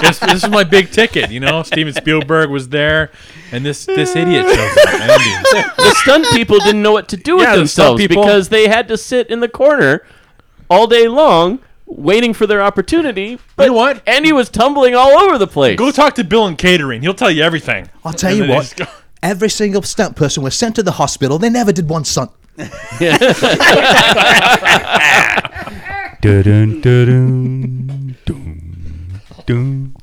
[SPEAKER 6] this, this is my big ticket, you know. Steven Spielberg was there, and this this idiot shows up. Andy.
[SPEAKER 3] the stunt people didn't know what to do with
[SPEAKER 6] Yeah, the stunt
[SPEAKER 3] themselves
[SPEAKER 6] people-
[SPEAKER 3] because they had to sit in the corner all day long waiting for their opportunity. But
[SPEAKER 6] know what?
[SPEAKER 3] Andy was tumbling all over the place.
[SPEAKER 6] Go talk to Bill in catering; he'll tell you everything.
[SPEAKER 8] I'll tell
[SPEAKER 6] And
[SPEAKER 8] you
[SPEAKER 6] then they
[SPEAKER 8] what.
[SPEAKER 6] just go-
[SPEAKER 8] Every single stunt person was sent to the hospital. They never did one stunt.
[SPEAKER 7] Dun, dun, dun, dun, dun.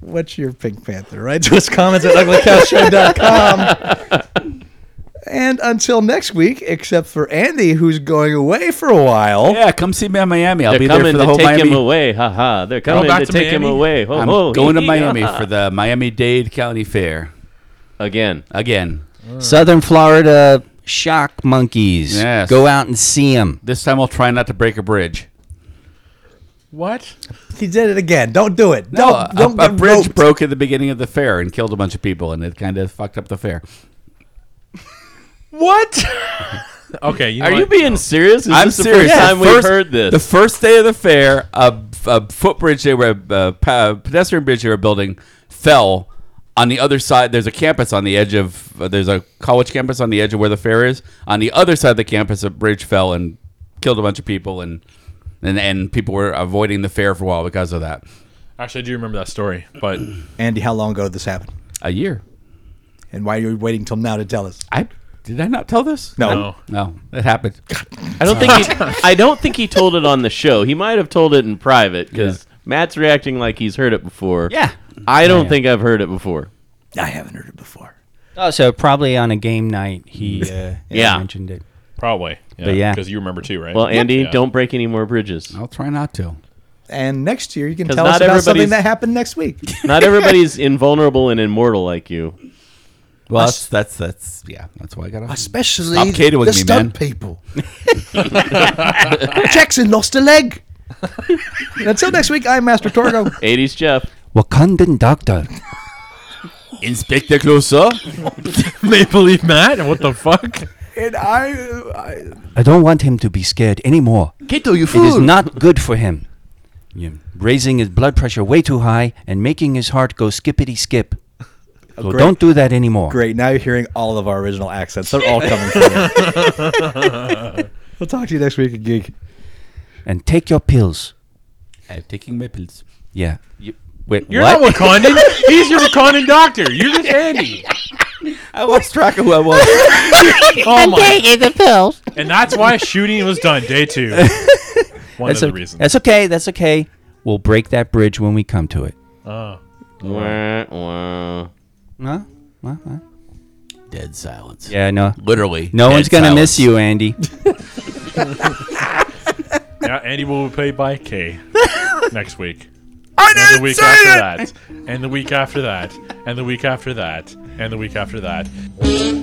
[SPEAKER 5] What's your Pink Panther? Right to us comments at uglycouchshow.com. and until next week, except for Andy, who's going away for a while.
[SPEAKER 4] Yeah, come see me in Miami. I'll
[SPEAKER 3] They're
[SPEAKER 4] be there
[SPEAKER 3] coming
[SPEAKER 4] for the
[SPEAKER 3] to
[SPEAKER 4] whole
[SPEAKER 3] take
[SPEAKER 4] Miami.
[SPEAKER 3] him away. Ha ha. They're
[SPEAKER 6] Going
[SPEAKER 3] coming
[SPEAKER 6] back
[SPEAKER 3] to
[SPEAKER 6] to
[SPEAKER 3] take him
[SPEAKER 6] Miami?
[SPEAKER 3] away. Ho,
[SPEAKER 4] I'm
[SPEAKER 3] ho.
[SPEAKER 4] going to
[SPEAKER 3] Hee, hee,
[SPEAKER 4] Miami
[SPEAKER 3] ha, ha.
[SPEAKER 4] for the Miami Dade County Fair
[SPEAKER 3] again.
[SPEAKER 4] again.
[SPEAKER 7] Southern Florida shock monkeys.
[SPEAKER 4] Yes.
[SPEAKER 7] Go out and see them.
[SPEAKER 4] This time I'll try not to break a bridge.
[SPEAKER 6] What?
[SPEAKER 5] He did it again. Don't do it.
[SPEAKER 4] a-
[SPEAKER 5] Don't, don't
[SPEAKER 4] a,
[SPEAKER 5] get
[SPEAKER 4] bridge
[SPEAKER 5] roped.
[SPEAKER 4] broke at the beginning of the fair and killed a bunch of people, and it kind of fucked up the fair.
[SPEAKER 6] What? okay, you know
[SPEAKER 3] Are
[SPEAKER 6] what?
[SPEAKER 3] you being serious? Is
[SPEAKER 4] I'm
[SPEAKER 3] this
[SPEAKER 4] serious.
[SPEAKER 3] the first time
[SPEAKER 4] The
[SPEAKER 3] we've
[SPEAKER 4] first-
[SPEAKER 3] heard this?
[SPEAKER 4] The first day of the fair, a, a footbridge they were a, pa pedestrian bridge they were building fell on the other side. There's a campus on the edge of uh, there's a college campus on the edge of where the fair is. On the other side of the campus, a bridge fell and killed a bunch of people, and and and people were avoiding the fair for a while because of that.
[SPEAKER 6] Actually, I do remember that story, but
[SPEAKER 5] Andy, how long ago did this happen?
[SPEAKER 4] A year.
[SPEAKER 5] And why are you waiting till now to tell us?
[SPEAKER 4] I did I not tell this?
[SPEAKER 5] No.
[SPEAKER 7] Oh.
[SPEAKER 6] no.
[SPEAKER 4] No, it happened.
[SPEAKER 3] I don't think he, I don't think he told it on the show. He might have told it in private because Matt's reacting like he's heard it before.
[SPEAKER 7] Yeah.
[SPEAKER 3] I don't think I've heard it before.
[SPEAKER 5] I haven't heard it before.
[SPEAKER 7] Oh, so probably on a game night he uh,
[SPEAKER 3] Yeah.
[SPEAKER 7] mentioned it.
[SPEAKER 6] Probably. Yeah.
[SPEAKER 7] But yeah.
[SPEAKER 6] Because you remember too, right?
[SPEAKER 3] Well, Andy,
[SPEAKER 6] Yeah.
[SPEAKER 3] don't break any more bridges.
[SPEAKER 4] I'll try not to.
[SPEAKER 5] And next year, you can
[SPEAKER 3] 'Cause
[SPEAKER 5] tell us
[SPEAKER 3] not
[SPEAKER 5] about something
[SPEAKER 3] everybody's-
[SPEAKER 5] that happened next week.
[SPEAKER 3] Not everybody's invulnerable and immortal like you.
[SPEAKER 4] Well, that's that's, that's yeah. That's why I got off.
[SPEAKER 8] Especially
[SPEAKER 4] Stop catering
[SPEAKER 8] the
[SPEAKER 4] me,
[SPEAKER 8] stunt
[SPEAKER 4] man.
[SPEAKER 8] people. Jackson lost a leg.
[SPEAKER 5] Until next week, I'm Master Torgo.
[SPEAKER 3] 80s Jeff.
[SPEAKER 7] Wakandan doctor.
[SPEAKER 4] Inspector Clouseau.
[SPEAKER 6] Maple Leaf Matt. What the fuck?
[SPEAKER 5] and I, I
[SPEAKER 7] I don't want him to be scared anymore.
[SPEAKER 4] Kato, you
[SPEAKER 7] It is not good for him. Yeah. Raising his blood pressure way too high and making his heart go skippity skip. So
[SPEAKER 5] great-
[SPEAKER 7] don't do that anymore.
[SPEAKER 5] great. Now you're hearing all of our original accents. They're all coming from you. we'll talk to you next week at Geek.
[SPEAKER 7] And take your pills.
[SPEAKER 4] I'm taking my pills.
[SPEAKER 7] Yeah.
[SPEAKER 4] Wait,
[SPEAKER 6] You're
[SPEAKER 4] what?
[SPEAKER 6] not Wakandan. He's your Wakandan doctor. You're just Andy.
[SPEAKER 4] I lost track of who I was.
[SPEAKER 6] Oh my.
[SPEAKER 9] taking the pills.
[SPEAKER 6] And that's why shooting was done day two. One
[SPEAKER 7] That's,
[SPEAKER 6] of the
[SPEAKER 7] o-
[SPEAKER 6] reasons.
[SPEAKER 7] that's okay. That's okay. We'll break that bridge when we come to it.
[SPEAKER 6] Oh.
[SPEAKER 3] Wah, wah.
[SPEAKER 7] Huh? Huh? Huh?
[SPEAKER 4] Dead silence.
[SPEAKER 7] Yeah, no.
[SPEAKER 4] Literally.
[SPEAKER 7] No
[SPEAKER 4] dead
[SPEAKER 7] one's going to
[SPEAKER 4] silence.
[SPEAKER 7] miss you, Andy.
[SPEAKER 6] Yeah, Andy will be played by Kay next week. I didn't and the week after that. And the week after that. And the week after that. And the week after that.
[SPEAKER 10] Thank